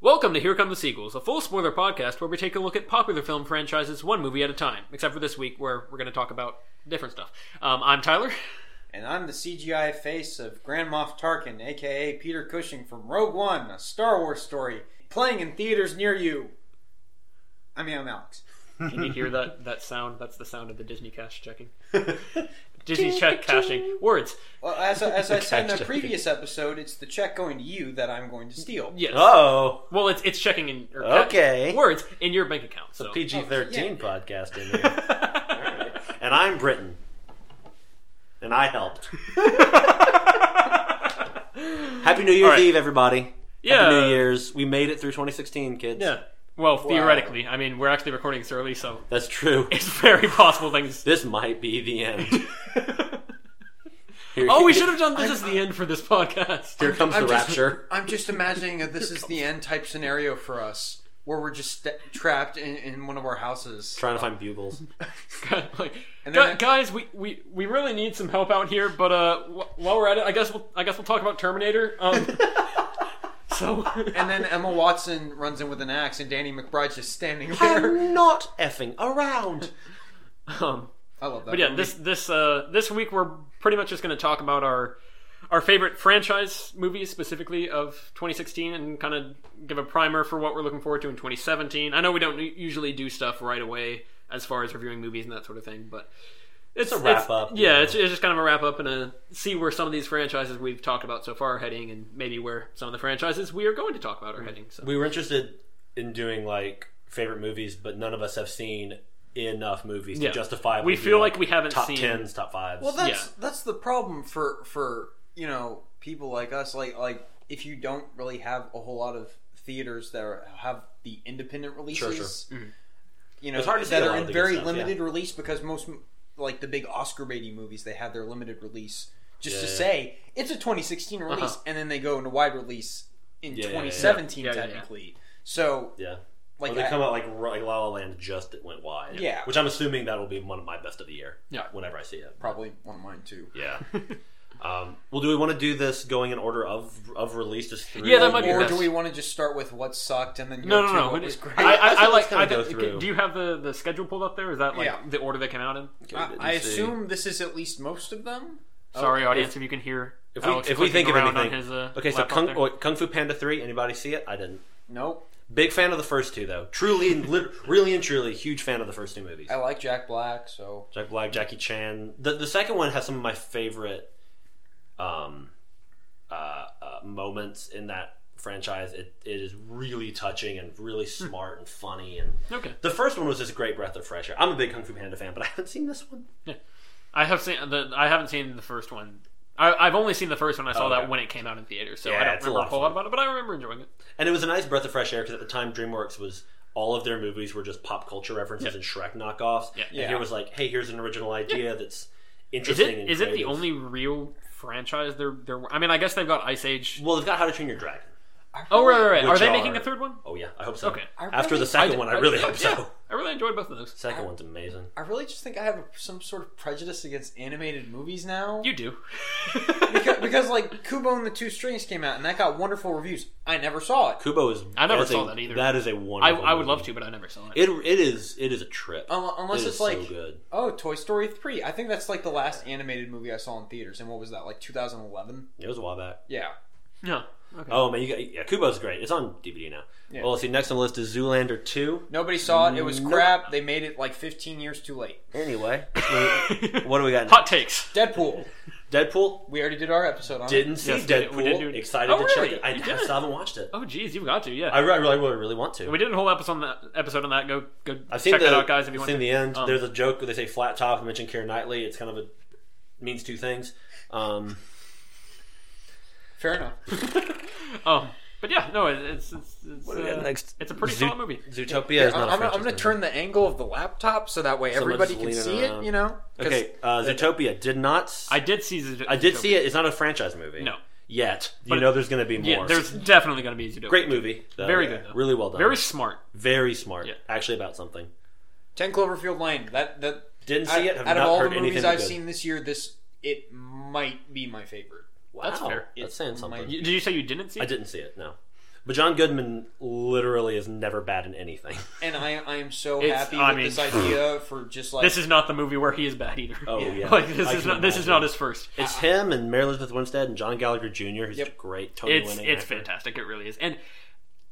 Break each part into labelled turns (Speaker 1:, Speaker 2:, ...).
Speaker 1: Welcome to Here Come the Sequels, a full spoiler podcast where we take a look at popular film franchises one movie at a time, except for this week where we're going to talk about different stuff. Um, I'm Tyler.
Speaker 2: And I'm the CGI face of Grand Moff Tarkin, aka Peter Cushing from Rogue One, a Star Wars story, playing in theaters near you. I mean, I'm Alex.
Speaker 1: Can you hear that, that sound? That's the sound of the Disney cash checking. Disney check cashing. Words.
Speaker 2: Well, as, I- as I said in
Speaker 1: Gotcha.
Speaker 2: the previous episode, it's the check going to you that I'm going to steal.
Speaker 1: Yes.
Speaker 3: Oh,
Speaker 1: Well, it's, it's checking in. Or
Speaker 3: Okay.
Speaker 1: Words in your bank account. So.
Speaker 3: PG thirteen
Speaker 2: Oh,
Speaker 3: podcast in here, and I'm Britain, and I helped. Happy New Year's
Speaker 1: All right.
Speaker 3: Eve, everybody!
Speaker 1: Yeah.
Speaker 3: Happy New Year's. We made it through 2016, kids.
Speaker 1: Yeah. Well, theoretically, I mean, we're actually recording this early, so
Speaker 3: that's true.
Speaker 1: it's very possible things.
Speaker 3: This might be the end. Here-
Speaker 1: oh, we should have done this as the end for this podcast.
Speaker 3: Here comes the rapture.
Speaker 2: I'm just imagining that this is the end type scenario for us, where we're just st- trapped in, in one of our houses.
Speaker 3: Trying to find bugles.
Speaker 1: God, like,
Speaker 2: And
Speaker 1: gu-
Speaker 2: then-
Speaker 1: guys, we, we, we really need some help out here. But uh, wh- while we're at it, I guess we'll I guess we'll talk about Terminator. Um, so
Speaker 2: And then Emma Watson runs in with an axe, and Danny McBride's just standing there.
Speaker 3: I'm not effing around.
Speaker 1: um,
Speaker 2: I love that.
Speaker 1: but yeah,
Speaker 2: movie.
Speaker 1: this this uh, this week we're pretty much just going to talk about our our favorite franchise movies specifically of 2016 and kind of give a primer for what we're looking forward to in 2017. I know we don't u- usually do stuff right away as far as reviewing movies and that sort of thing, but it's
Speaker 3: a wrap
Speaker 1: it's-
Speaker 3: up, you
Speaker 1: Yeah,
Speaker 3: know.
Speaker 1: it's, it's just kind of a wrap up and a see where some of these franchises we've talked about so far are heading, and maybe where some of the franchises we are going to talk about are heading. So
Speaker 3: We were interested in doing like favorite movies, but none of us have seen enough movies
Speaker 1: Yeah.
Speaker 3: to justify.
Speaker 1: we feel like we haven't
Speaker 3: top
Speaker 1: seen
Speaker 3: tens, top fives.
Speaker 2: Well, that's
Speaker 1: Yeah.
Speaker 2: that's the problem for for you know people like us. Like like if you don't really have a whole lot of theaters that are, have the independent
Speaker 3: sure.
Speaker 2: releases,
Speaker 1: Mm-hmm.
Speaker 2: you know,
Speaker 3: It's hard to
Speaker 2: that
Speaker 3: see a
Speaker 2: are
Speaker 3: lot
Speaker 2: in
Speaker 3: of the good
Speaker 2: very
Speaker 3: stuff,
Speaker 2: limited release because most m- like the big Oscar baiting movies they have their limited release just to
Speaker 3: Yeah.
Speaker 2: say it's a 2016 release
Speaker 1: Uh-huh.
Speaker 2: and then they go into wide release in
Speaker 3: Yeah, yeah, yeah.
Speaker 2: 2017
Speaker 1: Yeah, yeah, yeah.
Speaker 2: technically. So
Speaker 3: yeah.
Speaker 2: like
Speaker 3: Well, they
Speaker 2: I-
Speaker 3: come out like Ro- like La La Land just it went wide.
Speaker 2: Yeah.
Speaker 3: Which I'm assuming that'll be one of my best of the year.
Speaker 1: Yeah.
Speaker 3: Whenever I see it.
Speaker 2: probably one of mine too.
Speaker 3: Yeah. um, well, do we want to do this going in order of of release? Just through
Speaker 1: Yeah, that might be
Speaker 2: Or
Speaker 1: best.
Speaker 2: do we want to just start with what sucked and then go
Speaker 1: No,
Speaker 2: to
Speaker 1: no, no.
Speaker 2: what
Speaker 1: it-
Speaker 2: was great?
Speaker 1: I, I,
Speaker 3: That's
Speaker 1: I
Speaker 3: what
Speaker 1: like.
Speaker 3: it's gonna
Speaker 1: I
Speaker 3: go
Speaker 1: think-
Speaker 3: through.
Speaker 1: Do you have the, the schedule pulled up there? Is that like
Speaker 2: Yeah.
Speaker 1: the order they came out in?
Speaker 3: Okay,
Speaker 2: I,
Speaker 3: didn't
Speaker 2: I
Speaker 3: see.
Speaker 2: assume this is at least most of them.
Speaker 1: Oh, Sorry, audience, if, you can hear.
Speaker 3: If we,
Speaker 1: Alex
Speaker 3: if we
Speaker 1: clicking
Speaker 3: think of
Speaker 1: around
Speaker 3: anything,
Speaker 1: on his, uh,
Speaker 3: okay. So
Speaker 1: laptop
Speaker 3: Kung,
Speaker 1: there.
Speaker 3: oh, Kung Fu Panda three. Anybody see it? I didn't.
Speaker 2: Nope.
Speaker 3: Big fan of the first two though. Truly, and lit- really and truly, huge fan of the first two movies.
Speaker 2: I like Jack Black, so
Speaker 3: Jack Black, Jackie Chan. The the second one has some of my favorite um, uh, uh, moments in that franchise. It it is really touching and really
Speaker 1: Hmm.
Speaker 3: smart and funny. And
Speaker 1: okay,
Speaker 3: the first one was just a great breath of fresh air. I'm a big Kung Fu Panda fan, but I haven't seen this one.
Speaker 1: I have seen the. I haven't seen the first one. I, I've only seen the first one. I saw
Speaker 3: Oh,
Speaker 1: that
Speaker 3: okay.
Speaker 1: when it came out in theaters, so
Speaker 3: Yeah,
Speaker 1: I don't
Speaker 3: it's a
Speaker 1: remember a
Speaker 3: lot of
Speaker 1: whole lot
Speaker 3: fun.
Speaker 1: about it. But I remember enjoying it.
Speaker 3: And it was a nice breath of fresh air because at the time DreamWorks was all of their movies were just pop culture references
Speaker 1: Yeah.
Speaker 3: and Shrek knockoffs.
Speaker 1: Yeah.
Speaker 3: And
Speaker 2: Yeah.
Speaker 3: here was like, hey, here's an original idea that's
Speaker 1: Is
Speaker 3: interesting.
Speaker 1: it
Speaker 3: and
Speaker 1: is it the
Speaker 3: creative.
Speaker 1: only real franchise there? There. I mean, I guess they've got Ice Age.
Speaker 3: Well, they've got How to Train Your Dragon.
Speaker 1: Oh right, right, right. Are
Speaker 3: Which
Speaker 1: they making a
Speaker 3: are-
Speaker 1: third one?
Speaker 3: Oh yeah, I hope so.
Speaker 1: Okay.
Speaker 2: I
Speaker 3: After
Speaker 2: really-
Speaker 3: the second one, I really hope
Speaker 1: yeah,
Speaker 3: so.
Speaker 1: I really enjoyed both of those.
Speaker 3: Second one's amazing.
Speaker 2: I really just think I have some sort of prejudice against animated movies now.
Speaker 1: You do.
Speaker 2: because, because, like Kubo and the Two Strings came out and that got wonderful reviews. I never saw it.
Speaker 3: Kubo is.
Speaker 1: I never
Speaker 3: that's
Speaker 1: saw
Speaker 3: a-
Speaker 1: that either.
Speaker 3: That is a
Speaker 1: I,
Speaker 3: wonderful.
Speaker 1: I would
Speaker 3: movie.
Speaker 1: love to, Oh, but I never saw it.
Speaker 3: It it is it is a trip.
Speaker 2: Um, unless
Speaker 3: It
Speaker 2: it's
Speaker 3: is
Speaker 2: like-
Speaker 3: so good.
Speaker 2: Oh, Toy Story three. I think that's like the last animated movie I saw in theaters. And what was that? Like 2011.
Speaker 3: It was a while back.
Speaker 2: Yeah.
Speaker 1: No. Okay.
Speaker 3: Oh man, you got yeah. Kubo's great. It's on DVD now.
Speaker 2: Yeah.
Speaker 3: Well, let's see. Next on the list is Zoolander two.
Speaker 2: Nobody saw it. It was
Speaker 3: Nope.
Speaker 2: crap. They made it like 15 years too late.
Speaker 3: Anyway, what do we got?
Speaker 1: Hot takes.
Speaker 2: Deadpool.
Speaker 3: Deadpool.
Speaker 2: We already did our episode on it.
Speaker 3: Didn't see
Speaker 1: Yes, we did-
Speaker 3: Deadpool.
Speaker 1: we did do-
Speaker 3: Excited
Speaker 1: Oh,
Speaker 3: to
Speaker 1: really?
Speaker 3: check it. I
Speaker 1: You
Speaker 3: have-
Speaker 1: did?
Speaker 3: still haven't watched it.
Speaker 1: Oh, geez, you've got to. Yeah.
Speaker 3: I re- I really, really, really want to.
Speaker 1: We did a whole episode on that episode on that. Go go
Speaker 3: I've seen
Speaker 1: check
Speaker 3: the
Speaker 1: that out, guys. If you
Speaker 3: I've
Speaker 1: want
Speaker 3: seen
Speaker 1: to.
Speaker 3: the end.
Speaker 1: Um,
Speaker 3: There's a joke where they say flat top and mention Karen Knightley. It's kind of a means two things. Um,
Speaker 2: Fair enough.
Speaker 1: um, but yeah, no, it, it's it's it's,
Speaker 3: do we got
Speaker 1: uh,
Speaker 3: next?
Speaker 1: it's a pretty
Speaker 3: Zoo-
Speaker 1: solid movie.
Speaker 3: Zootopia is
Speaker 2: I'm,
Speaker 3: not. a
Speaker 2: I'm, I'm
Speaker 3: franchise
Speaker 2: going
Speaker 3: movie.
Speaker 2: to turn the angle of the laptop so that way
Speaker 3: Someone's
Speaker 2: everybody can
Speaker 3: leaning
Speaker 2: see it.
Speaker 3: around.
Speaker 2: You know. 'Cause
Speaker 3: Okay, uh, Zootopia did not. s-
Speaker 1: I did see. Zoot-
Speaker 3: I did see it. It's not a franchise movie.
Speaker 1: No.
Speaker 3: Yet you
Speaker 1: But-
Speaker 3: know there's going to be more.
Speaker 1: Yeah, there's definitely going to be Zootopia.
Speaker 3: great movie. though.
Speaker 1: Very good, though.
Speaker 3: Really well done.
Speaker 1: very smart.
Speaker 3: Very smart.
Speaker 1: Yeah.
Speaker 3: Actually about something.
Speaker 2: Ten Cloverfield Lane. That that
Speaker 3: Didn't
Speaker 2: out,
Speaker 3: see it. Have
Speaker 2: out of
Speaker 3: not
Speaker 2: all the
Speaker 3: heard anything
Speaker 2: movies
Speaker 3: but
Speaker 2: I've
Speaker 3: good.
Speaker 2: seen this year, this it might be my favorite.
Speaker 3: Wow,
Speaker 1: That's fair.
Speaker 3: That's saying something.
Speaker 2: might-
Speaker 1: You, did you say you didn't see? it?
Speaker 3: I didn't see it. No. But John Goodman literally is never bad in anything.
Speaker 2: And I, I am so
Speaker 1: It's-
Speaker 2: happy
Speaker 1: I
Speaker 2: with
Speaker 1: mean,
Speaker 2: this idea for just like
Speaker 1: This is not the movie where he is bad either.
Speaker 3: Oh, yeah.
Speaker 1: like this
Speaker 3: I
Speaker 1: is
Speaker 3: can
Speaker 1: not this is
Speaker 3: imagine.
Speaker 1: not his first.
Speaker 3: It's him and Mary Elizabeth Winstead and John Gallagher Jr. who's
Speaker 2: Yep.
Speaker 3: great. Tony
Speaker 1: It's
Speaker 3: winning
Speaker 1: it's
Speaker 3: actor.
Speaker 1: fantastic. It really is. And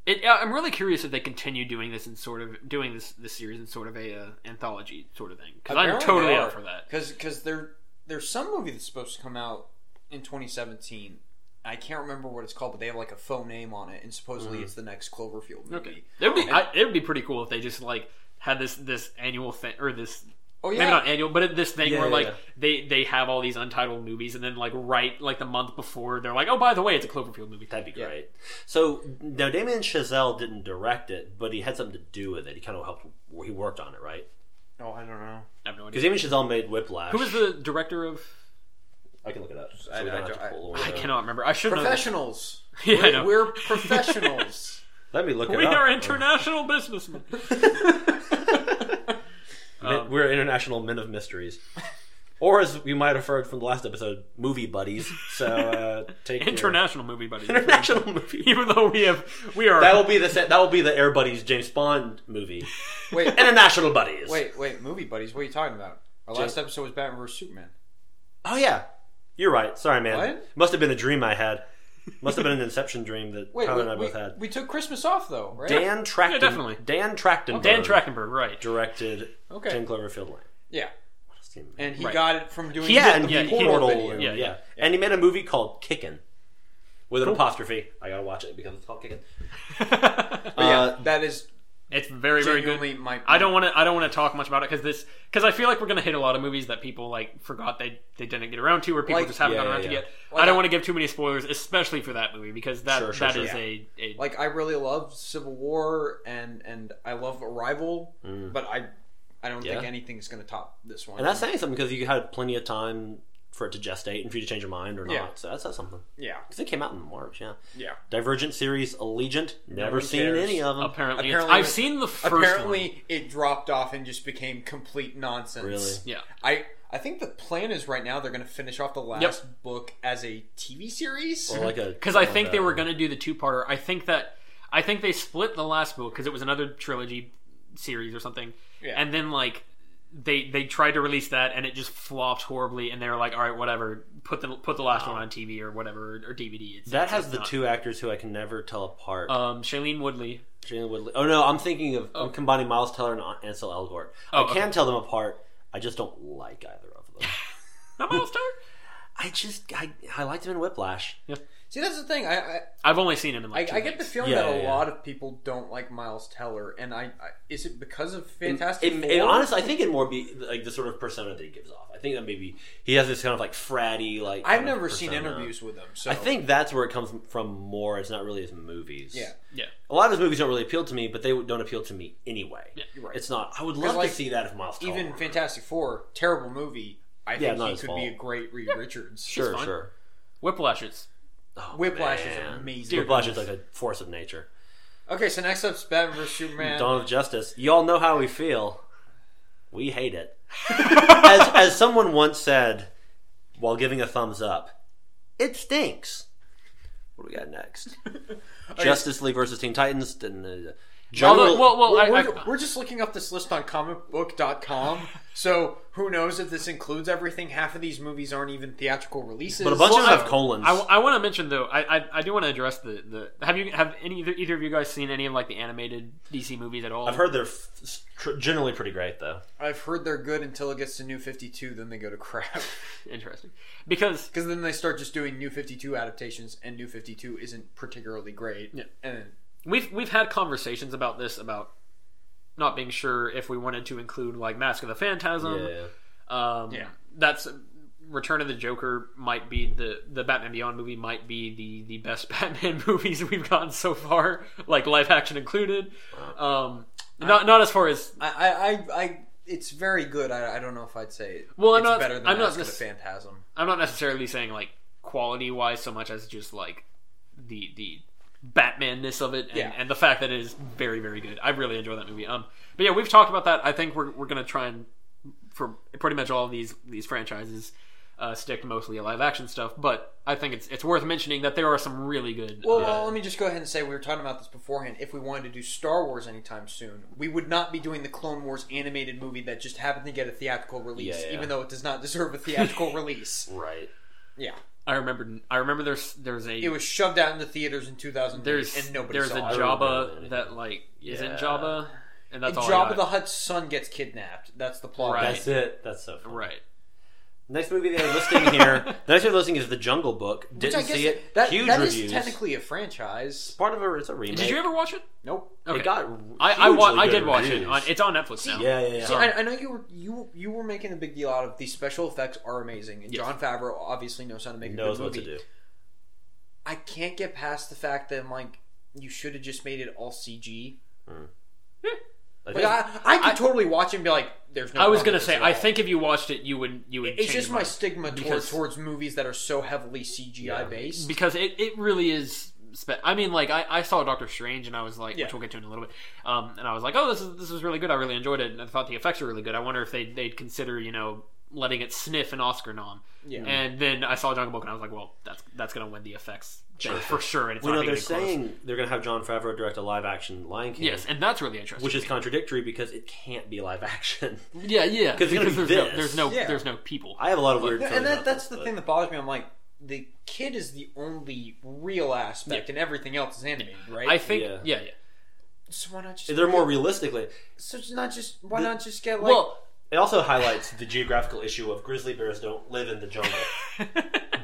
Speaker 1: it, I- I'm really curious if they continue doing this in sort of doing this this series in sort of a uh, anthology sort of thing because I'm totally out for that.
Speaker 2: Because there there's some movie that's supposed to come out in 2017. I can't remember what it's called, but they have like a faux name on it, and supposedly
Speaker 3: Mm.
Speaker 2: it's the next Cloverfield movie.
Speaker 1: Okay, it would be
Speaker 3: Um,
Speaker 1: I, it would be pretty cool if they just like had this this annual thing or this
Speaker 2: Oh yeah,
Speaker 1: maybe not annual, but it- this thing
Speaker 3: Yeah,
Speaker 1: where
Speaker 3: yeah,
Speaker 1: like
Speaker 3: yeah.
Speaker 1: they they have all these untitled movies and then like right like the month before they're like oh by the way it's a Cloverfield movie.
Speaker 3: That'd be
Speaker 2: Yeah.
Speaker 3: great. So now Damien Chazelle didn't direct it, but he had something to do with it. He kind of helped. He worked on it, right?
Speaker 2: Oh, I don't know.
Speaker 1: I have no idea.
Speaker 3: Because Damien Chazelle made Whiplash.
Speaker 1: Who was the director of?
Speaker 3: I can look it up. So
Speaker 2: I-
Speaker 3: we
Speaker 2: I
Speaker 3: don't have
Speaker 2: don't-
Speaker 3: to pull
Speaker 1: I
Speaker 3: it up.
Speaker 1: cannot remember. I should know. this.
Speaker 2: Professionals.
Speaker 1: Yeah, I
Speaker 2: We're-
Speaker 1: know.
Speaker 2: we're professionals.
Speaker 3: Let me look it
Speaker 1: We
Speaker 3: up.
Speaker 1: are international businessmen.
Speaker 3: Mi-
Speaker 1: Um,
Speaker 3: We're international men of mysteries. Or as we might have heard from the last episode, movie buddies. So uh, take your-
Speaker 1: International movie buddies.
Speaker 3: international movie.
Speaker 1: Even though we have, we are.
Speaker 3: That will be the set. That will be the Air Buddies James Bond movie.
Speaker 2: wait,
Speaker 3: International buddies.
Speaker 2: wait, wait, movie buddies. What are you talking about? Our last episode was Batman vs Superman.
Speaker 3: Oh yeah, you're right. Sorry, man.
Speaker 2: What?
Speaker 3: Must have been a dream I had. Must have been an Inception dream that
Speaker 2: Wait,
Speaker 3: Tyler
Speaker 2: we,
Speaker 3: and I
Speaker 2: we-
Speaker 3: both had.
Speaker 2: we took Christmas off though, right?
Speaker 3: Dan Trachtenberg.
Speaker 1: definitely.
Speaker 3: Dan Trachtenberg.
Speaker 1: Dan Trachtenberg, right?
Speaker 3: directed
Speaker 2: Okay.
Speaker 3: Ten Cloverfield Lane.
Speaker 2: Yeah,
Speaker 3: What else did he make?
Speaker 2: and he
Speaker 1: Right.
Speaker 2: got it from doing
Speaker 3: yeah,
Speaker 2: the-
Speaker 3: and
Speaker 2: the
Speaker 1: yeah, he-
Speaker 2: Portal
Speaker 3: Portal.
Speaker 2: video.
Speaker 3: and-
Speaker 1: yeah,
Speaker 3: yeah,
Speaker 1: yeah.
Speaker 3: and he made a movie called Kickin' with an apostrophe. I gotta watch it because it's called Kickin'.
Speaker 2: But yeah,
Speaker 3: Uh,
Speaker 2: that is
Speaker 1: it's very, very good.
Speaker 2: genuinely my.
Speaker 1: I don't want to. I don't want to talk much about it because this because I feel like we're gonna hit a lot of movies that people like forgot they they didn't get around to or people
Speaker 2: Like-
Speaker 1: just haven't
Speaker 3: Yeah,
Speaker 1: gotten
Speaker 3: yeah,
Speaker 1: around to
Speaker 3: yeah.
Speaker 1: yet.
Speaker 2: Like-
Speaker 1: I don't want to give too many spoilers, especially for that movie because that
Speaker 3: Sure, sure,
Speaker 1: that
Speaker 3: sure.
Speaker 1: is
Speaker 2: Yeah.
Speaker 1: a, a
Speaker 2: like I really love Civil War and and I love Arrival, but I I don't think
Speaker 3: Yeah.
Speaker 2: anything's going to top this one.
Speaker 3: And that's saying something because you had plenty of time for it to gestate and for you to change your mind or not.
Speaker 2: Yeah.
Speaker 3: So that's, that's something.
Speaker 2: yeah,
Speaker 3: Because it came out in March, yeah.
Speaker 2: yeah.
Speaker 3: Divergent series, Allegiant, never
Speaker 2: one
Speaker 3: seen
Speaker 2: cares.
Speaker 3: any of them.
Speaker 1: apparently, it's-
Speaker 2: Apparently-
Speaker 1: I've seen the first
Speaker 2: Apparently,
Speaker 1: one.
Speaker 2: it dropped off and just became complete nonsense.
Speaker 3: Really?
Speaker 1: Yeah,
Speaker 2: I I think the plan is right now they're going to finish off the last book as a TV series.
Speaker 3: Or like a
Speaker 1: because I think they were gonna do the two parter. I think that I think they split the last book because it was another trilogy series or something,
Speaker 2: Yeah.
Speaker 1: and then like. They, they tried to release that and it just flopped horribly and they were like all right whatever put the put the last one on TV or whatever or DVD it's,
Speaker 3: That
Speaker 1: it's
Speaker 3: has the
Speaker 1: not-
Speaker 3: two actors who I can never tell apart.
Speaker 1: um Shailene Woodley
Speaker 3: Jane Woodley. Oh no, I'm thinking of I'm combining Miles Teller and Ansel Elgort.
Speaker 1: Oh,
Speaker 3: I can tell them apart. I just don't like either of them.
Speaker 1: not Miles Teller
Speaker 3: I just I, I liked him in Whiplash.
Speaker 2: See, that's the thing. I I,
Speaker 1: I've only seen him in
Speaker 2: I,
Speaker 1: like two
Speaker 2: I get the
Speaker 1: things.
Speaker 2: feeling
Speaker 3: Yeah,
Speaker 2: that a
Speaker 3: yeah, yeah.
Speaker 2: lot of people don't like Miles Teller, and I, I is it because of Fantastic
Speaker 3: It,
Speaker 2: Four?
Speaker 3: it, honestly, I think it more be like the sort of persona that he gives off. I think that maybe he has this kind of like fratty like.
Speaker 2: I've
Speaker 3: kind of
Speaker 2: never seen
Speaker 3: persona.
Speaker 2: interviews with him, so
Speaker 3: I think that's where it comes from more. It's not really his movies.
Speaker 2: Yeah.
Speaker 1: yeah
Speaker 3: a lot of his movies don't really appeal to me, but they don't appeal to me anyway.
Speaker 2: You're right.
Speaker 3: It's not. I would love
Speaker 2: like,
Speaker 3: to see that if Miles Teller.
Speaker 2: even Fantastic Four, terrible movie. I think
Speaker 3: not
Speaker 2: he
Speaker 3: his
Speaker 2: could
Speaker 3: fault.
Speaker 2: be a great Reed Richards.
Speaker 3: sure,
Speaker 1: it's fine.
Speaker 3: sure.
Speaker 1: Whiplashes
Speaker 3: Oh,
Speaker 2: Whiplash
Speaker 3: man.
Speaker 2: is amazing.
Speaker 3: Whiplash is like a force of nature.
Speaker 2: Okay, so next up's Batman vs Superman.
Speaker 3: Dawn of Justice. Y'all know how we feel. We hate it. as, as someone once said while giving a thumbs up, it stinks. What do we got next? Justice League versus Teen Titans. And, uh, John
Speaker 1: although well well I,
Speaker 2: we're,
Speaker 1: I,
Speaker 2: we're just looking up this list on comicbook.com, so who knows if this includes everything? Half of these movies aren't even theatrical releases.
Speaker 3: but a bunch of them
Speaker 1: well,
Speaker 3: have colons.
Speaker 1: want to mention though I I, I do want to address the, the have you have any either, either of you guys seen any of like the animated DC movies at all
Speaker 3: I've heard they're f- s- tr- generally pretty great, though.
Speaker 2: I've heard they're good until it gets to New 52, then they go to crap.
Speaker 1: interesting because
Speaker 2: Because then they start just doing New 52 adaptations, and New 52 isn't particularly great.
Speaker 1: Yeah.
Speaker 2: And then,
Speaker 1: we've we've had conversations about this about not being sure if we wanted to include like Mask of the Phantasm
Speaker 3: Yeah.
Speaker 1: Um,
Speaker 2: Yeah.
Speaker 1: that's Return of the Joker might be the the Batman Beyond movie might be the the best Batman movies we've gotten so far, like live action included. Um, not not as far as
Speaker 2: I, I, I, I, it's very good. I, I don't know if I'd say
Speaker 1: Well, I'm
Speaker 2: it's
Speaker 1: not-
Speaker 2: better than
Speaker 1: I'm not
Speaker 2: Mask of the
Speaker 1: nec-
Speaker 2: Phantasm.
Speaker 1: I'm not necessarily saying like quality wise so much as just like the the Batmanness of it and,
Speaker 2: Yeah.
Speaker 1: and the fact that it is very very good. I really enjoy that movie. Um, but yeah, we've talked about that. I think we're we're gonna try and for pretty much all of these these franchises uh, stick to mostly live action stuff. But I think it's it's worth mentioning that there are some really good.
Speaker 2: Well,
Speaker 1: uh,
Speaker 2: well, let me just go ahead and say we were talking about this beforehand. If we wanted to do Star Wars anytime soon, we would not be doing the Clone Wars animated movie that just happened to get a theatrical release,
Speaker 3: Yeah, yeah.
Speaker 2: even though it does not deserve a theatrical release.
Speaker 3: Right.
Speaker 2: Yeah,
Speaker 1: I remember I remember there's there's a
Speaker 2: it was shoved out into theaters in 2000,
Speaker 1: there's
Speaker 2: and nobody
Speaker 1: there's
Speaker 2: saw
Speaker 1: a
Speaker 2: it.
Speaker 3: job-
Speaker 1: Jabba that like is in
Speaker 3: Yeah.
Speaker 1: Jabba, and that's all. I
Speaker 2: and Jabba
Speaker 1: got.
Speaker 2: the Hutt's son gets kidnapped. That's the plot.
Speaker 1: Right.
Speaker 3: That's it. That's so funny.
Speaker 1: right.
Speaker 3: Next movie they're listing here. the next movie they're listing is The Jungle Book.
Speaker 2: Which
Speaker 3: Didn't
Speaker 2: I guess
Speaker 3: see it.
Speaker 2: That,
Speaker 3: Huge
Speaker 2: that is
Speaker 3: reviews.
Speaker 2: technically a franchise.
Speaker 3: part of a. It's a remake.
Speaker 1: Did you ever watch it?
Speaker 2: Nope.
Speaker 1: Okay.
Speaker 3: It got.
Speaker 1: I I, wa-
Speaker 3: hugely
Speaker 1: I did
Speaker 3: good
Speaker 1: watch it.
Speaker 3: reviews.
Speaker 1: On, it's on Netflix now.
Speaker 3: yeah, yeah, yeah.
Speaker 2: See, I, I know you were you you were making a big deal out of the special effects are amazing, and
Speaker 1: Yes.
Speaker 2: John Favreau obviously knows how to make a
Speaker 3: knows
Speaker 2: good
Speaker 3: what
Speaker 2: movie.
Speaker 3: to do.
Speaker 2: I can't get past the fact that I'm like, you should have just made it all CG.
Speaker 3: I
Speaker 2: Like,
Speaker 3: think-
Speaker 2: I, I could
Speaker 1: I-
Speaker 2: totally watch and be like, "There's no."
Speaker 1: I was
Speaker 2: problem
Speaker 1: gonna
Speaker 2: with
Speaker 1: say
Speaker 2: this at
Speaker 1: I
Speaker 2: all.
Speaker 1: think if you watched it, you would you would.
Speaker 2: it's
Speaker 1: change
Speaker 2: just
Speaker 1: your
Speaker 2: my
Speaker 1: mind.
Speaker 2: stigma towards
Speaker 1: because-
Speaker 2: towards movies that are so heavily CGI
Speaker 3: Yeah.
Speaker 2: based.
Speaker 1: because it, it really is. Spe- I mean, like I, I saw Doctor Strange, and I was like,
Speaker 2: Yeah.
Speaker 1: which we'll get to in a little bit. Um, and I was like, oh, this is this is really good. I really enjoyed it, and I thought the effects were really good. I wonder if they they'd consider you know letting it sniff an Oscar nom.
Speaker 2: Yeah.
Speaker 1: And then I saw Jungle Book, and I was like, well, that's that's gonna win the effects thing for sure. And it's
Speaker 3: Well,
Speaker 1: not
Speaker 3: no,
Speaker 1: even
Speaker 3: they're
Speaker 1: close.
Speaker 3: saying they're going to have John Favreau direct a live action Lion King.
Speaker 1: yes, and that's really interesting.
Speaker 3: Which is contradictory because it can't be live action.
Speaker 1: yeah, yeah,
Speaker 3: it's gonna
Speaker 1: because
Speaker 3: be
Speaker 1: there's no,
Speaker 3: this.
Speaker 1: there's no
Speaker 2: Yeah.
Speaker 1: there's no people.
Speaker 3: I have a lot of weird.
Speaker 2: Yeah,
Speaker 3: feelings
Speaker 2: and that,
Speaker 3: about
Speaker 2: that's
Speaker 3: this,
Speaker 2: the
Speaker 3: but-
Speaker 2: thing that bothers me. I'm like, the kid is the only real aspect, and everything else is animated, right?
Speaker 1: I think yeah,
Speaker 3: Yeah.
Speaker 1: yeah.
Speaker 2: so why not just?
Speaker 3: They're more realistically.
Speaker 2: So it's not just why not just get like?
Speaker 1: Well,
Speaker 3: It also highlights the geographical issue of grizzly bears don't live in the jungle.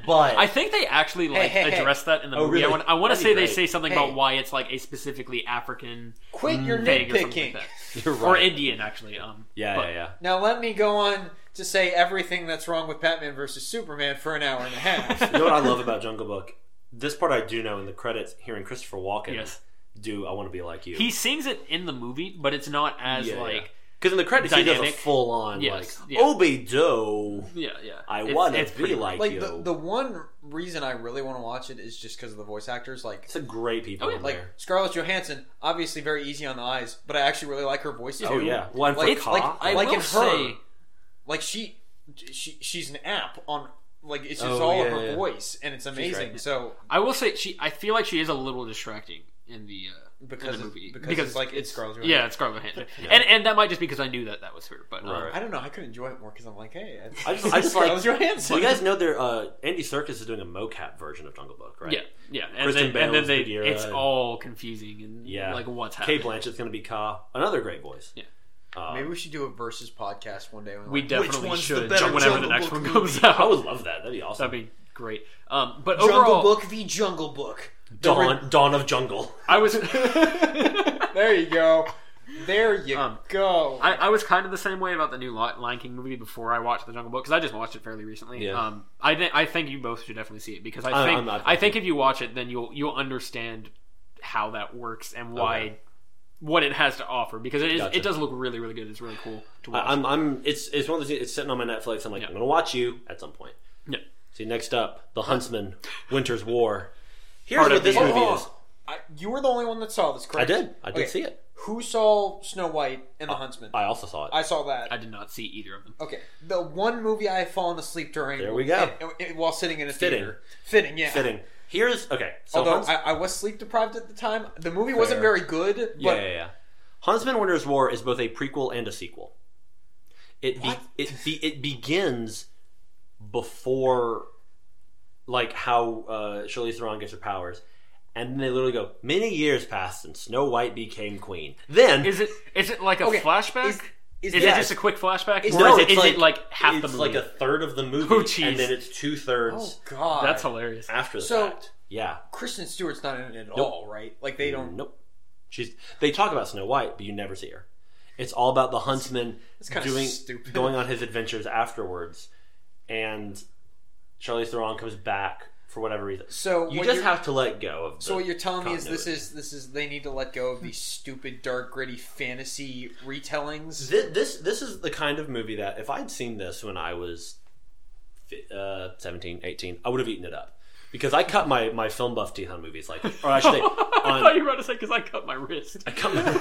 Speaker 3: But
Speaker 1: I think they actually like
Speaker 2: hey, hey.
Speaker 1: address that in the
Speaker 3: Oh,
Speaker 1: movie. I
Speaker 3: really?
Speaker 1: want, I want to
Speaker 3: That'd
Speaker 1: say
Speaker 3: be
Speaker 1: they
Speaker 3: great.
Speaker 1: say something
Speaker 2: Hey.
Speaker 1: about why it's like a specifically African
Speaker 2: quit
Speaker 3: mm,
Speaker 2: your
Speaker 1: thing or something
Speaker 2: nitpicking.
Speaker 1: like that.
Speaker 3: you're
Speaker 1: or
Speaker 3: right.
Speaker 1: Indian actually. Um,
Speaker 3: yeah,
Speaker 1: but-
Speaker 3: yeah, yeah.
Speaker 2: Now let me go on to say everything that's wrong with Batman versus Superman for an hour and a half.
Speaker 3: You know what I love about Jungle Book? This part I do know in the credits, hearing Christopher Walken
Speaker 1: Yes.
Speaker 3: do "I Want to Be Like You."
Speaker 1: He sings it in the movie, but it's not as like
Speaker 3: because in the credits he does
Speaker 1: dynamic.
Speaker 3: a full on
Speaker 1: Yes,
Speaker 3: like
Speaker 1: yeah.
Speaker 3: Obey Doe.
Speaker 1: yeah, yeah.
Speaker 3: I
Speaker 1: It's-
Speaker 3: want
Speaker 1: it's
Speaker 3: to be
Speaker 1: pretty-
Speaker 3: like,
Speaker 2: like
Speaker 3: you.
Speaker 2: the, the one reason I really want to watch it is just because of the voice actors. Like
Speaker 3: it's a great people
Speaker 1: Oh, yeah,
Speaker 3: in
Speaker 2: like
Speaker 3: there.
Speaker 2: Scarlett Johansson, obviously very easy on the eyes, but I actually really like her voice
Speaker 3: Oh
Speaker 2: too.
Speaker 3: yeah, one for
Speaker 2: Like-
Speaker 3: Ka.
Speaker 2: like-
Speaker 1: I
Speaker 2: Like
Speaker 1: will
Speaker 2: in her.
Speaker 1: say,
Speaker 2: Like she, she she's an app on like it's just
Speaker 3: Oh,
Speaker 2: all
Speaker 3: yeah,
Speaker 2: of her
Speaker 3: yeah.
Speaker 2: voice and it's amazing.
Speaker 3: right.
Speaker 2: So
Speaker 1: I will say she. I feel like she is a little distracting in the. Uh,
Speaker 2: because
Speaker 1: in
Speaker 2: it-
Speaker 1: the movie
Speaker 2: because, it's like it's Scarlett Johansson.
Speaker 1: yeah, it's Scarlett Johansson, and and that might just be because I knew that that was her. But um,
Speaker 3: Right.
Speaker 2: I don't know. I could enjoy it more because I'm like, hey,
Speaker 3: I just- I just
Speaker 2: Scarlett
Speaker 3: like-
Speaker 2: Johansson.
Speaker 3: you guys know there. Uh, Andy Serkis is doing a mocap version of Jungle Book, right?
Speaker 1: yeah, yeah, and
Speaker 3: Kristen
Speaker 1: then, and then
Speaker 3: Bale's
Speaker 1: they
Speaker 3: Bagheera
Speaker 1: it's
Speaker 3: and-
Speaker 1: all confusing and
Speaker 3: Yeah.
Speaker 1: like what's
Speaker 3: Kate
Speaker 1: happening.
Speaker 3: Blanchett's going to be Ka. Another great voice.
Speaker 1: Yeah.
Speaker 3: Uh,
Speaker 2: Maybe we should do a versus podcast one day. when
Speaker 1: we
Speaker 2: like,
Speaker 1: definitely
Speaker 2: one's the
Speaker 1: should
Speaker 2: better
Speaker 1: whenever the
Speaker 2: Jungle
Speaker 1: next
Speaker 2: Book
Speaker 1: one
Speaker 2: movie?
Speaker 1: comes out.
Speaker 3: I would love that. That'd be awesome.
Speaker 1: That'd be great. Um, but
Speaker 2: Jungle
Speaker 1: overall,
Speaker 2: Book v Jungle Book.
Speaker 3: Dawn, Dawn of Jungle.
Speaker 1: I was
Speaker 2: There you go. There you
Speaker 1: Um,
Speaker 2: go.
Speaker 1: I, I was kind of the same way about the new Li- Lion King movie before I watched the Jungle Book because I just watched it fairly recently.
Speaker 3: Yeah.
Speaker 1: Um, I think I think you both should definitely see it because I
Speaker 3: I-
Speaker 1: think
Speaker 3: I'm not
Speaker 1: I think if you watch it, then you'll you'll understand how that works and why
Speaker 3: Okay.
Speaker 1: what it has to offer because it is
Speaker 3: Gotcha.
Speaker 1: it does look really really good. It's really cool to watch.
Speaker 3: I, I'm, I'm. It's, it's one of those. things- It's sitting on my Netflix. I'm like,
Speaker 1: Yeah.
Speaker 3: I'm going to watch you at some point.
Speaker 1: Yeah.
Speaker 3: See, next up, The Huntsman, Winter's War. Here's
Speaker 1: Part of
Speaker 3: what this
Speaker 1: the-
Speaker 3: movie
Speaker 2: Oh,
Speaker 3: is.
Speaker 2: I- you were the only one that saw this,
Speaker 3: I
Speaker 2: correct?
Speaker 3: did. I did
Speaker 2: Okay.
Speaker 3: see it.
Speaker 2: Who saw Snow White and the Huntsman? I,
Speaker 3: I also saw it.
Speaker 2: saw that.
Speaker 1: I did not see either of them.
Speaker 2: okay, the one movie I have fallen asleep during.
Speaker 3: There we go.
Speaker 2: i- i- while sitting in a
Speaker 3: Fitting.
Speaker 2: theater. Fitting, yeah.
Speaker 3: Fitting. Here's okay. So
Speaker 2: Although
Speaker 3: Hunts-
Speaker 2: I, I was sleep deprived at the time, the movie wasn't
Speaker 3: Fair.
Speaker 2: very good. But
Speaker 3: yeah, yeah, yeah. Huntsman Winter's War is both a prequel and a sequel. It be,
Speaker 2: What?
Speaker 3: it be, it begins before like how uh, Charlize Theron gets her powers, and then they literally go many years passed since Snow White became queen. Then
Speaker 1: Is it is it like a
Speaker 2: Okay,
Speaker 1: flashback?
Speaker 2: is-
Speaker 1: Is,
Speaker 2: is
Speaker 1: it
Speaker 2: that-
Speaker 1: just a quick flashback,
Speaker 2: Is-
Speaker 1: or
Speaker 2: No,
Speaker 1: is, it, is it like half
Speaker 3: it's
Speaker 1: the movie?
Speaker 3: like a third of the movie,
Speaker 1: Oh, jeez. Oh.
Speaker 3: and then it's two
Speaker 2: Oh
Speaker 3: thirds
Speaker 2: God,
Speaker 1: That's hilarious.
Speaker 3: after the
Speaker 2: So-
Speaker 3: fact. Yeah,
Speaker 2: Kristen Stewart's not in it at all, right? Like they don't.
Speaker 3: Nope. She's. They talk about Snow White, but you never see her. It's all about the huntsman
Speaker 2: kinda
Speaker 3: doing
Speaker 2: stupid.
Speaker 3: going on his adventures afterwards, and Charlize Theron comes back for whatever reason.
Speaker 2: So
Speaker 3: You
Speaker 2: what
Speaker 3: just
Speaker 2: you're-
Speaker 3: have to let go of. The
Speaker 2: So what you're telling me is this
Speaker 3: continuity. Hmm.
Speaker 2: is this is they need to let go of these stupid, dark, gritty fantasy retellings.
Speaker 3: Thi- this this is the kind of movie that if I'd seen this when I was fi- uh, 17, 18, I would have eaten it up because I cut my, my film buff teeth on movies like this. Or I should say,
Speaker 1: I
Speaker 3: on,
Speaker 1: thought you were about to say because I cut my wrist.
Speaker 3: Come on.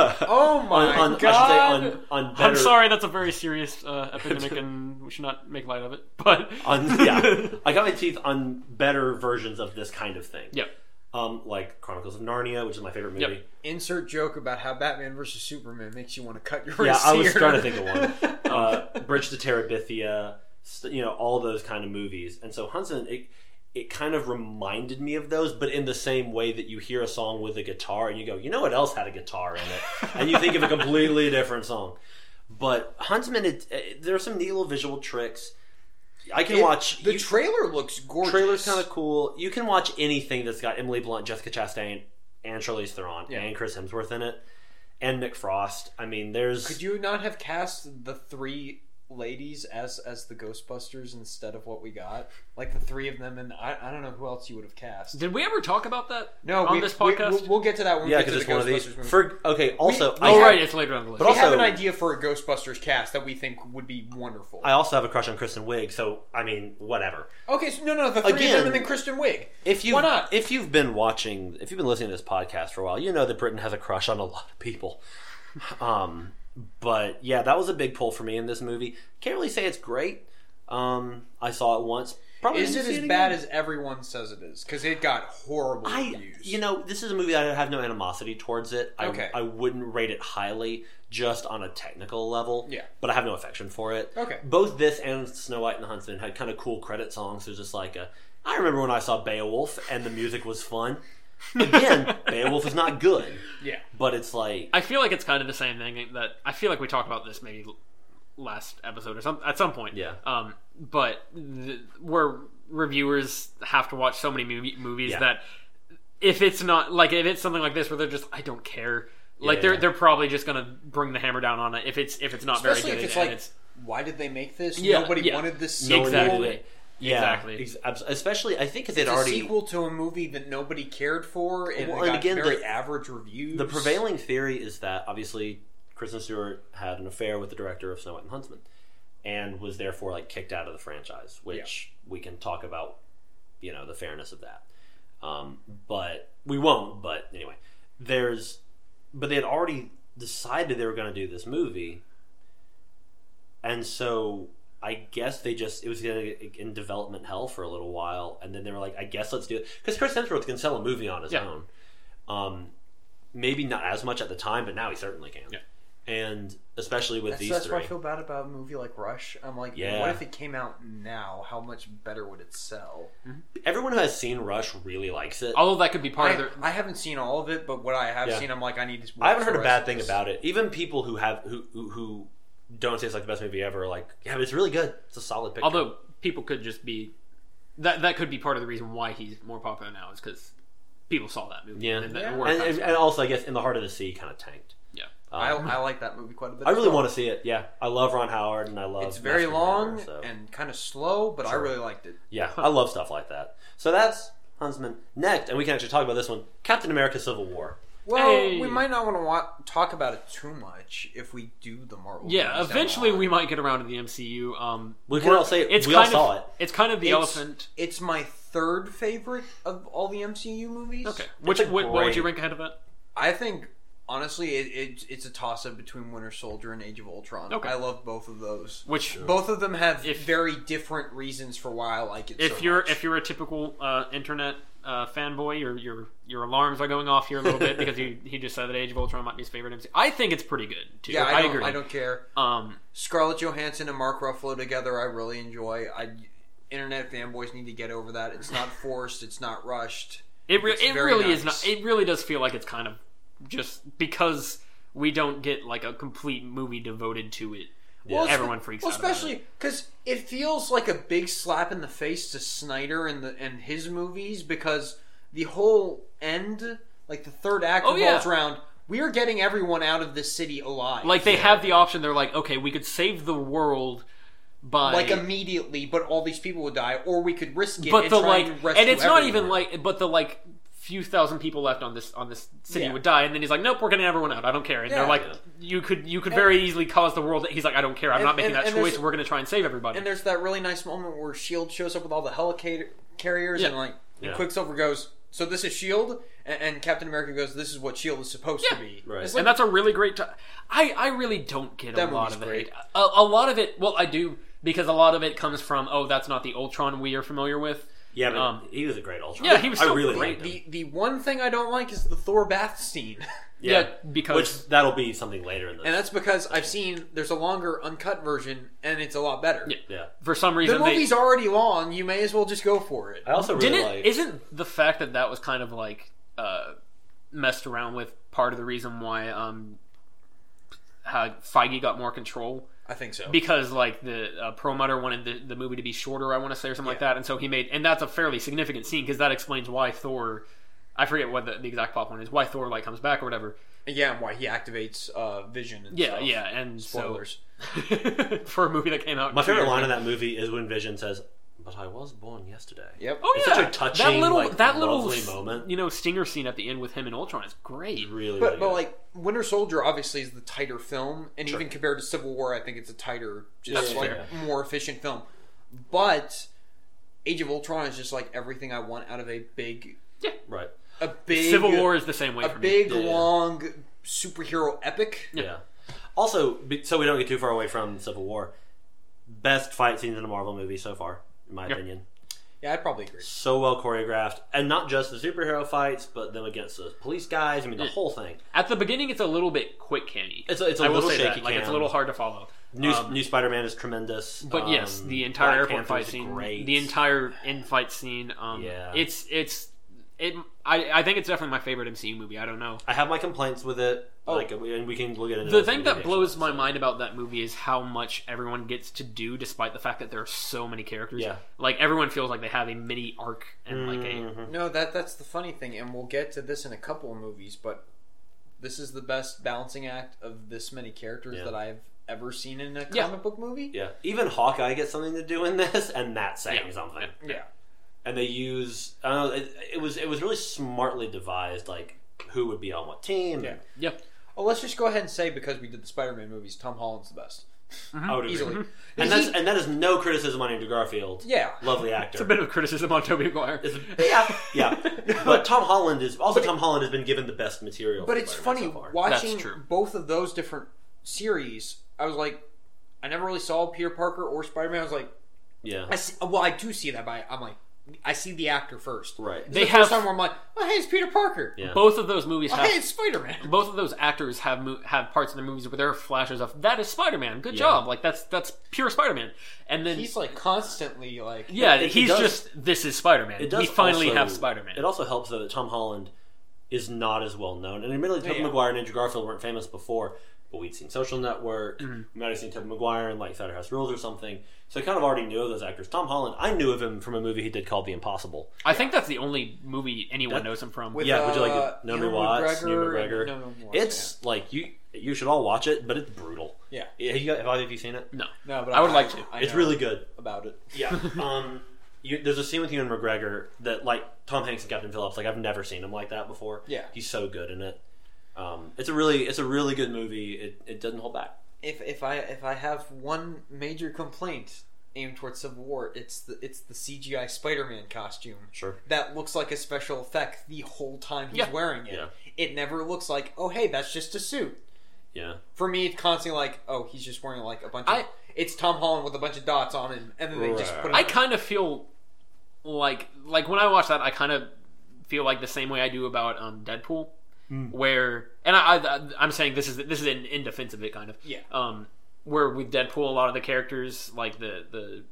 Speaker 2: Oh
Speaker 3: On-
Speaker 2: my
Speaker 3: on- I should say
Speaker 2: God.
Speaker 3: on, on
Speaker 1: I'm
Speaker 3: better,
Speaker 1: sorry, that's a very serious uh, epidemic, and we should not make light of it. But
Speaker 3: on- yeah, I got my teeth on better versions of this kind of thing.
Speaker 1: Yep.
Speaker 3: Um, like Chronicles of Narnia, which is my favorite movie.
Speaker 2: Insert joke about how Batman versus Superman makes you want to cut your
Speaker 3: Yeah,
Speaker 2: wrists
Speaker 3: I was
Speaker 2: here.
Speaker 3: trying to think of one. Uh, Bridge to Terabithia, st- you know, all those kind of movies. And so Hudson, it it kind of reminded me of those, but in the same way that you hear a song with a guitar and you go, you know what else had a guitar in it, and you think of a completely different song. But Huntsman, it, it, there are some neat little visual tricks. I can
Speaker 2: It-
Speaker 3: watch
Speaker 2: The
Speaker 3: you-
Speaker 2: trailer looks gorgeous.
Speaker 3: trailer's kind of cool. You can watch anything that's got Emily Blunt, Jessica Chastain, and Charlize Theron,
Speaker 2: Yeah.
Speaker 3: and Chris Hemsworth in it, and Nick Frost. I mean, there's
Speaker 2: Could you not have cast the three ladies as as the Ghostbusters instead of what we got? Like the three of them, and I, I don't know who else you would have cast.
Speaker 1: did we ever talk about that?
Speaker 2: No,
Speaker 1: on
Speaker 2: we,
Speaker 1: this podcast.
Speaker 2: we, will we'll get to that when
Speaker 3: yeah,
Speaker 2: we get
Speaker 3: because
Speaker 2: to
Speaker 3: it's
Speaker 2: the
Speaker 3: one of these.
Speaker 2: Ghostbusters movie.
Speaker 3: For okay, also
Speaker 2: we
Speaker 3: I,
Speaker 1: oh
Speaker 2: have-
Speaker 1: right, it's later on the list.
Speaker 3: But
Speaker 2: we
Speaker 3: also-
Speaker 2: have an idea for a Ghostbusters cast that we think would be wonderful.
Speaker 3: I also have a crush on Kristen Wiig, so I mean, whatever.
Speaker 2: okay, so no, no, the three
Speaker 3: Again-
Speaker 2: of them and then Kristen Wiig.
Speaker 3: If you
Speaker 2: Why not?
Speaker 3: if you've been watching, if you've been listening to this podcast for a while, you know that Britain has a crush on a lot of people. Um, but yeah, that was a big pull for me in this movie. Can't really say it's great. Um, I saw it once. Probably
Speaker 2: Is it
Speaker 3: didn't see
Speaker 2: as
Speaker 3: again.
Speaker 2: bad as everyone says it is? Because it got horrible
Speaker 3: I,
Speaker 2: reviews.
Speaker 3: you know, this is a movie that I have no animosity towards it. I,
Speaker 2: Okay.
Speaker 3: I wouldn't rate it highly just on a technical level.
Speaker 2: Yeah.
Speaker 3: But I have no affection for it.
Speaker 2: Okay.
Speaker 3: Both this and Snow White and the Huntsman had kind of cool credit songs. There's just like a. I remember when I saw Beowulf and the music was fun. Again, Beowulf is not good,
Speaker 2: yeah.
Speaker 3: but it's like.
Speaker 1: I feel like it's kind of the same thing that I feel like we talked about this maybe l- last episode or some at some point.
Speaker 3: Yeah.
Speaker 1: Um, but th- where reviewers have to watch so many movie- movies
Speaker 3: Yeah.
Speaker 1: that if it's not like if it's something like this where they're just I don't care. Like
Speaker 3: Yeah,
Speaker 1: they're
Speaker 3: yeah.
Speaker 1: they're probably just gonna bring the hammer down on it if it's if it's not
Speaker 2: Especially
Speaker 1: very
Speaker 2: if
Speaker 1: good
Speaker 2: it's
Speaker 1: and
Speaker 2: like,
Speaker 1: it's
Speaker 2: why did they make this?
Speaker 1: Yeah,
Speaker 2: Nobody
Speaker 1: yeah.
Speaker 2: wanted this sequel.
Speaker 3: no one
Speaker 1: Exactly.
Speaker 3: needed it. Yeah,
Speaker 1: Exactly.
Speaker 3: ex- abs- especially, I think because it
Speaker 2: It's
Speaker 3: already
Speaker 2: a sequel to a movie that nobody cared for, and
Speaker 3: Well,
Speaker 2: it
Speaker 3: and
Speaker 2: got
Speaker 3: again,
Speaker 2: very
Speaker 3: the-
Speaker 2: average reviews.
Speaker 3: The prevailing theory is that obviously Kristen Stewart had an affair with the director of Snow White and the Huntsman, and was therefore like kicked out of the franchise, which we can talk about, you know, the fairness of that. Um, but we won't. But anyway, there's, but they had already decided they were going to do this movie, and so I guess they just it was gonna get in development hell for a little while, and then they were like, I guess let's do it because Chris Hemsworth can sell a movie on his
Speaker 1: Yeah.
Speaker 3: own. Um, maybe not as much at the time, but now he certainly can.
Speaker 1: Yeah.
Speaker 3: And especially with
Speaker 2: That's,
Speaker 3: these
Speaker 2: that's
Speaker 3: three,
Speaker 2: why I feel bad about a movie like Rush. I'm like,
Speaker 3: Yeah.
Speaker 2: what if it came out now? How much better would it sell?
Speaker 3: everyone who has seen Rush really likes it.
Speaker 1: although that could be part
Speaker 2: I,
Speaker 1: of their
Speaker 2: I haven't seen all of it, but what I have
Speaker 3: Yeah.
Speaker 2: seen, I'm like, I need to.
Speaker 3: I haven't
Speaker 2: watch
Speaker 3: heard
Speaker 2: the
Speaker 3: a
Speaker 2: rest
Speaker 3: bad
Speaker 2: of
Speaker 3: thing
Speaker 2: this.
Speaker 3: about it. Even people who have who who, who don't say it's like the best movie ever are like, yeah, but it's really good. It's a solid picture.
Speaker 1: although people could just be that that could be part of the reason why he's more popular now is because people saw that movie
Speaker 3: Yeah.
Speaker 1: and, that
Speaker 2: Yeah.
Speaker 1: were
Speaker 3: and,
Speaker 1: fans.
Speaker 3: and, and also I guess in the heart of the sea kind of tanked.
Speaker 1: yeah
Speaker 3: Um,
Speaker 2: I, I like that movie quite a bit.
Speaker 3: I really
Speaker 2: as well.
Speaker 3: want to see it. Yeah, I love Ron Howard and I love.
Speaker 2: It's very
Speaker 3: Master
Speaker 2: long
Speaker 3: Hammer, so-
Speaker 2: and kind of slow, but I
Speaker 3: Sure.
Speaker 2: really liked it.
Speaker 3: yeah, I love stuff like that. So that's Huntsman. Next, and we can actually talk about this one: Captain America: Civil War.
Speaker 2: Well,
Speaker 1: Hey.
Speaker 2: we might not want to wa- talk about it too much if we do the Marvel.
Speaker 1: Yeah,
Speaker 2: movies down the
Speaker 1: eventually
Speaker 2: line.
Speaker 1: we might get around to the MCU. Um,
Speaker 3: We can
Speaker 1: we're-
Speaker 3: all say it.
Speaker 1: it's
Speaker 3: we all
Speaker 1: kind of,
Speaker 3: saw it.
Speaker 1: It's kind of the
Speaker 2: It's-
Speaker 1: elephant.
Speaker 2: It's my third favorite of all the MCU movies.
Speaker 1: Okay, which
Speaker 3: a
Speaker 1: what, what would
Speaker 3: great-
Speaker 1: you rank ahead of that?
Speaker 2: I think honestly, it, it, it's a toss up between Winter Soldier and Age of Ultron.
Speaker 1: Okay.
Speaker 2: I love both of those.
Speaker 1: Which
Speaker 2: Both of them have
Speaker 1: If-
Speaker 2: very different reasons for why I like it.
Speaker 1: if
Speaker 2: so
Speaker 1: you're
Speaker 2: much.
Speaker 1: if you're a typical uh, internet uh, fanboy, your your your alarms are going off here a little bit because he he just said that Age of Ultron might be his favorite MCU. I think it's pretty good too.
Speaker 2: yeah, I, don't,
Speaker 1: agree.
Speaker 2: I don't care.
Speaker 1: Um,
Speaker 2: Scarlett Johansson and Mark Ruffalo together, I really enjoy. I internet fanboys need to get over that. It's not forced. It's not rushed.
Speaker 1: it re-
Speaker 2: It's
Speaker 1: it
Speaker 2: very
Speaker 1: really is
Speaker 2: nice.
Speaker 1: not. It really does feel like it's kind of just because we don't get like a complete movie devoted to it.
Speaker 3: Well,
Speaker 2: it's-
Speaker 1: everyone freaks
Speaker 2: well,
Speaker 1: out. about it.
Speaker 2: especially because it feels like a big slap in the face to Snyder and the and his movies because the whole end, like the third act
Speaker 1: Oh, yeah.
Speaker 2: revolves around we are getting everyone out of this city alive,
Speaker 1: like they have the option. They're like, okay, we could save the world by
Speaker 2: like immediately, but all these people would die, or we could risk it.
Speaker 1: but
Speaker 2: and
Speaker 1: the
Speaker 2: try
Speaker 1: like
Speaker 2: and,
Speaker 1: and,
Speaker 2: rescue
Speaker 1: it's not even
Speaker 2: everyone.
Speaker 1: like but the like few thousand people left on this on this city
Speaker 2: Yeah.
Speaker 1: would die and then he's like nope we're getting everyone out i don't care and
Speaker 2: Yeah.
Speaker 1: they're like
Speaker 3: Yeah.
Speaker 1: you could you could very easily cause the world he's like i don't care i'm
Speaker 2: And-
Speaker 1: not making
Speaker 2: and-
Speaker 1: that
Speaker 2: and there's-
Speaker 1: choice we're going to try and save everybody
Speaker 2: And E there's that really nice moment where Shield shows up with all the helicarriers
Speaker 1: Yeah.
Speaker 2: and like and
Speaker 3: Yeah.
Speaker 2: Quicksilver goes, so this is Shield, and, and Captain America goes, "This is what Shield E is supposed to be."
Speaker 3: Right.
Speaker 2: It's
Speaker 1: and
Speaker 2: like-
Speaker 1: that's a really great. T- I I really don't get
Speaker 2: That
Speaker 1: a lot
Speaker 2: movie's
Speaker 1: of the
Speaker 2: great.
Speaker 1: hate. A, a lot of it. Well, I do because a lot of it comes from oh, that's not the Ultron we are familiar with.
Speaker 3: Yeah, but
Speaker 1: Um,
Speaker 3: he was a great Ultron.
Speaker 1: yeah, he was
Speaker 3: I
Speaker 1: so
Speaker 3: really
Speaker 1: great.
Speaker 3: liked him.
Speaker 2: the the one thing I don't like is the Thor bath scene,
Speaker 1: Yeah, because
Speaker 3: which that'll be something later in the
Speaker 2: and that's because I've seen there's a longer uncut version, and it's a lot better.
Speaker 1: Yeah.
Speaker 3: yeah.
Speaker 1: for some
Speaker 2: The
Speaker 1: reason they
Speaker 2: movie's already long. You may as well just go for it.
Speaker 3: I also really
Speaker 1: didn't.
Speaker 3: like
Speaker 1: Isn't the fact that that was kind of like uh, messed around with part of the reason why um, how Feige got more control
Speaker 2: I think so.
Speaker 1: because like the uh, Perlmutter wanted the, the movie to be shorter, I want to say, or something like that, and so he made, and that's a fairly significant scene because that explains why Thor, I forget what the, the exact plot point is, why Thor like comes back or whatever.
Speaker 2: yeah, and why he activates uh, Vision. And
Speaker 1: Yeah,
Speaker 2: stuff.
Speaker 1: yeah, and
Speaker 2: Spoilers.
Speaker 1: so for a movie that came out,
Speaker 3: my
Speaker 1: two
Speaker 3: favorite
Speaker 1: years
Speaker 3: line in
Speaker 1: ago.
Speaker 3: that movie is when Vision says, "But I was born yesterday."
Speaker 2: Yep.
Speaker 1: Oh
Speaker 3: It's
Speaker 1: yeah,
Speaker 3: such a touching,
Speaker 1: that little
Speaker 3: like,
Speaker 1: that little
Speaker 3: lovely
Speaker 1: s-
Speaker 3: moment.
Speaker 1: you know, stinger scene at the end with him and Ultron is great.
Speaker 3: Really,
Speaker 2: But
Speaker 3: really
Speaker 2: but
Speaker 3: good.
Speaker 2: like Winter Soldier obviously is the tighter film, and even compared to Civil War, I think it's a tighter, just
Speaker 3: That's
Speaker 2: like
Speaker 3: fair.
Speaker 2: more efficient film. But Age of Ultron is just like everything I want out of a big,
Speaker 3: right?
Speaker 2: a big
Speaker 1: Civil War is the same way
Speaker 2: a
Speaker 1: for
Speaker 2: big
Speaker 3: Yeah, yeah.
Speaker 2: long superhero epic.
Speaker 3: Yeah. Also, be- so we don't get too far away from Civil War, best fight scenes in a Marvel movie so far, in my
Speaker 1: Yeah.
Speaker 3: opinion.
Speaker 2: Yeah, I'd probably agree.
Speaker 3: So well choreographed, and not just the superhero fights, but them against the police guys. I mean, the whole thing.
Speaker 1: me. At the beginning, it's a little bit quick candy.
Speaker 3: It's a, it's a
Speaker 1: I will
Speaker 3: little
Speaker 1: say
Speaker 3: shaky.
Speaker 1: that, like it's a
Speaker 3: cam.
Speaker 1: little hard to follow.
Speaker 3: New,
Speaker 1: um,
Speaker 3: new Spider-Man is tremendous,
Speaker 1: But yes,
Speaker 3: Um,
Speaker 1: the entire
Speaker 3: Black
Speaker 1: airport
Speaker 3: Panther
Speaker 1: fight
Speaker 3: was
Speaker 1: scene,
Speaker 3: great.
Speaker 1: the entire in-fight scene. Um,
Speaker 3: Yeah.
Speaker 1: it's it's it. I, I think it's definitely my favorite MCU movie. I don't know.
Speaker 3: I have my complaints with it. Like, and we can look at it.
Speaker 1: Oh. The thing that blows my mind about that movie is how much everyone gets to do, despite the fact that there are so many characters.
Speaker 3: Yeah.
Speaker 1: like everyone feels like they have a mini arc and like a.
Speaker 3: Mm-hmm.
Speaker 2: No, that that's the funny thing, and we'll get to this in a couple of movies, but this is the best balancing act of this many characters
Speaker 3: Yeah.
Speaker 2: that I've ever seen in a comic
Speaker 1: Yeah.
Speaker 2: book movie.
Speaker 3: Yeah, even Hawkeye gets something to do in this, and that's saying
Speaker 1: Yeah.
Speaker 3: something.
Speaker 2: Yeah.
Speaker 3: And they use, I don't know, it, it was it was really smartly devised, like who would be on what team.
Speaker 2: Yeah.
Speaker 1: Yeah,
Speaker 2: Oh, let's just go ahead and say because we did the Spider-Man movies, Tom Holland's the best.
Speaker 1: Mm-hmm.
Speaker 3: I would agree.
Speaker 2: Easily.
Speaker 3: And that's and that is no criticism on Andrew Garfield.
Speaker 2: Yeah.
Speaker 3: lovely
Speaker 1: it's a
Speaker 3: actor.
Speaker 1: bit of criticism on Tobey Maguire.
Speaker 3: It's a- yeah, yeah. But Tom Holland is also Tom Holland has been given the best material.
Speaker 2: But
Speaker 3: for
Speaker 2: it's
Speaker 3: Spider-Man
Speaker 2: funny
Speaker 3: so far.
Speaker 2: watching
Speaker 1: That's true.
Speaker 2: both of those different series. I was like, I never really saw Peter Parker or Spider Man. I was like,
Speaker 3: yeah,
Speaker 2: I see, well, I do see that, but I- I'm like, I see the actor first.
Speaker 3: right.
Speaker 2: This
Speaker 1: They
Speaker 2: is the first
Speaker 1: have-
Speaker 2: time where I'm like, oh hey, it's Peter Parker.
Speaker 3: Yeah.
Speaker 1: Both of those movies
Speaker 2: Oh,
Speaker 1: have
Speaker 2: hey, it's Spider Man.
Speaker 1: both of those actors have mo- have parts in their movies where there are flashes of that is Spider-Man. Good
Speaker 3: Yeah.
Speaker 1: job. Like that's that's pure Spider-Man. And then
Speaker 2: He's like constantly like,
Speaker 1: yeah,
Speaker 3: it- it
Speaker 1: he's
Speaker 3: does-
Speaker 1: just this is Spider-Man.
Speaker 3: It does
Speaker 1: He finally
Speaker 3: also-
Speaker 1: have Spider-Man.
Speaker 3: It also helps though that Tom Holland is not as well known. And admittedly, Tobey
Speaker 2: Yeah.
Speaker 3: Maguire and Andrew Garfield weren't famous before, but we'd seen Social Network. We might have seen Tobey Maguire in like Saturday House Rules or something. So I kind of already knew of those actors. Tom Holland, I knew of him from a movie he did called The Impossible.
Speaker 1: I think that's the only movie anyone knows him from.
Speaker 2: with,
Speaker 3: yeah, would you like
Speaker 2: uh,
Speaker 3: to Naomi
Speaker 2: Ewan
Speaker 3: Watts, Ewan
Speaker 2: and
Speaker 3: McGregor?
Speaker 2: Naomi Watts,
Speaker 3: It's like you you should all watch it, but it's brutal.
Speaker 2: yeah.
Speaker 3: Yeah, you got- have either of you seen it?
Speaker 1: no.
Speaker 2: yeah. No, but
Speaker 1: I would like to.
Speaker 2: I
Speaker 3: It's
Speaker 2: know
Speaker 3: really good.
Speaker 2: about it.
Speaker 3: Yeah. um, you, there's a scene with Ewan McGregor that like Tom Hanks and Captain Phillips. Like I've never seen him like that before.
Speaker 2: Yeah.
Speaker 3: He's so good in it. Um, it's a really it's a really good movie. It, it doesn't hold back.
Speaker 2: if if I if I have one major complaint aimed towards Civil War, it's the it's the CGI Spider-Man costume
Speaker 3: Sure.
Speaker 2: that looks like a special effect the whole time he's
Speaker 1: Yeah.
Speaker 2: wearing it.
Speaker 3: Yeah.
Speaker 2: It never looks like oh hey that's just a suit.
Speaker 3: Yeah.
Speaker 2: For me, it's constantly like oh he's just wearing like a bunch. of...
Speaker 1: I-
Speaker 2: It's Tom Holland with a bunch of dots on him, and then they just
Speaker 3: Right.
Speaker 2: put. It
Speaker 1: I kind of feel like like when I watch that, I kind of feel like the same way I do about um, Deadpool, where and I, I I'm saying this is this is in, in defense of it, kind of
Speaker 2: Yeah.
Speaker 1: Um, where with Deadpool, a lot of the characters like the the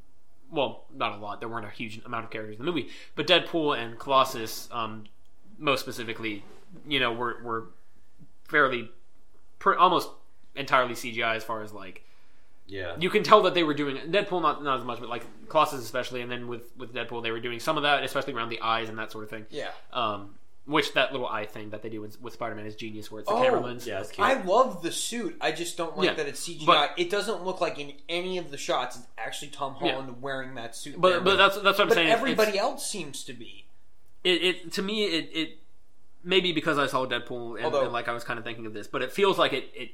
Speaker 1: well, not a lot. There weren't a huge amount of characters in the movie, but Deadpool and Colossus, um, most specifically, you know, were were fairly per, almost entirely CGI as far as like
Speaker 3: Yeah.
Speaker 1: you can tell that they were doing Deadpool not not as much, but like Colossus especially, and then with with Deadpool they were doing some of that, especially around the eyes and that sort of thing.
Speaker 2: yeah.
Speaker 1: Um, which that little eye thing that they do with, with Spider Man is genius, where it's the
Speaker 2: Oh,
Speaker 1: camera lens.
Speaker 3: yeah. It's cute.
Speaker 2: I love the suit. I just don't like
Speaker 1: Yeah,
Speaker 2: that it's CGI.
Speaker 1: but-
Speaker 2: it doesn't look like in any of the shots it's actually Tom
Speaker 1: Yeah.
Speaker 2: Holland wearing that suit. there.
Speaker 1: But but that's that's what I'm
Speaker 2: But
Speaker 1: saying. It's-
Speaker 2: everybody else seems to be.
Speaker 1: it, it to me it it maybe because I saw Deadpool and,
Speaker 2: Although-
Speaker 1: and, like I was kind of thinking of this, but it feels like it it.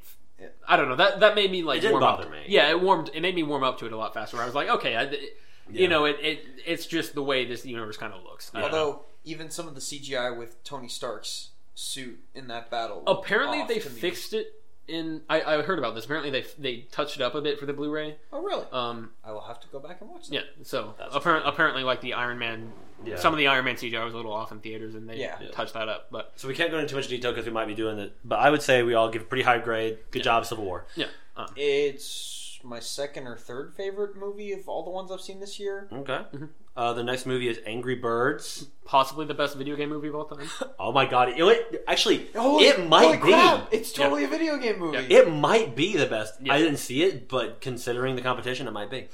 Speaker 1: I don't know. That that made me like
Speaker 3: It
Speaker 1: warm
Speaker 3: didn't bother
Speaker 1: up.
Speaker 3: me.
Speaker 1: Yeah, it warmed. It made me warm up to it a lot faster. I was like, okay, I, it-
Speaker 3: Yeah.
Speaker 1: you know, it, it it's just the way this universe kind of looks. I don't know.
Speaker 2: Although even some of the CGI with Tony Stark's suit in that battle. looked
Speaker 1: Apparently,
Speaker 2: off
Speaker 1: they
Speaker 2: to me.
Speaker 1: fixed it. In I, I heard about this. Apparently, they they touched it up a bit for the Blu-ray.
Speaker 2: Oh, really?
Speaker 1: Um,
Speaker 2: I will have to go back and watch that.
Speaker 1: yeah. So
Speaker 3: That's
Speaker 1: apparent, apparently, like the Iron Man,
Speaker 3: Yeah.
Speaker 1: some of the Iron Man CGI was a little off in theaters, and they
Speaker 2: Yeah.
Speaker 1: touched that up. But
Speaker 3: So we can't go into too much detail because we might be doing it. But I would say we all give a pretty high grade. Good job, Civil War.
Speaker 1: yeah, um,
Speaker 2: It's my second or third favorite movie of all the ones I've seen this year.
Speaker 3: Okay.
Speaker 1: Mm-hmm.
Speaker 3: Uh, the next movie is Angry Birds.
Speaker 1: possibly the best video game movie of all time.
Speaker 3: Oh my god! It, it- actually,
Speaker 2: Holy-
Speaker 3: it might
Speaker 2: holy
Speaker 3: be.
Speaker 2: crap, It's totally a video game movie.
Speaker 3: It might be the best.
Speaker 1: Yeah.
Speaker 3: I didn't see it, but considering the competition, it might be.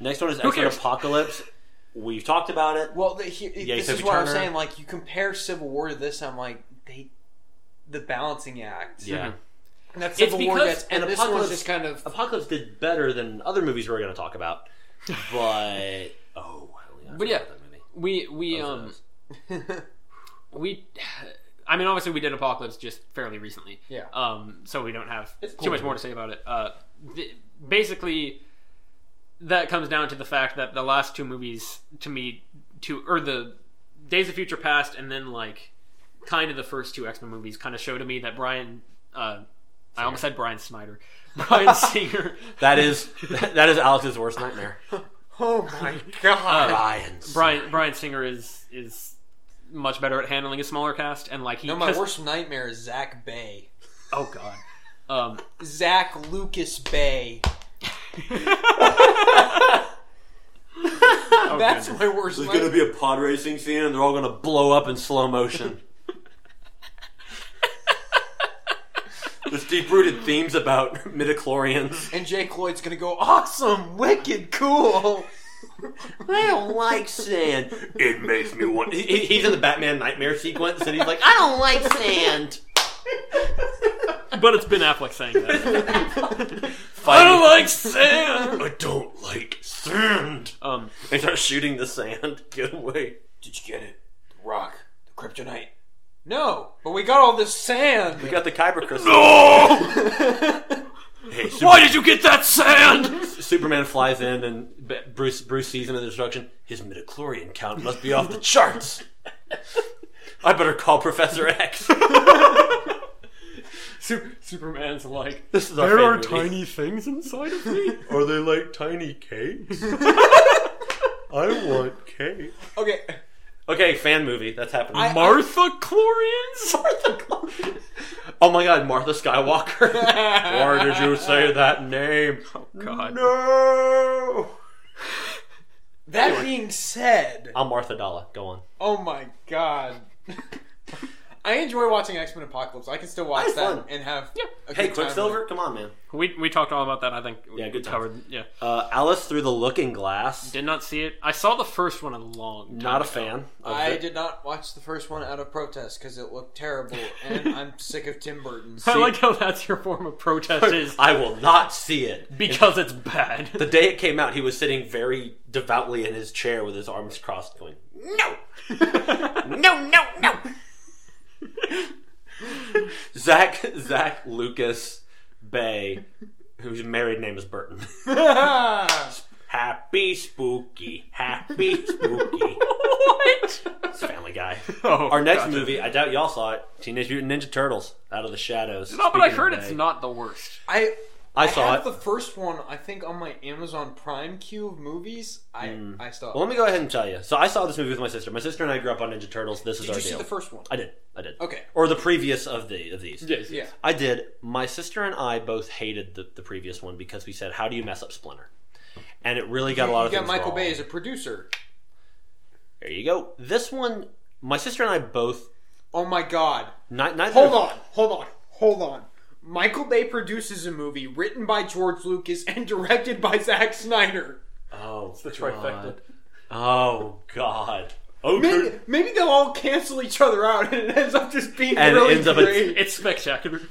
Speaker 3: Next one is
Speaker 1: Who
Speaker 3: X Men
Speaker 1: cares?
Speaker 3: Apocalypse. We've talked about it.
Speaker 2: Well, the, he, this
Speaker 3: so
Speaker 2: is
Speaker 3: we
Speaker 2: what I'm
Speaker 3: turn
Speaker 2: saying. Like, you compare Civil War to this, I'm like, they, the balancing act.
Speaker 3: Yeah.
Speaker 2: And that
Speaker 1: It's
Speaker 2: Civil War
Speaker 1: because
Speaker 2: gets, and
Speaker 3: an
Speaker 2: this one's
Speaker 3: apocalypse-
Speaker 2: just kind of.
Speaker 3: Apocalypse did better than other movies we were going to talk about, but oh, hell yeah, I
Speaker 1: But
Speaker 3: forgot
Speaker 1: yeah.
Speaker 3: about that movie.
Speaker 1: We we
Speaker 3: Both of
Speaker 1: um
Speaker 3: those.
Speaker 1: we, I mean, obviously we did Apocalypse just fairly recently.
Speaker 2: yeah.
Speaker 1: um, so we don't have
Speaker 2: It's
Speaker 1: too
Speaker 2: cool.
Speaker 1: much more to say about it. Uh, th- basically, that comes down to the fact that the last two movies, to me, to or the Days of Future Past, and then like kind of the first two X Men movies, kind of show to me that Brian, uh, I almost said Brian Snyder, Brian Singer,
Speaker 3: that is that is Alex's worst nightmare.
Speaker 2: Oh my god.
Speaker 3: Uh, Brian's.
Speaker 1: Brian Brian Singer is is much better at handling a smaller cast, and like he
Speaker 2: no, my
Speaker 1: just-
Speaker 2: worst nightmare is Zach Bay.
Speaker 1: oh god. Um,
Speaker 2: Zach Lucas Bay.
Speaker 1: oh,
Speaker 2: That's
Speaker 1: goodness.
Speaker 2: my worst
Speaker 3: There's
Speaker 2: nightmare.
Speaker 3: going to be a pod racing scene, and they're all going to blow up in slow motion. There's deep rooted themes about midichlorians.
Speaker 2: and Jake Lloyd's gonna go, awesome, wicked, cool.
Speaker 3: I don't like sand. It makes me want. He, he- he's in the Batman nightmare sequence, and he's like, I don't like sand.
Speaker 1: but it's Ben Affleck saying that.
Speaker 3: Fighting.
Speaker 1: like sand.
Speaker 3: I don't like sand.
Speaker 1: Um,
Speaker 3: They start shooting the sand. Get away.
Speaker 2: Did you get it? The rock, the kryptonite. No, but we got all this sand.
Speaker 3: We got the Kyber crystal.
Speaker 1: oh,
Speaker 3: Hey, Super-
Speaker 1: why did you get that sand?
Speaker 3: Superman flies in, and B- Bruce Bruce sees into the destruction. His midichlorian count must be off the charts. I better call Professor X.
Speaker 1: Superman's like,
Speaker 3: This is our
Speaker 1: there are
Speaker 3: favorite
Speaker 1: tiny things inside of me.
Speaker 4: Are they like tiny cakes? I want cake.
Speaker 2: Okay,
Speaker 3: Okay, fan movie. That's happening.
Speaker 2: I-
Speaker 1: Martha Chlorians?
Speaker 3: oh my god, Martha Skywalker. Why did you say that name?
Speaker 2: Oh,
Speaker 1: God.
Speaker 3: No.
Speaker 2: that being said,
Speaker 3: I'm Martha Dalla. Go on.
Speaker 2: oh my god. I enjoy watching X Men Apocalypse. I can still watch
Speaker 3: That's
Speaker 2: that
Speaker 3: fun.
Speaker 2: and have a
Speaker 3: Hey,
Speaker 2: good time
Speaker 3: Quicksilver. Come on, man.
Speaker 1: We we talked all about that. I think. We
Speaker 3: Yeah, good times.
Speaker 1: covered. Yeah,
Speaker 3: Uh, Alice through the Looking Glass.
Speaker 1: did not see it. I saw the first one a long. Time
Speaker 3: Not a
Speaker 1: ago.
Speaker 3: fan. of
Speaker 2: I
Speaker 3: it.
Speaker 2: did not watch the first one out of protest because it looked terrible, and I'm sick of Tim Burton.
Speaker 1: I like how that's your form of protest is
Speaker 3: I will not see it.
Speaker 1: because it's bad.
Speaker 3: The day it came out, he was sitting very devoutly in his chair with his arms crossed, going, No! no, no, no! Zach, Zach Lucas Bay, whose married name is Burton. Happy spooky, happy spooky.
Speaker 1: what?
Speaker 3: It's Family Guy.
Speaker 1: Oh,
Speaker 3: Our next
Speaker 1: gotcha.
Speaker 3: movie, I doubt y'all saw it Teenage Mutant Ninja Turtles, Out of the Shadows.
Speaker 1: No, but I
Speaker 3: Speaking of
Speaker 1: heard it's
Speaker 3: Bay.
Speaker 1: not the worst.
Speaker 2: I
Speaker 3: I
Speaker 2: I
Speaker 3: saw
Speaker 2: have
Speaker 3: it.
Speaker 2: the first one, I think, on my Amazon Prime queue of movies. I I saw.
Speaker 3: Mm. Well, let me go ahead and tell you. So I saw this movie with my sister. My sister and I grew up on Ninja Turtles. This is
Speaker 2: Did
Speaker 3: our
Speaker 2: you see
Speaker 3: deal.
Speaker 2: the first one?
Speaker 3: I did. I did.
Speaker 2: Okay.
Speaker 3: Or the previous of the of these.
Speaker 1: Yes.
Speaker 2: Yeah.
Speaker 3: I did. My sister and I both hated the, the previous one because we said, "How do you mess up Splinter?" And it really got a lot
Speaker 2: You
Speaker 3: of
Speaker 2: got
Speaker 3: things
Speaker 2: Michael
Speaker 3: wrong.
Speaker 2: Bay as a producer.
Speaker 3: There you go. This one, my sister and I both.
Speaker 2: Oh my god.
Speaker 3: Not, neither
Speaker 2: Hold
Speaker 3: of-
Speaker 2: on, hold on, hold on. Michael Bay produces a movie written by George Lucas and directed by Zack Snyder.
Speaker 3: Oh, it's the
Speaker 1: trifecta.
Speaker 3: Oh God. Oh,
Speaker 2: Maybe, maybe they'll all cancel each other out and it ends up just being
Speaker 3: And it
Speaker 2: really
Speaker 3: ends up a-
Speaker 2: great.
Speaker 1: It's spectacular.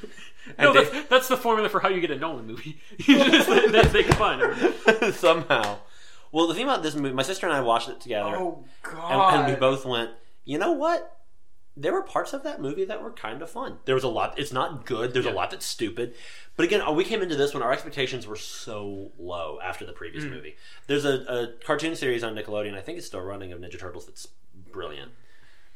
Speaker 1: No,
Speaker 3: they-
Speaker 1: that's, that's the formula for how you get a Nolan movie. you just they, they, they combine everything.
Speaker 3: somehow. Well, the thing about this movie, my sister and I watched it together.
Speaker 2: oh god.
Speaker 3: and, and we both went, you know what? There were parts of that movie that were kind of fun. There was a lot. It's not good. There's a lot that's stupid. But again, uh, we came into this when our expectations were so low after the previous
Speaker 2: Mm.
Speaker 3: movie. There's a, a cartoon series on Nickelodeon. I think it's still running of Ninja Turtles. That's brilliant.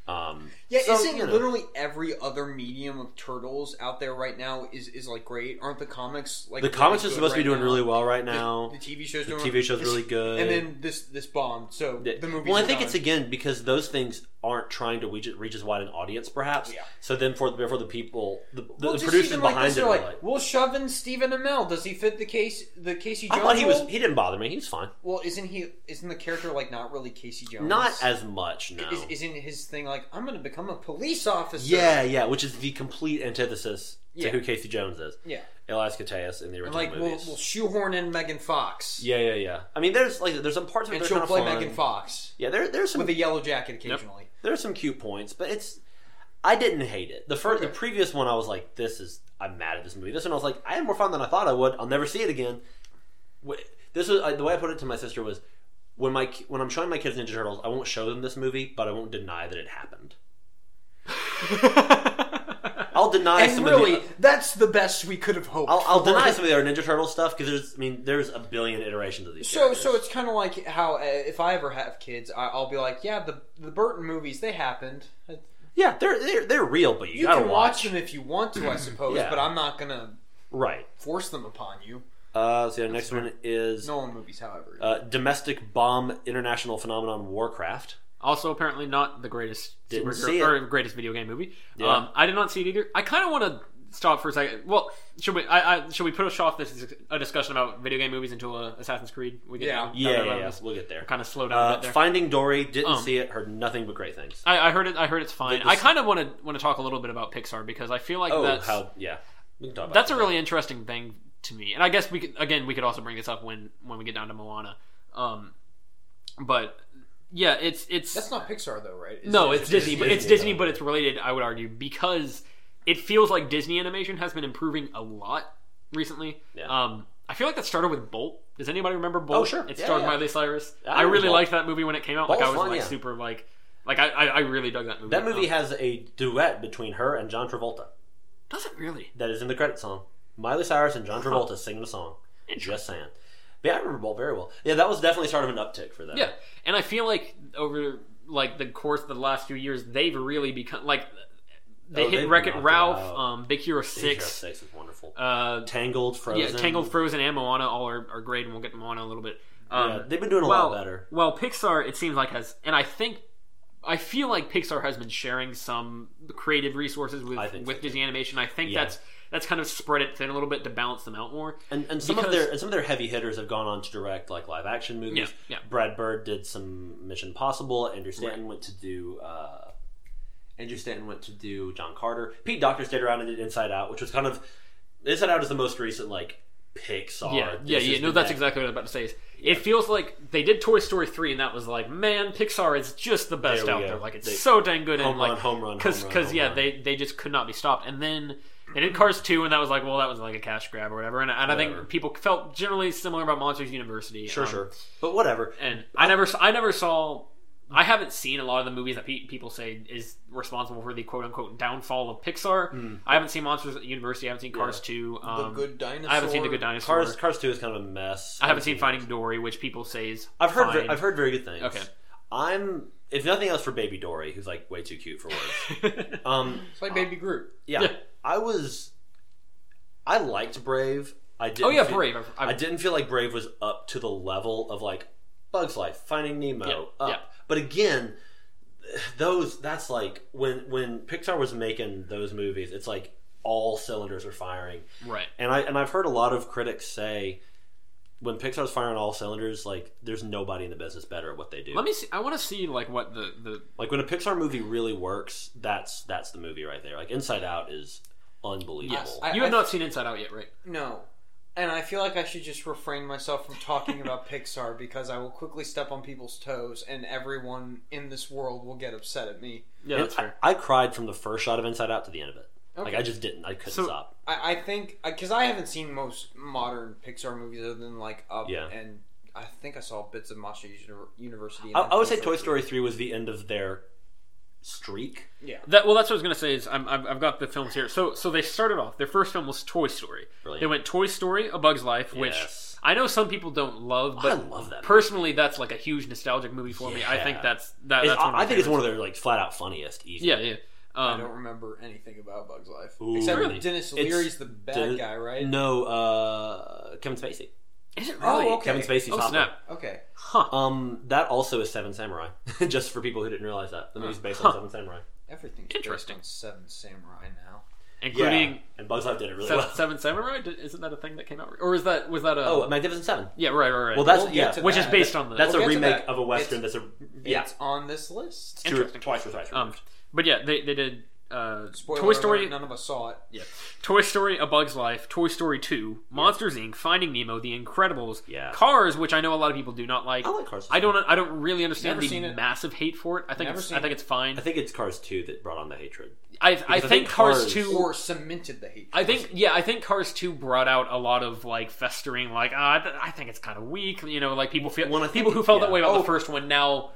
Speaker 3: Um,
Speaker 2: Yeah,
Speaker 3: So,
Speaker 2: isn't
Speaker 3: you know.
Speaker 2: literally every other medium of turtles out there right now is is like great? Aren't the comics like
Speaker 3: the
Speaker 2: really
Speaker 3: comics are
Speaker 2: good
Speaker 3: supposed to be
Speaker 2: right
Speaker 3: doing
Speaker 2: now?
Speaker 3: really well right
Speaker 2: The-
Speaker 3: now.
Speaker 2: The, TV show's
Speaker 3: The
Speaker 2: doing
Speaker 3: TV show's really good.
Speaker 2: and then this this bombed. So
Speaker 3: Yeah.
Speaker 2: the movie.
Speaker 3: Well, I think it's again because those things aren't trying to reach, reach as wide an audience, perhaps.
Speaker 2: Yeah.
Speaker 3: So then, for therefore, the people, the, the,
Speaker 2: well,
Speaker 3: the
Speaker 2: just
Speaker 3: producers
Speaker 2: even like
Speaker 3: behind
Speaker 2: this,
Speaker 3: it,
Speaker 2: they're
Speaker 3: are
Speaker 2: like,
Speaker 3: like,
Speaker 2: we'll shove in Stephen Amell. Does he fit the case? The Casey
Speaker 3: I
Speaker 2: Jones.
Speaker 3: thought he was.
Speaker 2: role?
Speaker 3: He didn't bother me. He was fine.
Speaker 2: Well, isn't he? Isn't the character like not really Casey Jones?
Speaker 3: Not as much. No.
Speaker 2: Is, isn't his thing like I'm going to become a police officer?
Speaker 3: yeah, yeah, which is the complete antithesis to
Speaker 2: Yeah.
Speaker 3: who Casey Jones is.
Speaker 2: yeah.
Speaker 3: Elias Koteas in the
Speaker 2: And
Speaker 3: original
Speaker 2: like we'll,
Speaker 3: movies.
Speaker 2: we'll shoehorn in Megan Fox.
Speaker 3: yeah, yeah, yeah. I mean, there's like there's some parts of it
Speaker 2: And
Speaker 3: that
Speaker 2: she'll
Speaker 3: are
Speaker 2: play
Speaker 3: kind of fun.
Speaker 2: Megan Fox
Speaker 3: Yeah, there, there's some
Speaker 2: with a yellow jacket occasionally.
Speaker 3: there's some cute points, but it's I didn't hate it. The first, the previous one, I was like, "This is I'm mad at this movie." This one, I was like, "I had more fun than I thought I would. I'll never see it again." Wh- This was I, the way I put it to my sister was when my ki- when I'm showing my kids Ninja Turtles, I won't show them this movie, but I won't deny that it happened. I'll deny
Speaker 2: And
Speaker 3: some
Speaker 2: really,
Speaker 3: of the
Speaker 2: that's the best we could have hoped.
Speaker 3: I'll, I'll
Speaker 2: for.
Speaker 3: deny some of the other Ninja Turtle stuff because there's I mean there's a billion iterations of these.
Speaker 2: So,
Speaker 3: characters.
Speaker 2: so it's kind of like how uh, if I ever have kids, I, I'll be like, yeah, the the Burton movies they happened.
Speaker 3: yeah, they're they're they're real, but you,
Speaker 2: You
Speaker 3: gotta
Speaker 2: can watch
Speaker 3: watch.
Speaker 2: them if you want to, I suppose,
Speaker 3: Yeah.
Speaker 2: but I'm not gonna
Speaker 3: Right.
Speaker 2: force them upon you.
Speaker 3: Uh, so yeah, next one is
Speaker 2: Nolan movies, however.
Speaker 3: uh, domestic bomb international phenomenon Warcraft.
Speaker 1: Also, apparently not the greatest
Speaker 3: Didn't
Speaker 1: superhero-
Speaker 3: see it.
Speaker 1: or greatest video game movie.
Speaker 3: Yeah.
Speaker 1: Um, I did not see it either. I kind of want to stop for a second. Well, should we? I, I should we push off this a discussion about video game movies until uh, Assassin's Creed? We get
Speaker 2: Yeah.
Speaker 3: Yeah, yeah, yeah. We'll get there.
Speaker 1: Kind of slow down a
Speaker 3: Uh,
Speaker 1: bit there.
Speaker 3: Finding Dory didn't
Speaker 1: Um.
Speaker 3: see it. Heard nothing but great things.
Speaker 1: I, I heard it. I heard it's fine.
Speaker 3: The- the-
Speaker 1: I kind of want to want to talk a little bit about Pixar because I feel like
Speaker 3: Oh,
Speaker 1: that's
Speaker 3: how? Yeah, we can talk about.
Speaker 1: that's
Speaker 3: that.
Speaker 1: a really interesting thing to me. And I guess we could again we could also bring this up when when we get down to Moana. Um, but yeah, it's it's
Speaker 2: That's not Pixar though, right? Is
Speaker 1: no,
Speaker 2: it
Speaker 1: it's
Speaker 2: just-
Speaker 1: Disney. but It's
Speaker 3: Disney,
Speaker 1: Disney,
Speaker 3: though.
Speaker 1: but it's related. I would argue because it feels like Disney animation has been improving a lot recently.
Speaker 3: Yeah. Oh,
Speaker 1: Um, I feel like that started with Bolt. Does anybody remember Bolt?
Speaker 3: sure.
Speaker 1: It
Speaker 3: Yeah,
Speaker 1: starred
Speaker 3: yeah.
Speaker 1: Miley Cyrus.
Speaker 3: I
Speaker 1: I,
Speaker 3: remember
Speaker 1: really
Speaker 3: Bolt.
Speaker 1: liked that movie when it came out. like
Speaker 3: Bolt's
Speaker 1: I was
Speaker 3: fun,
Speaker 1: like
Speaker 3: yeah.
Speaker 1: super like like I, I I really dug that movie.
Speaker 3: That movie
Speaker 1: Um,
Speaker 3: has a duet between her and John Travolta.
Speaker 1: does it really?
Speaker 3: That is in the credit song. Miley Cyrus and John Travolta sing the song. Just saying. But yeah, I remember Bolt very well. Yeah, that was definitely sort of an uptick for them.
Speaker 1: Yeah, and I feel like over like the course of the last few years, they've really become like they
Speaker 3: Oh,
Speaker 1: hit
Speaker 3: they've
Speaker 1: Wreck It
Speaker 3: knocked it
Speaker 1: Ralph,
Speaker 3: out.
Speaker 1: um, Big Hero
Speaker 3: Six.
Speaker 1: Six,
Speaker 3: Six is wonderful.
Speaker 1: uh,
Speaker 3: Tangled, Frozen.
Speaker 1: yeah, Tangled, Frozen, and Moana all are, are great, and we'll get to Moana in a little bit. Um,
Speaker 3: yeah, they've been doing a
Speaker 1: well,
Speaker 3: lot better.
Speaker 1: Well, Pixar, it seems like has, and I think, I feel like Pixar has been sharing some creative resources with
Speaker 3: I think
Speaker 1: with
Speaker 3: so,
Speaker 1: Disney Animation. I think
Speaker 3: Yeah.
Speaker 1: that's that's kind of spread it thin a little bit to balance them out more.
Speaker 3: And, and some of
Speaker 1: Because-
Speaker 3: their and some of their heavy hitters have gone on to direct like live action movies.
Speaker 1: Yeah, yeah.
Speaker 3: Brad Bird did some Mission Possible. Andrew Stanton went to do. Uh, Andrew Stanton went to do John Carter. Pete Docter stayed around and did Inside Out, which was kind of Inside Out is the most recent like Pixar.
Speaker 1: yeah,
Speaker 3: this
Speaker 1: yeah,
Speaker 3: is
Speaker 1: yeah. No,
Speaker 3: the
Speaker 1: that's
Speaker 3: next-
Speaker 1: exactly what I'm about to say. Is it feels like they did Toy Story three, and that was like, man, Pixar is just the best
Speaker 3: There we
Speaker 1: out
Speaker 3: go.
Speaker 1: there. Like it's
Speaker 3: They-
Speaker 1: so dang good.
Speaker 3: Home
Speaker 1: and
Speaker 3: run,
Speaker 1: like,
Speaker 3: home run,
Speaker 1: because
Speaker 3: home run,
Speaker 1: because
Speaker 3: home
Speaker 1: yeah,
Speaker 3: run.
Speaker 1: they they just could not be stopped. And then they did Cars two, and that was like, well, that was like a cash grab or whatever. And, and I
Speaker 3: Whatever.
Speaker 1: think people felt generally similar about Monsters University.
Speaker 3: Sure,
Speaker 1: um,
Speaker 3: sure, but whatever.
Speaker 1: and I never, I never saw. I haven't seen a lot of the movies that pe- people say is responsible for the quote unquote downfall of Pixar.
Speaker 3: Hmm.
Speaker 1: I haven't seen Monsters at University. I haven't seen Cars two.
Speaker 2: The
Speaker 1: Um,
Speaker 2: Good Dinosaur.
Speaker 1: I haven't seen The Good Dinosaur.
Speaker 3: Cars Cars Two is kind of a mess.
Speaker 1: I haven't seen Finding Dory, which people say is.
Speaker 3: I've heard
Speaker 1: fine.
Speaker 3: I've heard very good things.
Speaker 1: Okay.
Speaker 3: I'm if nothing else for Baby Dory, who's like way too cute for words. Um,
Speaker 2: It's like Baby Groot.
Speaker 3: Yeah,
Speaker 1: Yeah.
Speaker 3: I was. I liked Brave. I didn't
Speaker 1: oh yeah,
Speaker 3: feel,
Speaker 1: Brave. I've, I've,
Speaker 3: I didn't feel like Brave was up to the level of like Bugs Life, Finding Nemo,
Speaker 1: Yeah,
Speaker 3: up.
Speaker 1: yeah.
Speaker 3: But again, those that's like when when Pixar was making those movies, it's like all cylinders are firing.
Speaker 1: right.
Speaker 3: And I and I've heard a lot of critics say when Pixar's firing all cylinders, like there's nobody in the business better at what they do.
Speaker 1: Let me see. I want to see like what the the
Speaker 3: like when a Pixar movie really works, that's that's the movie right there. Like Inside Out is unbelievable.
Speaker 1: yes.
Speaker 2: I-
Speaker 1: you have
Speaker 2: I-
Speaker 1: not seen Inside Out yet, right?
Speaker 2: No. And I feel like I should just refrain myself from talking about Pixar because I will quickly step on people's toes and everyone in this world will get upset at me.
Speaker 1: Yeah,
Speaker 3: And
Speaker 1: that's fair.
Speaker 3: I, I cried from the first shot of Inside Out to the end of it. Like
Speaker 2: Okay.
Speaker 3: I just didn't. I couldn't
Speaker 1: So-
Speaker 3: stop.
Speaker 2: I, I think because I haven't seen most modern Pixar movies other than like Up
Speaker 3: Yeah.
Speaker 2: and I think I saw bits of Monsters Uni- University. and
Speaker 3: I,
Speaker 2: then
Speaker 3: I would say
Speaker 2: Pixar.
Speaker 3: Toy Story three was the end of their streak.
Speaker 1: That well, that's what I was gonna say. Is I'm, I've, I've got the films here. So so they started off. Their first film was Toy Story.
Speaker 3: Brilliant.
Speaker 1: They went Toy Story, A Bug's Life, which
Speaker 3: Yes.
Speaker 1: I know some people don't love,
Speaker 3: I
Speaker 1: but
Speaker 3: love that movie.
Speaker 1: Personally, that's like a huge nostalgic movie for me. I
Speaker 3: Yeah.
Speaker 1: think that's that,
Speaker 3: It's-
Speaker 1: that's. One of
Speaker 3: I,
Speaker 1: my
Speaker 3: I think it's one
Speaker 1: favorites.
Speaker 3: of their like flat out funniest. Easy.
Speaker 1: Yeah, yeah.
Speaker 2: I don't
Speaker 1: Um,
Speaker 2: remember anything about Bugs Life
Speaker 3: Ooh.
Speaker 2: except
Speaker 3: Really?
Speaker 2: Dennis
Speaker 3: It's-
Speaker 2: Leary's the bad
Speaker 3: Dennis-
Speaker 2: guy, right?
Speaker 3: No, uh, Kevin Spacey.
Speaker 1: is it
Speaker 2: Oh,
Speaker 1: really?
Speaker 2: okay.
Speaker 3: Kevin Spacey's
Speaker 1: Oh,
Speaker 3: Hopper.
Speaker 1: snap.
Speaker 2: Okay,
Speaker 1: Huh.
Speaker 3: Um, that also is Seven Samurai. Just for people who didn't realize that the movie's based on
Speaker 1: Huh.
Speaker 3: Seven Samurai,
Speaker 2: everything's
Speaker 1: Interesting.
Speaker 2: Interesting. Based on Seven Samurai now.
Speaker 1: Including
Speaker 3: and Bugs Life did it really
Speaker 1: Seven,
Speaker 3: well.
Speaker 1: Seven Samurai. Did- Isn't that a thing that came out? Or is that was that a?
Speaker 3: Oh, Magnificent Seven.
Speaker 1: yeah, right, right, right.
Speaker 3: Well, that's
Speaker 2: We'll get
Speaker 3: yeah.
Speaker 2: to
Speaker 1: which is
Speaker 2: that.
Speaker 1: based on the.
Speaker 3: That's
Speaker 2: We'll
Speaker 3: a
Speaker 2: get to
Speaker 3: remake
Speaker 2: that.
Speaker 3: of a western. that's a yeah.
Speaker 2: It's on this list.
Speaker 3: Two or-
Speaker 1: interesting.
Speaker 3: Twice or thrice.
Speaker 1: um,
Speaker 3: removed.
Speaker 1: but yeah, they they did. Uh,
Speaker 2: Spoiler
Speaker 1: Toy Story,
Speaker 2: alert, none of us saw it. Yeah.
Speaker 1: Toy Story, A Bug's Life, Toy Story Two, Monsters Inc., Finding Nemo, The Incredibles,
Speaker 3: Yeah.
Speaker 1: Cars, which I know a lot of people do not like.
Speaker 3: I like Cars.
Speaker 1: I don't. I don't really understand
Speaker 2: Never seen
Speaker 1: the
Speaker 2: it.
Speaker 1: massive hate for it. I think.
Speaker 2: Never
Speaker 1: It's,
Speaker 2: seen
Speaker 1: I think
Speaker 2: it.
Speaker 1: it's fine.
Speaker 3: I think it's Cars Two that brought on the hatred.
Speaker 1: I, I,
Speaker 3: I
Speaker 1: think,
Speaker 3: think
Speaker 1: Cars
Speaker 3: Cars-
Speaker 1: Two.
Speaker 2: Or cemented the hate.
Speaker 1: I think yeah. I think Cars Two brought out a lot of like festering. Like ah, I, th- I think it's kind of weak. You know, like people feel
Speaker 3: Well, I think-
Speaker 1: people who felt that
Speaker 3: yeah.
Speaker 1: way about
Speaker 2: Oh.
Speaker 1: the first one now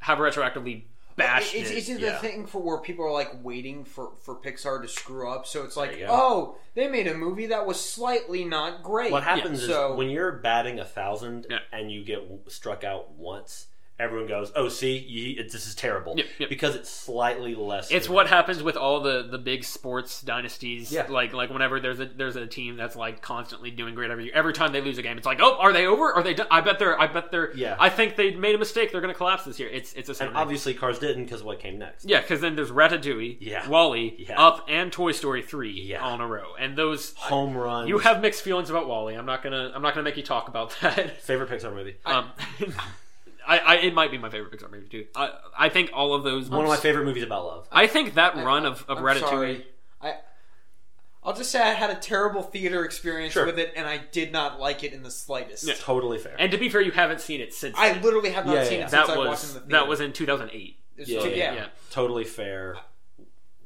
Speaker 1: have retroactively bashed
Speaker 2: It's,
Speaker 1: it.
Speaker 2: it's just
Speaker 3: yeah.
Speaker 2: the thing for where people are like waiting for, for Pixar to screw up, so it's like,
Speaker 3: you go.
Speaker 2: oh, they made a movie that was slightly not great.
Speaker 3: What happens
Speaker 2: So
Speaker 3: is when you're batting a thousand
Speaker 1: Yeah.
Speaker 3: and you get w- struck out once, everyone goes, "Oh, see, you, it, this is terrible,"
Speaker 1: Yep, yep.
Speaker 3: because it's slightly less.
Speaker 1: It's what happens with all the the big sports dynasties.
Speaker 3: Yeah.
Speaker 1: Like like whenever there's a there's a team that's like constantly doing great every every time they lose a game, it's like oh are they over? Are they? Done? I bet they're. I bet they're.
Speaker 3: Yeah.
Speaker 1: I think they made a mistake. They're going to collapse this year. It's it's a
Speaker 3: and obviously Cars didn't because what came next?
Speaker 1: yeah, because then there's Ratatouille,
Speaker 3: Yeah.
Speaker 1: Wally,
Speaker 3: Yeah.
Speaker 1: Up, and Toy Story three
Speaker 3: Yeah.
Speaker 1: on a row, and those
Speaker 3: Home run.
Speaker 1: You have mixed feelings about Wally. I'm not gonna. I'm not gonna make you talk about that.
Speaker 3: favorite Pixar movie.
Speaker 1: Um, I, I, it might be my favorite Pixar movie too. I, I think all of those.
Speaker 3: One of my favorite movies about love.
Speaker 1: I think that run of, of
Speaker 2: I'm
Speaker 1: Ratatouille.
Speaker 2: sorry. I I'll just say I had a terrible theater experience
Speaker 3: Sure.
Speaker 2: with it, and I did not like it in the slightest.
Speaker 3: Totally fair.
Speaker 1: And to be fair, you haven't seen it since.
Speaker 2: I literally have not
Speaker 3: Yeah,
Speaker 2: seen
Speaker 3: yeah.
Speaker 2: it since
Speaker 1: that
Speaker 2: I watched it in
Speaker 1: was
Speaker 2: the theater.
Speaker 1: that was in 2008.
Speaker 2: It's
Speaker 3: yeah,
Speaker 2: too-
Speaker 3: yeah,
Speaker 1: yeah.
Speaker 3: totally fair.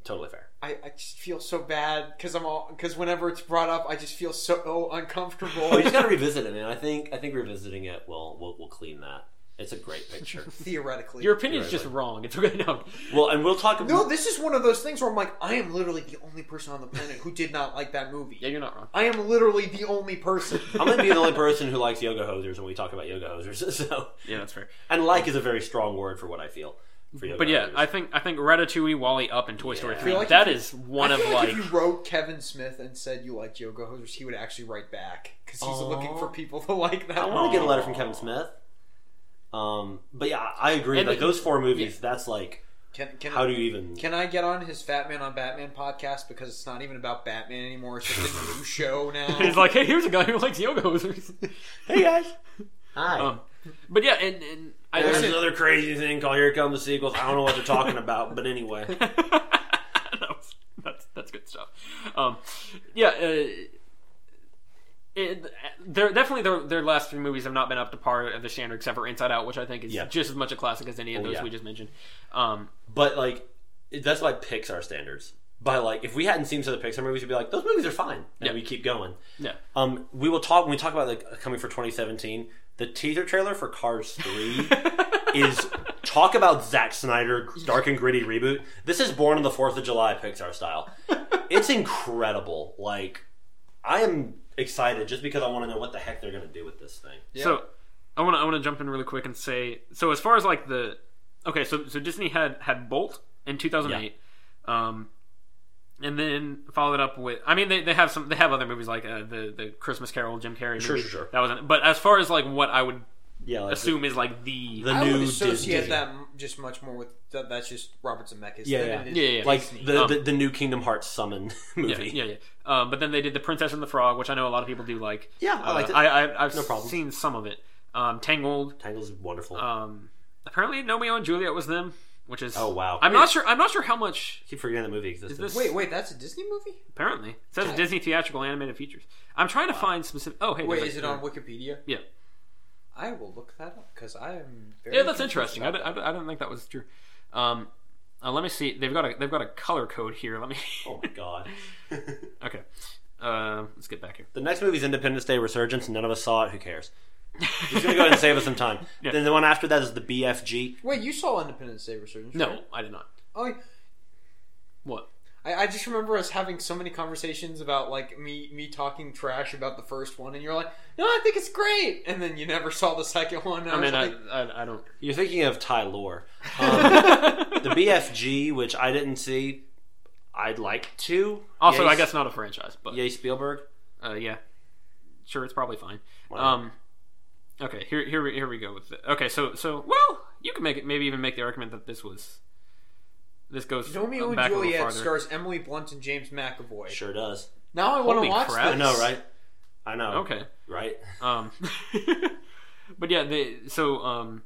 Speaker 3: Totally fair.
Speaker 2: I, I just feel so bad because I'm all because whenever it's brought up, I just feel so oh, uncomfortable.
Speaker 3: Oh, you just gotta revisit it, man. I think I think revisiting it will will will clean that. It's a great picture.
Speaker 2: Theoretically,
Speaker 1: Your opinion's
Speaker 3: Right,
Speaker 1: just wrong. It's okay. No,
Speaker 3: well, and we'll talk
Speaker 2: no,
Speaker 3: about
Speaker 2: this is one of those things where I'm like, I am literally the only person on the planet who did not like that movie.
Speaker 1: yeah, you're not wrong.
Speaker 2: I am literally the only person.
Speaker 3: I'm gonna be the only person who likes yoga hosers when we talk about yoga hosers. So,
Speaker 1: Yeah, that's fair.
Speaker 3: and like is a very strong word for what I feel. For yoga
Speaker 1: But yeah,
Speaker 3: hosers.
Speaker 1: I think I think Ratatouille, Wally, Up, and Toy Story
Speaker 3: Yeah. I
Speaker 1: three.
Speaker 2: feel like
Speaker 1: that
Speaker 2: if
Speaker 1: is one
Speaker 2: I
Speaker 1: of
Speaker 2: feel
Speaker 1: like.
Speaker 2: if you wrote Kevin Smith and said you liked yoga hosers, he would actually write back because he's
Speaker 3: Aw.
Speaker 2: looking for people to like that.
Speaker 3: I
Speaker 2: one.
Speaker 3: want to get a letter from Kevin Smith. Um, but yeah, I agree.
Speaker 1: And
Speaker 3: like
Speaker 1: the-
Speaker 3: those four movies, that's like
Speaker 2: Can, can,
Speaker 3: how do you even?
Speaker 2: can I get on his Fat Man on Batman podcast because it's not even about Batman anymore? It's just a new show now.
Speaker 1: He's like, hey, here's a guy who likes yoga hosers.
Speaker 3: hey guys, hi.
Speaker 1: Um, but yeah, and, and I
Speaker 3: There's
Speaker 1: listen-
Speaker 3: another crazy thing called "Here Come the Sequels." I don't know what they're talking about, but anyway,
Speaker 1: That was- that's that's good stuff. Um, yeah, uh, it, they're definitely their their last three movies have not been up to par of the standard, except for Inside Out, which I think is
Speaker 3: Yeah.
Speaker 1: just as much a classic as any of
Speaker 3: Oh,
Speaker 1: those
Speaker 3: yeah.
Speaker 1: we just mentioned. Um,
Speaker 3: but like that's by Pixar standards. By like, if we hadn't seen some of the Pixar movies, we'd be like, those movies are fine, and
Speaker 1: Yeah.
Speaker 3: we keep going.
Speaker 1: yeah,
Speaker 3: Um, we will talk when we talk about like coming for 2017. The teaser trailer for Cars 3 is talk about Zack Snyder dark and gritty reboot. This is born on the 4th of July Pixar style. It's incredible. Like I am excited just because I want to know what the heck they're going to do with this thing.
Speaker 1: So I want to I want to jump in really quick and say so as far as like the okay so so Disney had had Bolt in 2008 um and then followed up with I mean they, they have some they have other movies like uh, the the Christmas Carol Jim Carrey
Speaker 3: Sure,
Speaker 1: movie.
Speaker 3: sure, sure.
Speaker 1: that wasn't but as far as like what I would
Speaker 3: Yeah, like
Speaker 1: assume is like the,
Speaker 3: the, the
Speaker 2: I
Speaker 3: new
Speaker 2: would associate
Speaker 3: Disney.
Speaker 2: that m- just much more with that, that's just Robert Zemeckis.
Speaker 3: Yeah,
Speaker 2: than
Speaker 3: yeah.
Speaker 2: it is
Speaker 1: Yeah, yeah, yeah.
Speaker 3: Like
Speaker 2: Disney.
Speaker 3: the,
Speaker 1: Um,
Speaker 3: the the new Kingdom Hearts summon
Speaker 1: yeah
Speaker 3: movie.
Speaker 1: yeah yeah um, but then they did the Princess and the Frog which I know a lot of people do like
Speaker 3: Yeah, I
Speaker 1: Uh,
Speaker 3: liked it.
Speaker 1: I, I I've
Speaker 3: No problem.
Speaker 1: seen some of it um, Tangled
Speaker 3: Tangle's wonderful.
Speaker 1: um apparently Romeo and Juliet was them which is
Speaker 3: Oh, wow.
Speaker 1: I'm not sure I'm not sure how much
Speaker 3: keep forgetting the movie existed.
Speaker 1: this-
Speaker 2: wait, wait, that's a Disney movie?
Speaker 1: Apparently, it says Disney theatrical animated features. I'm trying to find specific. Oh, hey,
Speaker 2: Wait,
Speaker 1: there's
Speaker 2: is
Speaker 1: a-
Speaker 2: it on Wikipedia?
Speaker 1: Yeah,
Speaker 2: I will look that up because I am. Very
Speaker 1: yeah, that's
Speaker 2: confused
Speaker 1: interesting. I,
Speaker 2: about
Speaker 1: d- I, d- I didn't think that was true. Um, uh, let me see. They've got a they've got a color code here. Let me.
Speaker 3: oh my god.
Speaker 1: okay, uh, let's get back here.
Speaker 3: The next movie's Independence Day Resurgence. None of us saw it. Who cares? He's gonna go ahead and save us some time. Then the one after that is the BFG.
Speaker 2: Wait, you saw Independence Day Resurgence?
Speaker 1: No,
Speaker 2: right?
Speaker 1: I did not.
Speaker 2: Oh,
Speaker 1: What?
Speaker 2: I, I just remember us having so many conversations about like me me talking trash about the first one, and you're like, "No, I think it's great," and then you never saw the second one. and I,
Speaker 1: I
Speaker 2: was
Speaker 1: mean, I,
Speaker 2: like,
Speaker 1: I, I don't. um,
Speaker 3: You're thinking of Ty Lore. The BFG, which I didn't see, I'd like to.
Speaker 1: also,
Speaker 3: Yay,
Speaker 1: I guess not a franchise, but
Speaker 3: Yay Spielberg.
Speaker 1: uh, yeah, sure, it's probably fine.
Speaker 3: Whatever.
Speaker 1: Um, okay, here, here, we- here we go with it. Okay, so, so, well, you can make it, maybe even make the argument that this was, this goes
Speaker 2: Romeo and
Speaker 1: back a little
Speaker 2: Juliet
Speaker 1: farther.
Speaker 2: stars Emily Blunt and James McAvoy.
Speaker 3: Sure does.
Speaker 2: Now I want to
Speaker 1: Holy
Speaker 2: watch
Speaker 1: crap.
Speaker 3: I
Speaker 2: this.
Speaker 3: know, right? I know.
Speaker 1: Okay.
Speaker 3: Right?
Speaker 1: Um, but yeah, they, so um,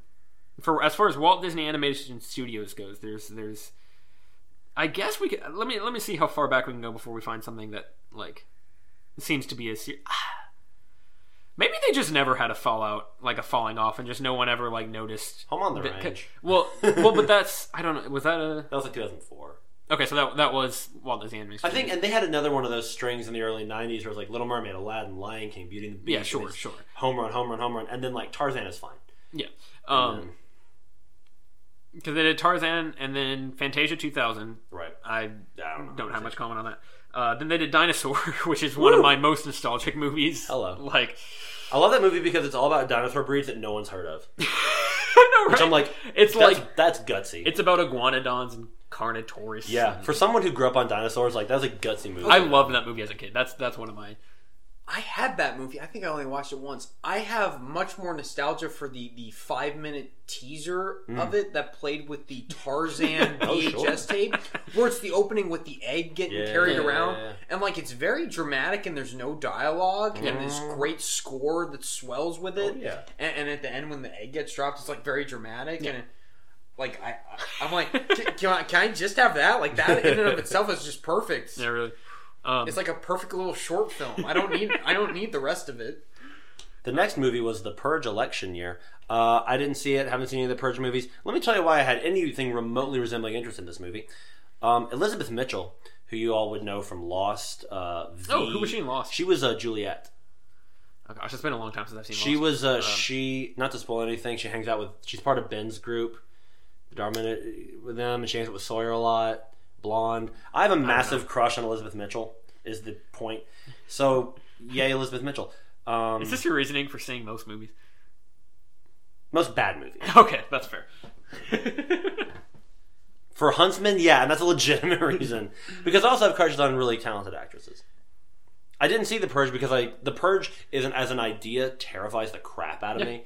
Speaker 1: for as far as Walt Disney Animation Studios goes, there's there's, I guess we could let me let me see how far back we can go before we find something that like seems to be a. se- Maybe they just never had a fallout, like a falling off, and just no one ever like noticed.
Speaker 3: Home on the
Speaker 1: that-
Speaker 3: Range.
Speaker 1: Well, well, but that's I don't know. Was that a
Speaker 3: That was like 2004.
Speaker 1: okay? So that that was Walt Disney Animation.
Speaker 3: I think, and they had another one of those strings in the early 90s where it was like Little Mermaid, Aladdin, Lion King, Beauty and the Beast.
Speaker 1: Yeah,
Speaker 3: and
Speaker 1: sure,
Speaker 3: it's
Speaker 1: sure.
Speaker 3: Home run, home run, home run. And then like Tarzan is fine.
Speaker 1: Yeah. Um, because they did Tarzan and then Fantasia 2000.
Speaker 3: Right.
Speaker 1: I
Speaker 3: I don't know.
Speaker 1: don't have much comment on that. Uh, then they did Dinosaur, which is one of my most nostalgic movies.
Speaker 3: Hello.
Speaker 1: Like,
Speaker 3: I love that movie because it's all about dinosaur breeds that no one's heard of. Which
Speaker 1: I know, right?
Speaker 3: I'm like,
Speaker 1: it's
Speaker 3: that's,
Speaker 1: like
Speaker 3: that's gutsy.
Speaker 1: it's about iguanodons and Carnotaurus.
Speaker 3: yeah. For someone who grew up on dinosaurs, like that was a gutsy movie.
Speaker 1: I loved that movie as a kid. That's that's one of my.
Speaker 2: I had that movie. I think I only watched it once. I have much more nostalgia for the the five minute teaser of it that played with the Tarzan
Speaker 3: Mm. Oh,
Speaker 2: VHS
Speaker 3: sure.
Speaker 2: tape, where it's the opening with the egg getting
Speaker 3: Yeah.
Speaker 2: carried
Speaker 3: Yeah,
Speaker 2: around,
Speaker 3: yeah, yeah.
Speaker 2: and like it's very dramatic, and there's no dialogue, and this great score that swells with it.
Speaker 3: Mm. Oh, yeah.
Speaker 2: and, and at the end when the egg gets dropped, it's like very dramatic and. It, like I, I- I'm like, "Can- can I, can I just have that? Like that in and of itself is just perfect.
Speaker 1: Yeah, really. Um,
Speaker 2: It's like a perfect little short film. I don't need I don't need the rest of it.
Speaker 3: The next movie was The Purge election year. Uh, I didn't see it, haven't seen any of the Purge movies. Let me tell you why I had anything remotely resembling interest in this movie. Um, Elizabeth Mitchell, who you all would know from Lost. Uh, the-
Speaker 1: Oh, who was she in Lost?
Speaker 3: She was uh, Juliet.
Speaker 1: oh gosh, it's been a long time since I've seen.
Speaker 3: She
Speaker 1: Lost.
Speaker 3: was, uh, she, not to spoil anything, she hangs out with, she's part of Ben's group, Darman, uh, with them, and she hangs out with Sawyer a lot, Blonde. I have a massive crush on Elizabeth Mitchell, is the point. So, yay, Elizabeth Mitchell. Um,
Speaker 1: Is this your reasoning for seeing most movies?
Speaker 3: most bad movie.
Speaker 1: Okay, that's fair.
Speaker 3: For Huntsman, yeah, and that's a legitimate reason. because I also have crushes on really talented actresses. I didn't see The Purge because I The Purge isn't as an idea terrifies the crap out of me.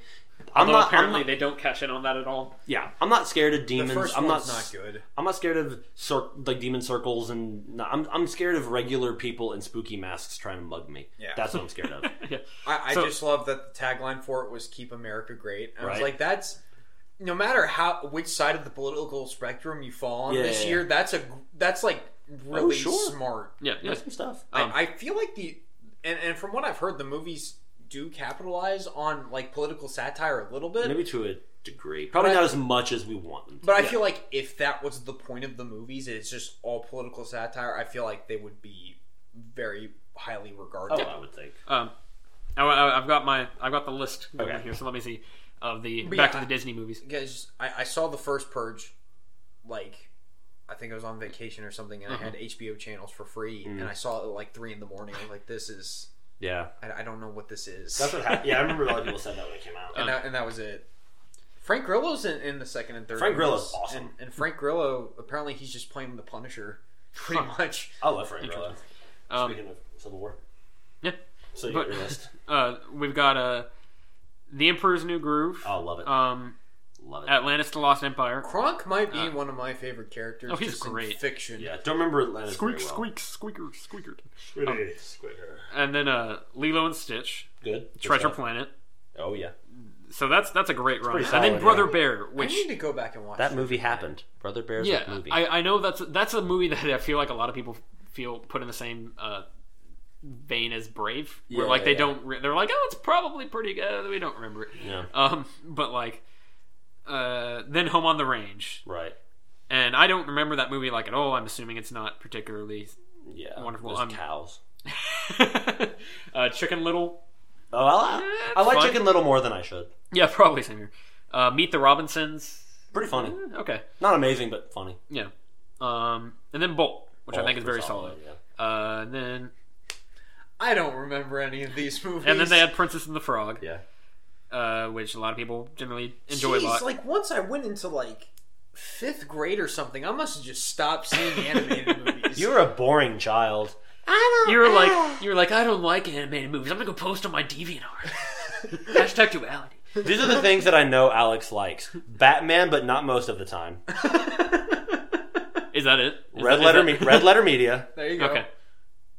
Speaker 3: I'm
Speaker 1: Although
Speaker 3: not,
Speaker 1: apparently
Speaker 3: I'm not-
Speaker 1: they don't cash in on that at all.
Speaker 3: yeah, I'm not scared of demons. I'm not, s-
Speaker 2: good.
Speaker 3: I'm not scared of cir- like demon circles and no, I'm I'm scared of regular people in spooky masks trying to mug me.
Speaker 2: Yeah.
Speaker 3: That's what I'm scared of.
Speaker 1: yeah.
Speaker 2: I, I
Speaker 1: So-
Speaker 2: just love that the tagline for it was "Keep America Great." And I was
Speaker 3: Right.
Speaker 2: like, that's no matter how which side of the political spectrum you fall on
Speaker 3: Yeah,
Speaker 2: this
Speaker 3: yeah, Oh,
Speaker 2: year, that's a that's like really
Speaker 3: sure.
Speaker 2: smart.
Speaker 1: Yeah. Yeah.
Speaker 3: There's some stuff.
Speaker 1: Um,
Speaker 2: I, I feel like the and, and from what I've heard, the movies do capitalize on like political satire a little bit.
Speaker 3: Maybe to a degree. Probably
Speaker 2: But I-
Speaker 3: not as much as we want them to.
Speaker 2: But I
Speaker 1: Yeah.
Speaker 2: feel like if that was the point of the movies, it's just all political satire. I feel like they would be very highly regarded.
Speaker 3: oh, I would think.
Speaker 1: Um, I, I- I've got my I've got the list going
Speaker 3: Okay.
Speaker 1: here, so let me see of the
Speaker 2: But
Speaker 1: back
Speaker 2: yeah,
Speaker 1: to the Disney movies.
Speaker 2: guys I, I saw the first purge like i think i was on vacation or something and i
Speaker 3: Uh-huh.
Speaker 2: had hbo channels for free
Speaker 3: Mm.
Speaker 2: and i saw it at like three in the morning i was like this is
Speaker 3: Yeah.
Speaker 2: i, I don't know what this is
Speaker 3: That's what happened. Yeah, I remember a uh, lot of people said that when it came out.
Speaker 2: and, that, and that was it frank grillo's in, in the second and third
Speaker 3: Frank Grillo's
Speaker 2: movies,
Speaker 3: awesome.
Speaker 2: and, and frank grillo apparently he's just playing the punisher pretty much
Speaker 3: I love Frank Grillo.
Speaker 1: Um,
Speaker 3: Speaking of Civil War,
Speaker 1: yeah,
Speaker 3: so you
Speaker 1: but-
Speaker 3: get your list.
Speaker 1: uh, we've got uh, the Emperor's New Groove,
Speaker 3: Oh, love it,
Speaker 1: um,
Speaker 3: love it.
Speaker 1: Atlantis: The Lost Empire,
Speaker 2: Kronk might be one of my favorite characters
Speaker 1: Uh, oh, he's
Speaker 2: just in
Speaker 1: great.
Speaker 2: fiction
Speaker 3: Yeah, don't remember Atlantis.
Speaker 1: Squeak,
Speaker 3: very well.
Speaker 1: Squeak, Squeaker, Squeaker,
Speaker 4: Pretty squitter.
Speaker 1: and then uh, Lilo and Stitch,
Speaker 3: Good. Good
Speaker 1: Treasure
Speaker 3: stuff.
Speaker 1: Planet.
Speaker 3: Oh yeah,
Speaker 1: So that's that's a great run,
Speaker 3: pretty
Speaker 1: and then
Speaker 3: solid,
Speaker 1: Brother
Speaker 3: yeah.
Speaker 1: Bear,
Speaker 2: i
Speaker 1: which
Speaker 2: need to go back and watch
Speaker 3: that movie happened. Brother Bear's
Speaker 1: yeah,
Speaker 3: movie.
Speaker 1: I, I know that's that's a movie that I feel like a lot of people feel put in the same uh, vein as Brave, where
Speaker 3: Yeah,
Speaker 1: like they
Speaker 3: yeah.
Speaker 1: don't re- they're like oh it's probably pretty good we don't remember it,
Speaker 3: Yeah.
Speaker 1: um, but like uh, then Home on the Range,
Speaker 3: right.
Speaker 1: and I don't remember that movie like at all. I'm assuming it's not particularly
Speaker 3: Yeah.
Speaker 1: Wonderful,
Speaker 3: There's
Speaker 1: um,
Speaker 3: cows.
Speaker 1: uh, Chicken Little,
Speaker 3: Oh, I,
Speaker 1: Yeah,
Speaker 3: I like
Speaker 1: it's
Speaker 3: Chicken Little more than I should.
Speaker 1: yeah, probably same here. Uh, Meet the Robinsons,
Speaker 3: Pretty funny.
Speaker 1: okay,
Speaker 3: Not amazing, but funny.
Speaker 1: yeah. um, and then Bolt, which I think is very solid.
Speaker 3: Yeah.
Speaker 1: Uh, and then
Speaker 2: I don't remember any of these movies.
Speaker 1: and then they had Princess and the Frog,
Speaker 3: yeah.
Speaker 1: uh, which a lot of people generally enjoy
Speaker 2: Jeez,
Speaker 1: a lot.
Speaker 2: like once I went into like fifth grade or something, I must have just stopped seeing animated movies.
Speaker 3: You're a boring child.
Speaker 2: I don't.
Speaker 1: you were like, you were like, I don't like animated movies. I'm gonna go post on my DeviantArt. Hashtag duality.
Speaker 3: These are the things that I know Alex likes. Batman, but not most of the time.
Speaker 1: Is that it? Is that-
Speaker 3: Red
Speaker 1: is
Speaker 3: letter, me-
Speaker 1: that-
Speaker 3: red letter media.
Speaker 2: there you go.
Speaker 1: Okay,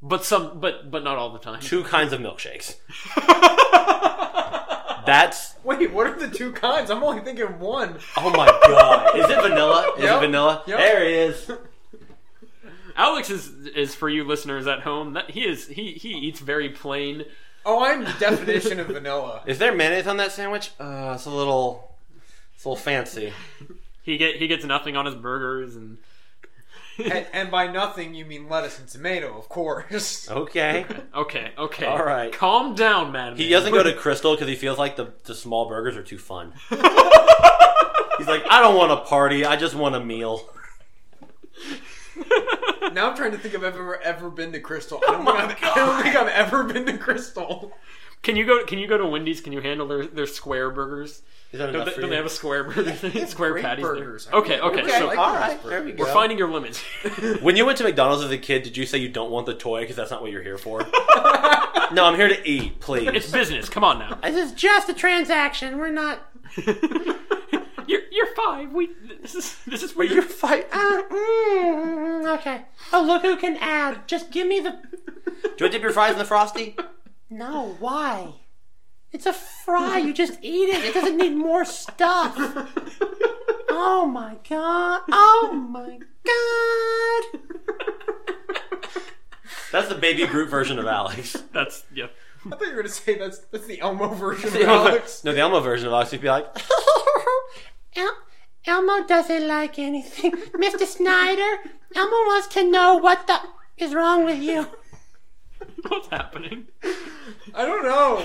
Speaker 1: but some, but but not all the time.
Speaker 3: Two kinds of milkshakes.
Speaker 1: Uh-huh.
Speaker 3: That's
Speaker 2: Wait, what are the two kinds? I'm only thinking one.
Speaker 3: oh my god. Is it vanilla? Is
Speaker 2: Yep.
Speaker 3: it vanilla?
Speaker 2: Yep.
Speaker 3: There it is.
Speaker 1: Alex is is for you listeners at home. That he is he he eats very plain.
Speaker 2: Oh, I'm the definition of vanilla.
Speaker 3: Is there mayonnaise on that sandwich? Uh, it's a little, it's a little fancy.
Speaker 1: He get he gets nothing on his burgers and
Speaker 2: and, and by nothing, you mean lettuce and tomato, of course.
Speaker 3: Okay.
Speaker 1: okay okay.
Speaker 3: All right.
Speaker 1: calm down, madam.
Speaker 3: He doesn't go to Crystal because he feels like the, the small burgers are too fun. He's like, I don't want a party. I just want a meal.
Speaker 2: Now I'm trying to think if I've ever ever been to Crystal. I don't, think I've, I don't think I've ever been to Crystal.
Speaker 1: Can you go? Can you go to Wendy's? Can you handle their, their square burgers?
Speaker 3: Is that
Speaker 1: Don't
Speaker 3: enough
Speaker 1: they,
Speaker 3: for
Speaker 1: don't they
Speaker 3: you?
Speaker 1: have a square burger? square
Speaker 2: great
Speaker 1: patties. there?
Speaker 2: burgers. I
Speaker 1: Okay,
Speaker 2: really-
Speaker 1: okay.
Speaker 2: okay, I
Speaker 1: so
Speaker 2: like-
Speaker 3: All right, there we go.
Speaker 1: we're finding your limits.
Speaker 3: When you went to McDonald's as a kid, did you say you don't want the toy because that's not what you're here for? no, I'm here to eat,
Speaker 1: it's
Speaker 3: please.
Speaker 1: business. Come on now.
Speaker 3: This is just a transaction. We're not.
Speaker 1: you're you're five. We this is this is where
Speaker 3: You're
Speaker 1: you're.
Speaker 3: fight.
Speaker 5: Uh, mm, okay. Oh, look who can add. Just give me the.
Speaker 3: Do I dip your fries in the frosty?
Speaker 5: No, why? It's a fry. You just eat it. It doesn't need more stuff. Oh my god. Oh my god.
Speaker 3: That's the baby group version of Alex.
Speaker 1: That's yeah.
Speaker 2: I thought you were going to say that's that's the Elmo version of Alex.
Speaker 3: no, the Elmo version of Alex would be like,
Speaker 5: El- Elmo doesn't like anything. Mr. Snyder, Elmo wants to know what the is wrong with you.
Speaker 1: What's happening?
Speaker 2: I don't know.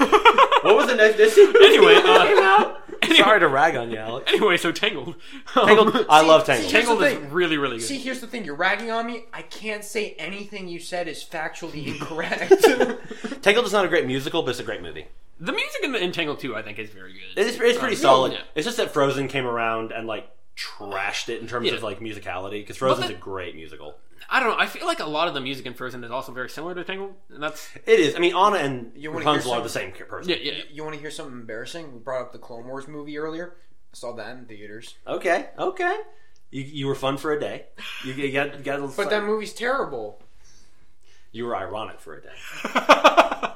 Speaker 3: "What was the next this
Speaker 1: Anyway, uh,
Speaker 3: Sorry to rag on you, Alex.
Speaker 1: anyway. So Tangled.
Speaker 3: Tangled, I love Tangled.
Speaker 2: see-
Speaker 1: Tangled
Speaker 2: Here's
Speaker 1: is
Speaker 2: the thing.
Speaker 1: really really good.
Speaker 2: See, here's the thing. You're ragging on me. I can't say anything you said is factually incorrect.
Speaker 3: Tangled is not a great musical, but it's a great movie.
Speaker 1: the music in, the, in Tangled Two, I think, is very good.
Speaker 3: It's, it's pretty solid.
Speaker 1: yeah.
Speaker 3: It's just that Frozen came around and like trashed it in terms
Speaker 1: Yeah.
Speaker 3: of like musicality because Frozen's
Speaker 1: that-
Speaker 3: a great musical.
Speaker 1: I don't know. I feel like a lot of the music in Frozen is also very similar to Tangled, and that's
Speaker 3: It is. I mean, Anna and
Speaker 2: You wanna hear
Speaker 3: Rapunzel are the same person.
Speaker 1: yeah, yeah.
Speaker 2: you want to hear something embarrassing? We brought up the Clone Wars movie earlier. I saw that in theaters.
Speaker 3: Okay. Okay. You, you were fun for a day. You, you got, you got a little
Speaker 2: But that movie's terrible.
Speaker 3: you were ironic for a day.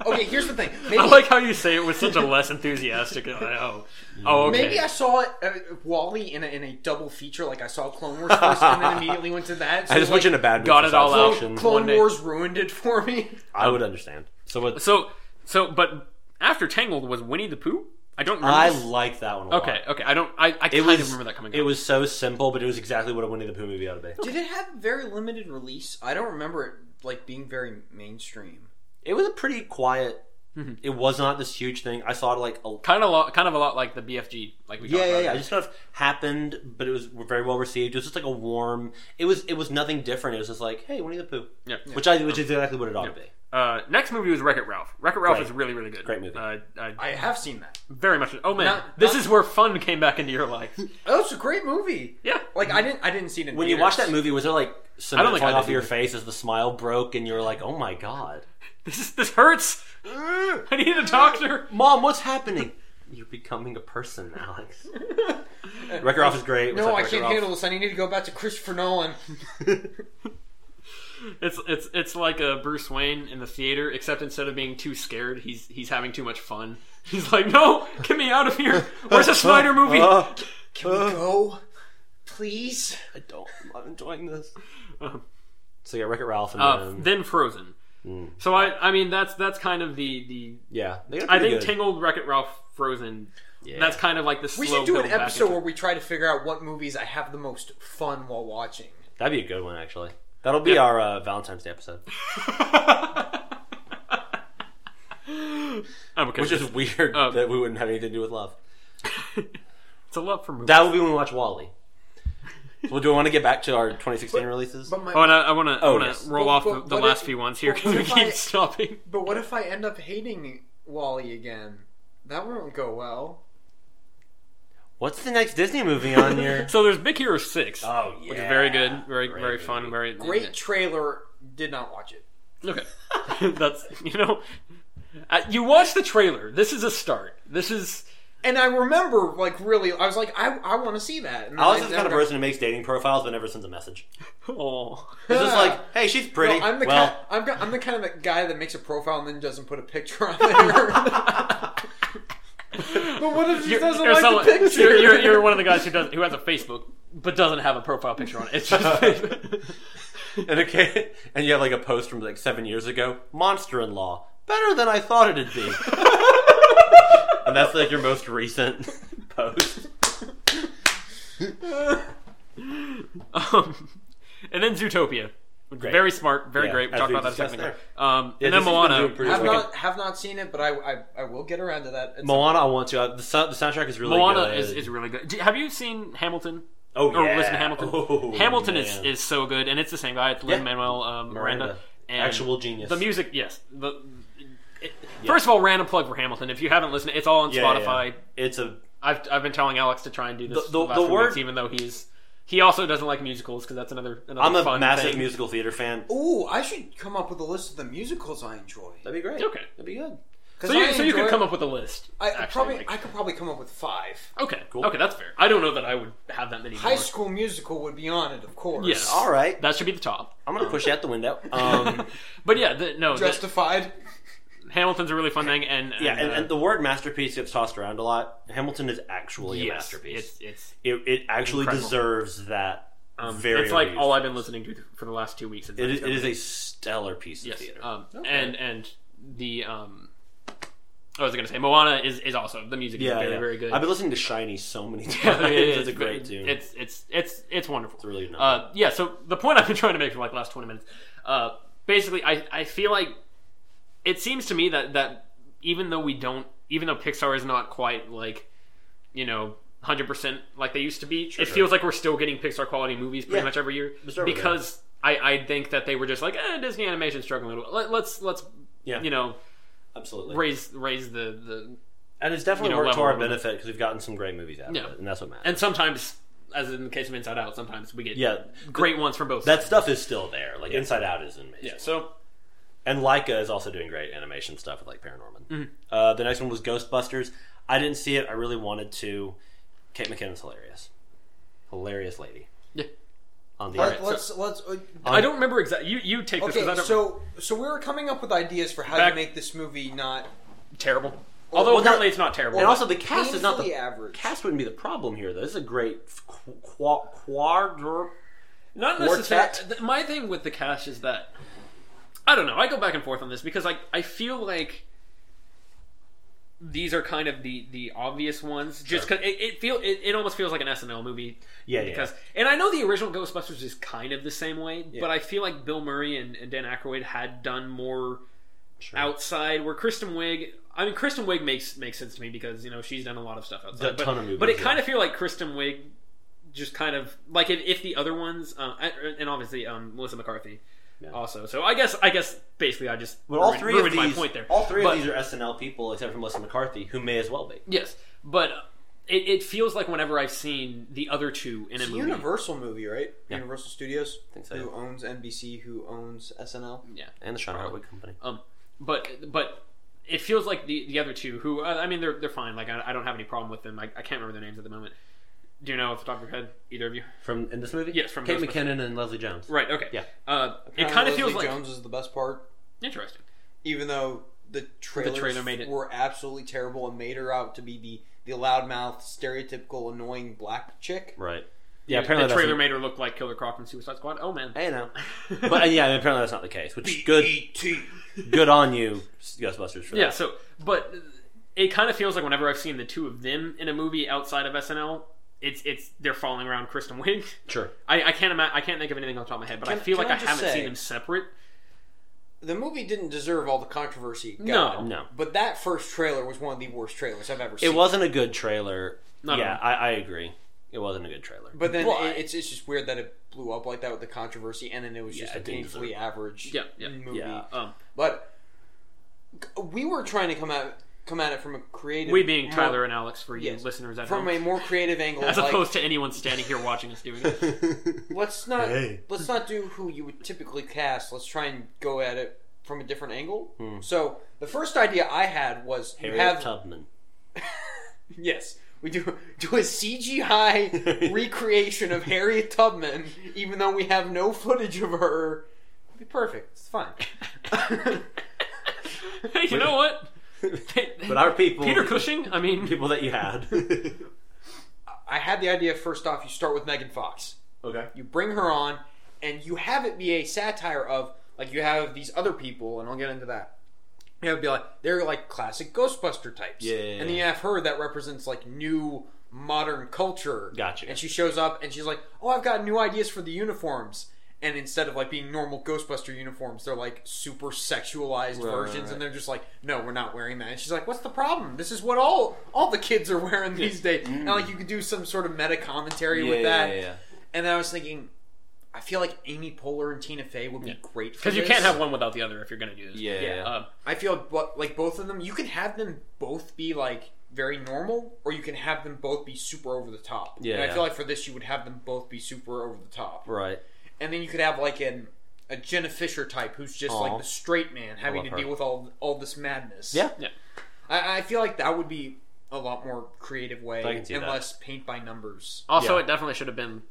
Speaker 2: Okay, here's the thing. Maybe,
Speaker 1: I like how you say it with such a less enthusiastic. like, oh, oh, okay.
Speaker 2: maybe I saw it, uh, Wally in a, in a double feature. Like I saw Clone Wars first, and then immediately went to that. So
Speaker 3: I just
Speaker 2: like,
Speaker 3: went you in a bad mood.
Speaker 1: got
Speaker 3: for
Speaker 1: it all out.
Speaker 3: satisfaction.
Speaker 1: Clo-
Speaker 2: Clone
Speaker 1: one day.
Speaker 2: Wars ruined it for me.
Speaker 3: I would understand. So what?
Speaker 1: so so. But after Tangled was Winnie the Pooh. I don't remember.
Speaker 3: I
Speaker 1: this.
Speaker 3: like that one. A lot.
Speaker 1: okay, okay. I don't. I, I
Speaker 3: It
Speaker 1: kind
Speaker 3: was.
Speaker 1: of remember that coming.
Speaker 3: It
Speaker 1: up.
Speaker 3: was so simple, but it was exactly what a Winnie the Pooh movie ought to be.
Speaker 2: Did it have very limited release? I don't remember it like being very mainstream.
Speaker 3: It was a pretty quiet.
Speaker 1: Mm-hmm.
Speaker 3: It was not this huge thing. I saw it like a
Speaker 1: kind of lot, kind of a lot like the BFG. Like we
Speaker 3: yeah,
Speaker 1: talked
Speaker 3: yeah,
Speaker 1: about.
Speaker 3: yeah. It just kind of happened, but it was very well received. It was just like a warm. It was it was nothing different. It was just like, hey, Winnie the Pooh,
Speaker 1: Yeah.
Speaker 3: which I which is exactly what it ought to be.
Speaker 1: Uh, next movie was Wreck It Ralph. Wreck It Ralph
Speaker 3: Great.
Speaker 1: is really really good.
Speaker 3: Great movie.
Speaker 1: Uh, I
Speaker 2: I have seen that.
Speaker 1: very much. Oh man,
Speaker 2: Not-
Speaker 1: this
Speaker 2: not-
Speaker 1: is where fun came back into your life.
Speaker 2: Oh, it's a great movie.
Speaker 1: Yeah.
Speaker 2: Like I didn't I didn't see it in
Speaker 3: When you watched that movie, was there like
Speaker 1: I
Speaker 3: cement
Speaker 1: don't think
Speaker 3: falling
Speaker 1: I
Speaker 3: off
Speaker 1: did
Speaker 3: your
Speaker 1: either.
Speaker 3: face as the smile broke, and you were like, oh my god,
Speaker 1: This is, this hurts. I need a doctor.
Speaker 3: mom, what's happening? You're becoming a person, Alex. Wreck It Ralph is great. What's
Speaker 2: No,
Speaker 3: up,
Speaker 2: I
Speaker 3: Wreck-It
Speaker 2: can't
Speaker 3: Ralph?
Speaker 2: handle this. I need to go back to Christopher Nolan.
Speaker 1: It's it's it's like a Bruce Wayne in the theater, except instead of being too scared, he's he's having too much fun. He's like, "No, get me out of here! Where's a Snyder movie?"
Speaker 3: Ah,
Speaker 2: Can we go, please?
Speaker 3: I don't. I'm not enjoying this.
Speaker 1: Uh-huh.
Speaker 3: So yeah, Wreck It Ralph, and
Speaker 1: Uh,
Speaker 3: then,
Speaker 1: then Frozen. So I I mean that's that's kind of the the
Speaker 3: yeah, they got
Speaker 1: I
Speaker 3: pretty
Speaker 1: think
Speaker 3: good.
Speaker 1: Tangled, Wreck It Ralph, Frozen.
Speaker 3: Yeah.
Speaker 1: That's kind of like the slow
Speaker 2: We should do an
Speaker 1: build back
Speaker 2: episode
Speaker 1: into-
Speaker 2: where we try to figure out what movies I have the most fun while watching.
Speaker 3: That'd be a good one, actually. That'll be
Speaker 1: Yeah.
Speaker 3: our uh, Valentine's Day episode,
Speaker 1: I'm okay.
Speaker 3: which
Speaker 1: with
Speaker 3: is weird
Speaker 1: Uh,
Speaker 3: that we wouldn't have anything to do with love.
Speaker 1: it. it's a love for movies.
Speaker 3: That would be when we watch Wally. Well, do I want to get back to our 2016 releases?
Speaker 6: But my,
Speaker 1: Oh, and I, I want to
Speaker 3: Oh,
Speaker 1: wanna
Speaker 3: yes.
Speaker 1: roll
Speaker 6: But-
Speaker 1: off
Speaker 6: but
Speaker 1: the, the
Speaker 6: what
Speaker 1: last
Speaker 6: if-
Speaker 1: few ones here
Speaker 6: but
Speaker 1: because we
Speaker 6: what if
Speaker 1: keep
Speaker 6: I-
Speaker 1: stopping.
Speaker 6: but what if I end up hating Wally again? That won't go well.
Speaker 3: What's the next Disney movie on your?
Speaker 1: So there's Big Hero Six,
Speaker 3: oh yeah,
Speaker 1: which is very good, very
Speaker 3: Great
Speaker 1: very fun,
Speaker 3: movie.
Speaker 1: very
Speaker 2: Great trailer. Did not watch it.
Speaker 1: Okay, that's you know, uh, you watch the trailer. This is a start. This is
Speaker 2: And I remember, like, really, I was like, I, I want to see that. And then
Speaker 3: Alex
Speaker 2: I
Speaker 3: is the kind of
Speaker 2: never-
Speaker 3: person who makes dating profiles but never sends a message.
Speaker 1: oh,
Speaker 3: It's just like, hey, she's
Speaker 2: No,
Speaker 3: pretty.
Speaker 2: I'm the
Speaker 3: well,
Speaker 2: kind, I'm, go- I'm the kind of guy that makes a profile and then doesn't put a picture on there. but what if she
Speaker 1: you're,
Speaker 2: doesn't
Speaker 1: you're
Speaker 2: like
Speaker 1: someone-
Speaker 2: the picture?
Speaker 1: you're- you're- you're one of the guys who does who has a Facebook but doesn't have a profile picture on it. It's just
Speaker 3: and okay, and you have like a post from like seven years ago, Monster in Law, better than I thought it'd be. and that's like your most recent post.
Speaker 1: um, and then Zootopia.
Speaker 3: Great.
Speaker 1: Very smart, very
Speaker 3: Yeah,
Speaker 1: great. We
Speaker 3: as
Speaker 1: talked
Speaker 3: we
Speaker 1: about that a second ago.
Speaker 3: discussed
Speaker 1: Um,
Speaker 3: Yeah,
Speaker 1: and
Speaker 3: this
Speaker 1: then
Speaker 3: has been
Speaker 1: Moana.
Speaker 3: doing pretty
Speaker 2: have
Speaker 3: well.
Speaker 2: not have not seen it, but I I, I will get around to that. It's
Speaker 3: Moana, I want to. Uh, the, sou- the soundtrack is really
Speaker 1: Moana
Speaker 3: good.
Speaker 1: is, is really good. Do- Have you seen Hamilton?
Speaker 3: oh
Speaker 1: Or
Speaker 3: yeah.
Speaker 1: listen to Hamilton?
Speaker 3: Oh,
Speaker 1: Hamilton is,
Speaker 3: man.
Speaker 1: is so good, and it's the same guy. It's
Speaker 3: Yeah.
Speaker 1: Lin Manuel um, Miranda.
Speaker 3: Miranda.
Speaker 1: And
Speaker 3: actual genius.
Speaker 1: The music, yes. The, it, First of all, random plug for Hamilton. If you haven't listened, it's all on
Speaker 3: Yeah, yeah, yeah.
Speaker 1: Spotify.
Speaker 3: It's a
Speaker 1: I've, I've been telling Alex to try and do this
Speaker 3: The-
Speaker 1: the,
Speaker 3: the-
Speaker 1: last
Speaker 3: the
Speaker 1: few
Speaker 3: word-
Speaker 1: weeks, even though he's he also doesn't like musicals because that's another another
Speaker 3: I'm a
Speaker 1: fun
Speaker 3: massive
Speaker 1: thing.
Speaker 3: musical theater fan.
Speaker 2: Ooh, I should come up with a list of the musicals I enjoy.
Speaker 3: That'd be great.
Speaker 1: Okay.
Speaker 3: that'd be good.
Speaker 1: So you, so you could come up with a list.
Speaker 2: I
Speaker 1: actually,
Speaker 2: probably
Speaker 1: like-
Speaker 2: I could probably come up with five.
Speaker 1: Okay,
Speaker 3: Cool.
Speaker 1: okay, that's fair. I don't know that I would have that many.
Speaker 2: High
Speaker 1: more.
Speaker 2: School Musical would be on it, of course.
Speaker 1: Yes.
Speaker 3: All right,
Speaker 1: That should be the top.
Speaker 3: I'm gonna push you out the window. Um,
Speaker 1: But yeah, the, no, the-
Speaker 2: Justified.
Speaker 1: Hamilton's a really fun thing, and,
Speaker 3: yeah, and,
Speaker 1: uh,
Speaker 3: and the word masterpiece gets tossed around a lot. Hamilton is actually a
Speaker 1: yes,
Speaker 3: masterpiece.
Speaker 1: It's, it's,
Speaker 3: It, it actually
Speaker 1: Incredible.
Speaker 3: deserves that.
Speaker 1: um,
Speaker 3: very.
Speaker 1: it's like
Speaker 3: rave.
Speaker 1: all I've been listening to for the last two weeks. It's
Speaker 3: It is, it is a stellar piece of
Speaker 1: yes,
Speaker 3: theater.
Speaker 1: um, and and the um, I was gonna say Moana is, is also the music is
Speaker 3: yeah,
Speaker 1: very
Speaker 3: yeah.
Speaker 1: very good.
Speaker 3: I've been listening to Shiny so many times.
Speaker 1: Yeah, it is,
Speaker 3: it's a great
Speaker 1: but
Speaker 3: tune.
Speaker 1: It's it's it's it's wonderful.
Speaker 3: It's really nice.
Speaker 1: Uh, yeah. So the point I've been trying to make for like the last twenty minutes, uh, basically, I I feel like it seems to me that that even though we don't, even though Pixar is not quite like, you know. Hundred percent, like they used to be. it
Speaker 3: sure.
Speaker 1: feels like we're still getting Pixar quality movies pretty
Speaker 3: Yeah.
Speaker 1: much every year
Speaker 3: Let's start with
Speaker 1: because I, I think that they were just like eh, Disney Animation struggling a little. Let, let's let's
Speaker 3: yeah,
Speaker 1: you know
Speaker 3: absolutely.
Speaker 1: raise raise the the
Speaker 3: and it's
Speaker 1: you
Speaker 3: definitely
Speaker 1: know,
Speaker 3: worked to
Speaker 1: level
Speaker 3: our
Speaker 1: of them.
Speaker 3: benefit because we've gotten some great movies out
Speaker 1: Yeah.
Speaker 3: of it, and that's what matters.
Speaker 1: and sometimes as in the case of Inside Out, sometimes we get
Speaker 3: yeah,
Speaker 1: great ones from both.
Speaker 3: that
Speaker 1: sides.
Speaker 3: stuff is still there. Like Inside Out is amazing.
Speaker 1: yeah. So
Speaker 3: And Leica is also doing great animation stuff with like Paranorman.
Speaker 1: Mm-hmm.
Speaker 3: Uh, the next one was Ghostbusters. I didn't see it. I really wanted to. Kate McKinnon's hilarious. Hilarious lady.
Speaker 1: Yeah.
Speaker 3: On the
Speaker 2: Let,
Speaker 1: right,
Speaker 2: us let's. Uh,
Speaker 1: I don't remember exactly. You you take this
Speaker 2: okay,
Speaker 1: because I don't.
Speaker 2: so so we were coming up with ideas for how
Speaker 1: Back-
Speaker 2: to make this movie not
Speaker 1: terrible. Although
Speaker 3: well,
Speaker 1: apparently
Speaker 3: that-
Speaker 1: it's not terrible.
Speaker 3: and also the cast is not
Speaker 2: painfully
Speaker 3: the
Speaker 2: average.
Speaker 3: cast wouldn't be the problem here though. This is a great qu- qua- quadru-
Speaker 1: not
Speaker 3: quartet.
Speaker 1: necessarily. My thing with the cast is that I don't know. I go back and forth on this because like I feel like these are kind of the the obvious ones. Just because it, it feel it, it almost feels like an SNL movie.
Speaker 3: Yeah, yeah.
Speaker 1: Because and I know the original Ghostbusters is kind of the same way, but I feel like Bill Murray and, and Dan Aykroyd had done more outside. Where Kristen Wiig, I mean Kristen Wiig makes makes sense to me because you know she's done a lot of stuff outside.
Speaker 3: A
Speaker 1: but,
Speaker 3: ton of movies,
Speaker 1: but it
Speaker 3: yeah.
Speaker 1: kind of feel like Kristen Wiig just kind of like if, if the other ones uh, and obviously um, Melissa McCarthy also. So I guess I guess basically I just
Speaker 3: But all
Speaker 1: ruined-
Speaker 3: three of
Speaker 1: ruined
Speaker 3: these,
Speaker 1: my point there.
Speaker 3: all three
Speaker 1: But-
Speaker 3: of these are SNL people except for Melissa McCarthy, who may as well be.
Speaker 1: Yes, but it, it feels like whenever I've seen the other two in a movie,
Speaker 2: Universal movie, right?
Speaker 3: Yeah.
Speaker 2: Universal Studios,
Speaker 3: think so,
Speaker 2: who
Speaker 3: yeah.
Speaker 2: owns NBC, who owns SNL.
Speaker 1: yeah,
Speaker 3: And the Sean
Speaker 1: Probably.
Speaker 3: Hartwig Company.
Speaker 1: um, but but it feels like the the other two who I, I mean they're they're fine. Like I, I don't have any problem with them. I, I can't remember their names at the moment. Do you know off the top of your head, either of you?
Speaker 3: From in this movie?
Speaker 1: Yes, from
Speaker 3: Kate
Speaker 1: Ghostbusters.
Speaker 3: McKinnon and Leslie Jones.
Speaker 1: Right. Okay.
Speaker 3: Yeah.
Speaker 1: Uh, it
Speaker 2: Apparently
Speaker 1: kind of feels
Speaker 2: Leslie
Speaker 1: like
Speaker 2: Jones is the best part,
Speaker 1: interesting.
Speaker 2: even though the trailers
Speaker 1: trailer made it-
Speaker 2: were absolutely terrible and made her out to be the the loudmouth, stereotypical, annoying black chick.
Speaker 3: Right. Yeah, apparently
Speaker 1: the
Speaker 3: that's
Speaker 1: trailer made her look like Killer Croc from Suicide Squad. Oh man.
Speaker 3: I know. But uh, yeah, apparently that's not the case, which is good.
Speaker 2: E
Speaker 3: good on you, Ghostbusters. For
Speaker 1: Yeah.
Speaker 3: that.
Speaker 1: So, but it kind of feels like whenever I've seen the two of them in a movie outside of SNL, it's it's they're falling around Kristen Wiig.
Speaker 3: sure.
Speaker 1: I, I can't ima- I can't think of anything on top of my head, but I
Speaker 2: Can-
Speaker 1: feel
Speaker 2: can
Speaker 1: like
Speaker 2: I
Speaker 1: I,
Speaker 2: just
Speaker 1: haven't
Speaker 2: say-
Speaker 1: seen them separate.
Speaker 2: The movie didn't deserve all the controversy. it
Speaker 1: No.
Speaker 2: got.
Speaker 3: No.
Speaker 2: But that first trailer was one of the worst trailers I've ever seen.
Speaker 3: It wasn't a good trailer.
Speaker 1: Not at
Speaker 3: yeah,
Speaker 1: all.
Speaker 3: I, I agree. It wasn't a good trailer.
Speaker 2: But then
Speaker 1: Why?
Speaker 2: it, it's it's just weird that it blew up like that with the controversy, and then it was just
Speaker 3: Yeah,
Speaker 2: a
Speaker 3: it didn't
Speaker 2: painfully average
Speaker 1: Yeah, yeah,
Speaker 2: movie.
Speaker 3: yeah.
Speaker 1: Um,
Speaker 2: But we were trying to come at come at it from a creative.
Speaker 1: we being
Speaker 2: more-
Speaker 1: Tyler and Alex for you
Speaker 2: Yes.
Speaker 1: listeners at
Speaker 2: From
Speaker 1: home,
Speaker 2: a more creative angle,
Speaker 1: as
Speaker 2: like,
Speaker 1: opposed to anyone standing here watching us doing it.
Speaker 2: let's not
Speaker 4: Hey.
Speaker 2: let's not do who you would typically cast. Let's try and go at it from a different angle. So the first idea I had was you
Speaker 3: Harriet
Speaker 2: have
Speaker 3: Tubman.
Speaker 2: yes. We do do a CGI recreation of Harriet Tubman, even though we have no footage of her. It'd be perfect. It's fine.
Speaker 1: Hey, you know what?
Speaker 3: But our people,
Speaker 1: Peter Cushing. I mean,
Speaker 3: people that you had.
Speaker 2: I had the idea first off, you start with Megan Fox.
Speaker 3: okay.
Speaker 2: You bring her on, and you have it be a satire of, like, you have these other people, and I'll get into that. You have it be like, they're like classic Ghostbuster types.
Speaker 3: Yeah.
Speaker 2: And then you have her that represents, like, new modern culture.
Speaker 3: Gotcha.
Speaker 2: And she shows up, and she's like, oh, I've got new ideas for the uniforms. And instead of like being normal Ghostbuster uniforms, they're like super sexualized versions, and they're just like, "No, we're not wearing that." And she's like, "What's the problem? This is what all all the kids are wearing these days." And like,
Speaker 3: Mm.
Speaker 2: you could do some sort of meta commentary with that. And then I was thinking, I feel like Amy Poehler and Tina Fey would be great for
Speaker 1: because you
Speaker 2: this.
Speaker 1: can't have one without the other if you're going to do this.
Speaker 3: Yeah. Yeah.
Speaker 1: Um,
Speaker 2: I feel bo- like both of them. You can have them both be like very normal, or you can have them both be super over the top.
Speaker 3: Yeah,
Speaker 2: And I
Speaker 3: yeah.
Speaker 2: feel like for this, you would have them both be super over the top.
Speaker 3: Right.
Speaker 2: And then you could have like an a Jenna Fisher type who's just
Speaker 3: Aw.
Speaker 2: like the straight man having
Speaker 3: love
Speaker 2: to
Speaker 3: her.
Speaker 2: deal with all all this madness.
Speaker 3: Yeah.
Speaker 1: Yeah.
Speaker 2: I, I feel like that would be a lot more creative way,
Speaker 3: I can see
Speaker 2: and
Speaker 3: that.
Speaker 2: less paint by numbers.
Speaker 1: also,
Speaker 3: Yeah.
Speaker 1: it definitely should have been.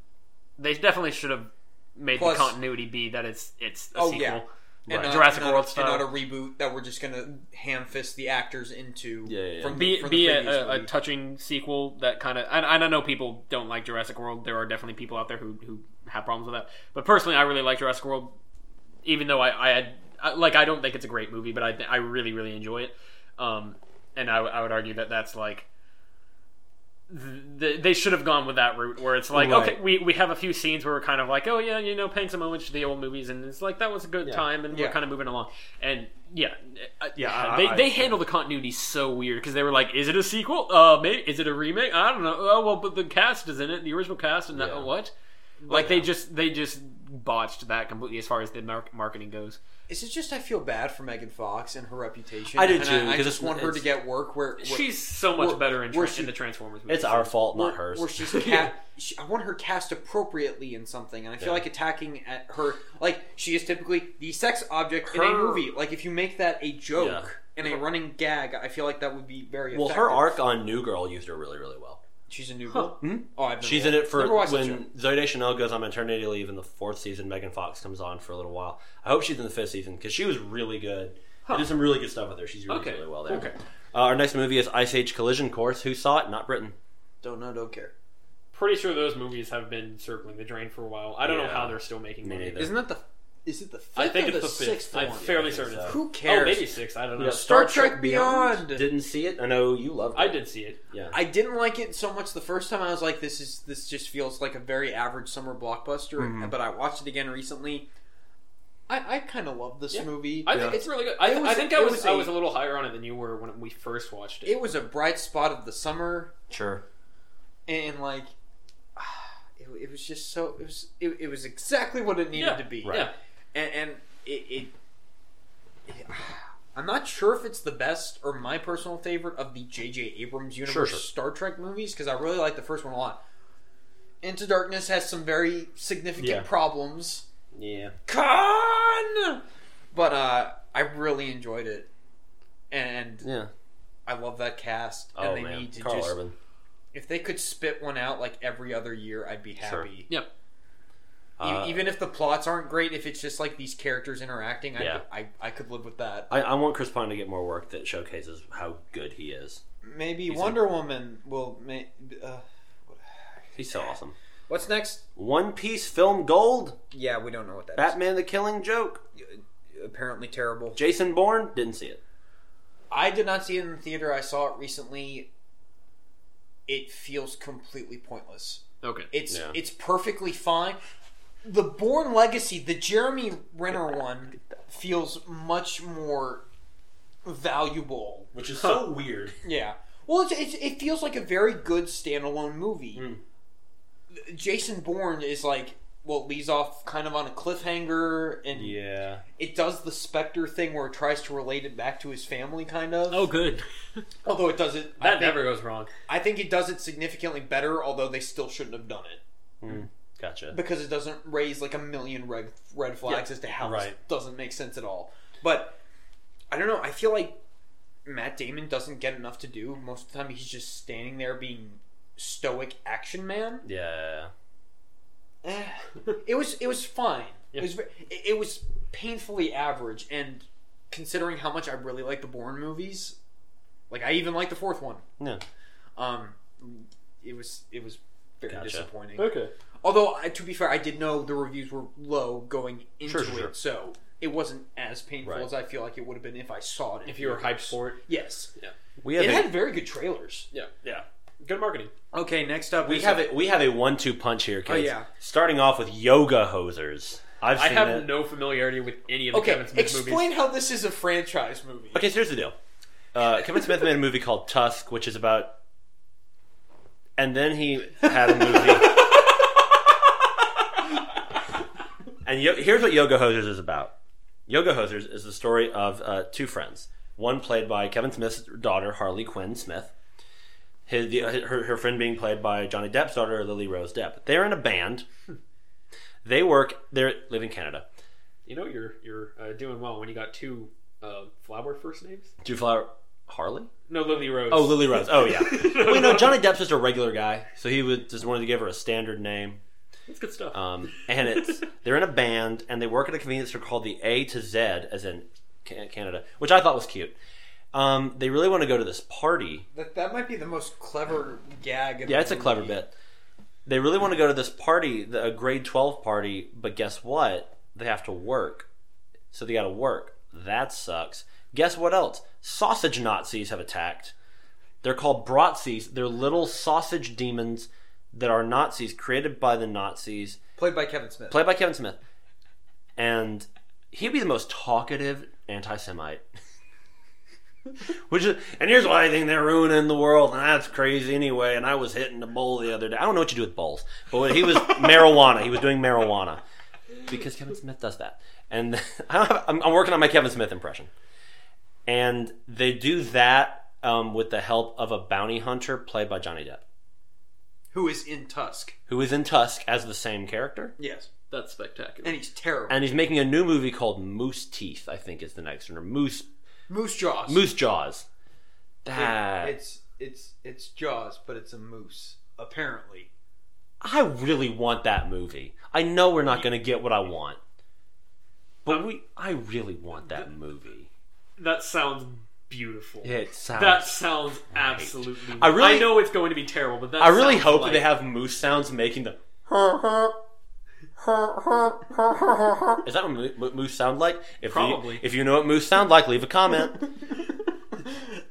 Speaker 1: They definitely should have made
Speaker 2: Plus-
Speaker 1: the continuity be that it's it's a
Speaker 2: Oh,
Speaker 1: sequel.
Speaker 2: yeah.
Speaker 1: Right.
Speaker 2: and not,
Speaker 1: Jurassic
Speaker 2: not,
Speaker 1: World
Speaker 2: and
Speaker 1: style.
Speaker 2: not a reboot that we're just gonna ham fist the actors into.
Speaker 3: Yeah, yeah, yeah.
Speaker 2: From
Speaker 1: be
Speaker 2: the, from
Speaker 1: be
Speaker 2: the previous
Speaker 1: a, a, a
Speaker 2: movie.
Speaker 1: touching sequel that kind of and, and I know people don't like Jurassic World. There are definitely people out there who who have problems with that. But personally, I really like Jurassic World, even though I I, had, I like I don't think it's a great movie, but I I really really enjoy it. Um, and I, w- I would argue that that's like. th they should have gone with that route where it's like
Speaker 3: Right.
Speaker 1: okay we, we have a few scenes where we're kind of like oh yeah you know paying some homage to the old movies and it's like that was a good time and we're
Speaker 2: Yeah.
Speaker 1: kind of moving along and yeah I-
Speaker 3: Yeah, I-
Speaker 1: they,
Speaker 3: I-
Speaker 1: they handle the continuity so weird because they were like, "Is it a sequel? Uh, maybe is it a remake? I don't know. Oh well, but the cast is in it, the original cast, and that,
Speaker 3: Yeah.
Speaker 1: what? Like they just they just botched that completely as far as the mar- marketing goes.
Speaker 2: Is it just I feel bad for Megan Fox and her reputation?
Speaker 3: I do
Speaker 2: and
Speaker 3: too,
Speaker 2: I, I
Speaker 3: 'cause
Speaker 2: just
Speaker 3: it's-
Speaker 2: want her to
Speaker 3: it's-
Speaker 2: get work where, where
Speaker 1: She's so much
Speaker 2: where-
Speaker 1: better in,
Speaker 2: where
Speaker 1: tra-
Speaker 2: she-
Speaker 1: in the Transformers. Movies.
Speaker 3: It's our fault, not
Speaker 2: where,
Speaker 3: hers.
Speaker 2: where she's ca- she, I want her cast appropriately in something, and I feel like attacking at her like she is typically the sex object in a
Speaker 1: Her-
Speaker 2: movie. Like if you make that a joke
Speaker 3: Yeah.
Speaker 2: and a running gag, I feel like that would be very
Speaker 3: well,
Speaker 2: effective.
Speaker 3: her arc on New Girl used her really, really well.
Speaker 2: She's a new girl. Oh, I've never
Speaker 3: Hmm? She's
Speaker 2: wa-
Speaker 3: in it for
Speaker 2: never watched that show.
Speaker 3: when Zoe Deschanel goes on maternity leave in the fourth season. Megan Fox comes on for a little while. I hope she's in the fifth season because she was really good. I did some really good stuff with her. She's really,
Speaker 1: Okay.
Speaker 3: really well there.
Speaker 1: Okay.
Speaker 3: Uh, our next movie is Ice Age Collision Course. Who saw it? Not Britain.
Speaker 2: Don't know, don't care.
Speaker 1: Pretty sure those movies have been circling the drain for a while. I don't know
Speaker 3: Yeah.
Speaker 1: how they're still making
Speaker 3: Me
Speaker 1: money.
Speaker 3: neither.
Speaker 2: Isn't that the? Is it the fifth
Speaker 1: I think
Speaker 2: or
Speaker 1: it's the,
Speaker 2: the,
Speaker 1: fifth.
Speaker 2: sixth
Speaker 1: I'm
Speaker 2: one?
Speaker 1: fairly
Speaker 3: I think
Speaker 1: certain.
Speaker 3: so.
Speaker 1: it's
Speaker 2: Who
Speaker 1: Oh,
Speaker 2: cares?
Speaker 1: maybe six. I don't know.
Speaker 3: Yeah.
Speaker 2: Star, Trek, Beyond.
Speaker 3: Didn't see it. I know you loved it.
Speaker 1: I did see it.
Speaker 3: Yeah.
Speaker 2: I didn't like it so much the first time. I was like, this is this just feels like a very average summer blockbuster. But I watched it again recently. I, I kind of love this movie.
Speaker 1: I think it's really good. I,
Speaker 2: It was-
Speaker 1: I think
Speaker 2: it
Speaker 1: I was,
Speaker 2: was
Speaker 1: I
Speaker 2: a-
Speaker 1: was a little higher on it than you were when we first watched it.
Speaker 2: it was a bright spot of the summer,
Speaker 3: sure.
Speaker 2: and like, it, it was just so it was it, it was exactly what it needed
Speaker 1: yeah,
Speaker 2: to be.
Speaker 1: Yeah.
Speaker 2: and, and it, it, it- I'm not sure if it's the best or my personal favorite of the J.J. Abrams universe
Speaker 3: sure.
Speaker 2: Star Trek movies because I really like the first one a lot. Into Darkness has some very significant
Speaker 3: Yeah.
Speaker 2: problems.
Speaker 3: Yeah.
Speaker 2: Con, but uh, I really enjoyed it, and
Speaker 3: Yeah.
Speaker 2: I love that cast.
Speaker 3: Oh
Speaker 2: and they
Speaker 3: man,
Speaker 2: need to
Speaker 3: Carl
Speaker 2: just
Speaker 3: Urban.
Speaker 2: if they could spit one out like every other year, I'd be
Speaker 3: Sure.
Speaker 2: happy.
Speaker 1: Yeah.
Speaker 2: E-
Speaker 3: Uh,
Speaker 2: Even if the plots aren't great, if it's just like these characters interacting, I,
Speaker 3: Yeah.
Speaker 2: I, I could live with that.
Speaker 3: I, I want Chris Pine to get more work that showcases how good he is.
Speaker 2: Maybe Wonder Woman will. Ma- uh,
Speaker 3: He's so awesome.
Speaker 2: what's next?
Speaker 3: One Piece film gold.
Speaker 2: Yeah, we don't know what that is.
Speaker 3: Batman: The Killing Joke.
Speaker 2: Apparently terrible.
Speaker 3: Jason Bourne. Didn't see it.
Speaker 2: I did not see it in the theater. I saw it recently. It feels completely pointless.
Speaker 1: Okay.
Speaker 2: It's
Speaker 3: Yeah.
Speaker 2: it's perfectly fine. The Born Legacy, the Jeremy Renner one, feels much more valuable.
Speaker 3: Which is so weird.
Speaker 1: Hmm.
Speaker 2: Yeah. Well, it's, it's, it feels like a very good standalone movie. Jason Bourne is like well leaves off kind of on a cliffhanger and
Speaker 3: Yeah.
Speaker 2: it does the Spectre thing where it tries to relate it back to his family kind of.
Speaker 1: Oh, good.
Speaker 2: Although it does it
Speaker 1: That
Speaker 2: I think,
Speaker 1: never goes wrong.
Speaker 2: I think it does it significantly better, although they still shouldn't have done it.
Speaker 3: Gotcha.
Speaker 2: Because it doesn't raise like a million red red flags as to how this
Speaker 3: right.
Speaker 2: doesn't make sense at all. But I don't know, I feel like Matt Damon doesn't get enough to do. Most of the time he's just standing there being stoic action man.
Speaker 3: Yeah.
Speaker 2: Eh, it was it was fine. It was ve- it it was painfully average, and considering how much I really like the Bourne movies, like I even like the fourth one.
Speaker 3: No.
Speaker 2: Um, it was it was very
Speaker 3: Gotcha.
Speaker 2: disappointing.
Speaker 1: Okay.
Speaker 2: Although I- to be fair, I did know the reviews were low going into
Speaker 3: sure,
Speaker 2: it,
Speaker 3: sure.
Speaker 2: so it wasn't as painful
Speaker 3: Right.
Speaker 2: as I feel like it would have been if I saw it. in
Speaker 1: If you were
Speaker 2: theaters.
Speaker 1: hyped for it,
Speaker 2: yes,
Speaker 3: We have
Speaker 2: it
Speaker 3: a,
Speaker 2: had very good trailers.
Speaker 1: yeah, yeah. Good marketing.
Speaker 2: Okay, next up
Speaker 3: we have a we have a one two punch here, kids.
Speaker 2: yeah.
Speaker 3: Starting off with yoga hosers. I've
Speaker 1: I
Speaker 3: seen
Speaker 1: have
Speaker 3: it.
Speaker 1: no familiarity with any of the
Speaker 2: Okay,
Speaker 1: Kevin Smith
Speaker 2: explain
Speaker 1: movies.
Speaker 2: how this is a franchise movie.
Speaker 3: Okay, so here's the deal. Uh, Kevin Smith made a movie called Tusk, which is about, and then he had a movie. and yo- here's what Yoga Hosers is about. Yoga Hosers is the story of uh, two friends. One played by Kevin Smith's daughter Harley Quinn Smith. His, the, uh, her, her friend being played by Johnny Depp's daughter Lily Rose Depp. They're in a band. They work. They live in Canada.
Speaker 1: You know, you're you're uh, doing well when you got two uh, flower first names.
Speaker 3: Do you flower Harley?
Speaker 1: No, Lily Rose.
Speaker 3: Oh, Lily Rose. Oh, yeah. well, you know, Johnny Depp's just a regular guy, so he would just wanted to give her a standard name.
Speaker 1: that's good stuff.
Speaker 3: Um, and it's they're in a band, and they work at a convenience store called the A to Z, as in Ca- Canada, which I thought was cute. Um, they really want to go to this party.
Speaker 2: That, that might be the most clever gag. in
Speaker 3: Yeah,
Speaker 2: the
Speaker 3: it's a clever
Speaker 2: movie.
Speaker 3: bit. They really want to go to this party, the, a grade twelve party, but guess what? They have to work, so they got to work. That sucks. Guess what else? Sausage Nazis have attacked. They're called Bratzies. They're little sausage demons that are Nazis, created by the Nazis,
Speaker 2: Played by Kevin Smith.
Speaker 3: played by Kevin Smith, and he'd be the most talkative anti-Semite. Which is, and here's why I think they're ruining the world, and that's crazy anyway. And I was hitting a bowl the other day. I don't know what you do with bowls, but when he was marijuana. He was doing marijuana because Kevin Smith does that. And I don't have, I'm, I'm working on my Kevin Smith impression. And they do that um, with the help of a bounty hunter played by Johnny Depp,
Speaker 2: who is in Tusk.
Speaker 3: who is in Tusk as the same character.
Speaker 2: Yes.
Speaker 1: that's spectacular.
Speaker 2: And he's terrible.
Speaker 3: and he's making a new movie called Moose Teeth. I think is the next one, or Moose
Speaker 2: moose Jaws.
Speaker 3: Moose Jaws. That
Speaker 2: It's it's it's Jaws, but it's a moose. Apparently.
Speaker 3: I really want that movie. I know we're not going to get what I want,
Speaker 1: Uh,
Speaker 3: but we I really want that movie.
Speaker 1: that sounds beautiful.
Speaker 3: It sounds.
Speaker 1: That sounds absolutely.
Speaker 3: I really-
Speaker 1: I know it's going to be terrible, but that
Speaker 3: I really
Speaker 1: sounds
Speaker 3: hope
Speaker 1: like,
Speaker 3: that they have moose sounds making the. Is that what moo- what moose sound like? If
Speaker 1: Probably.
Speaker 3: You, if you know what moose sound like, leave a comment.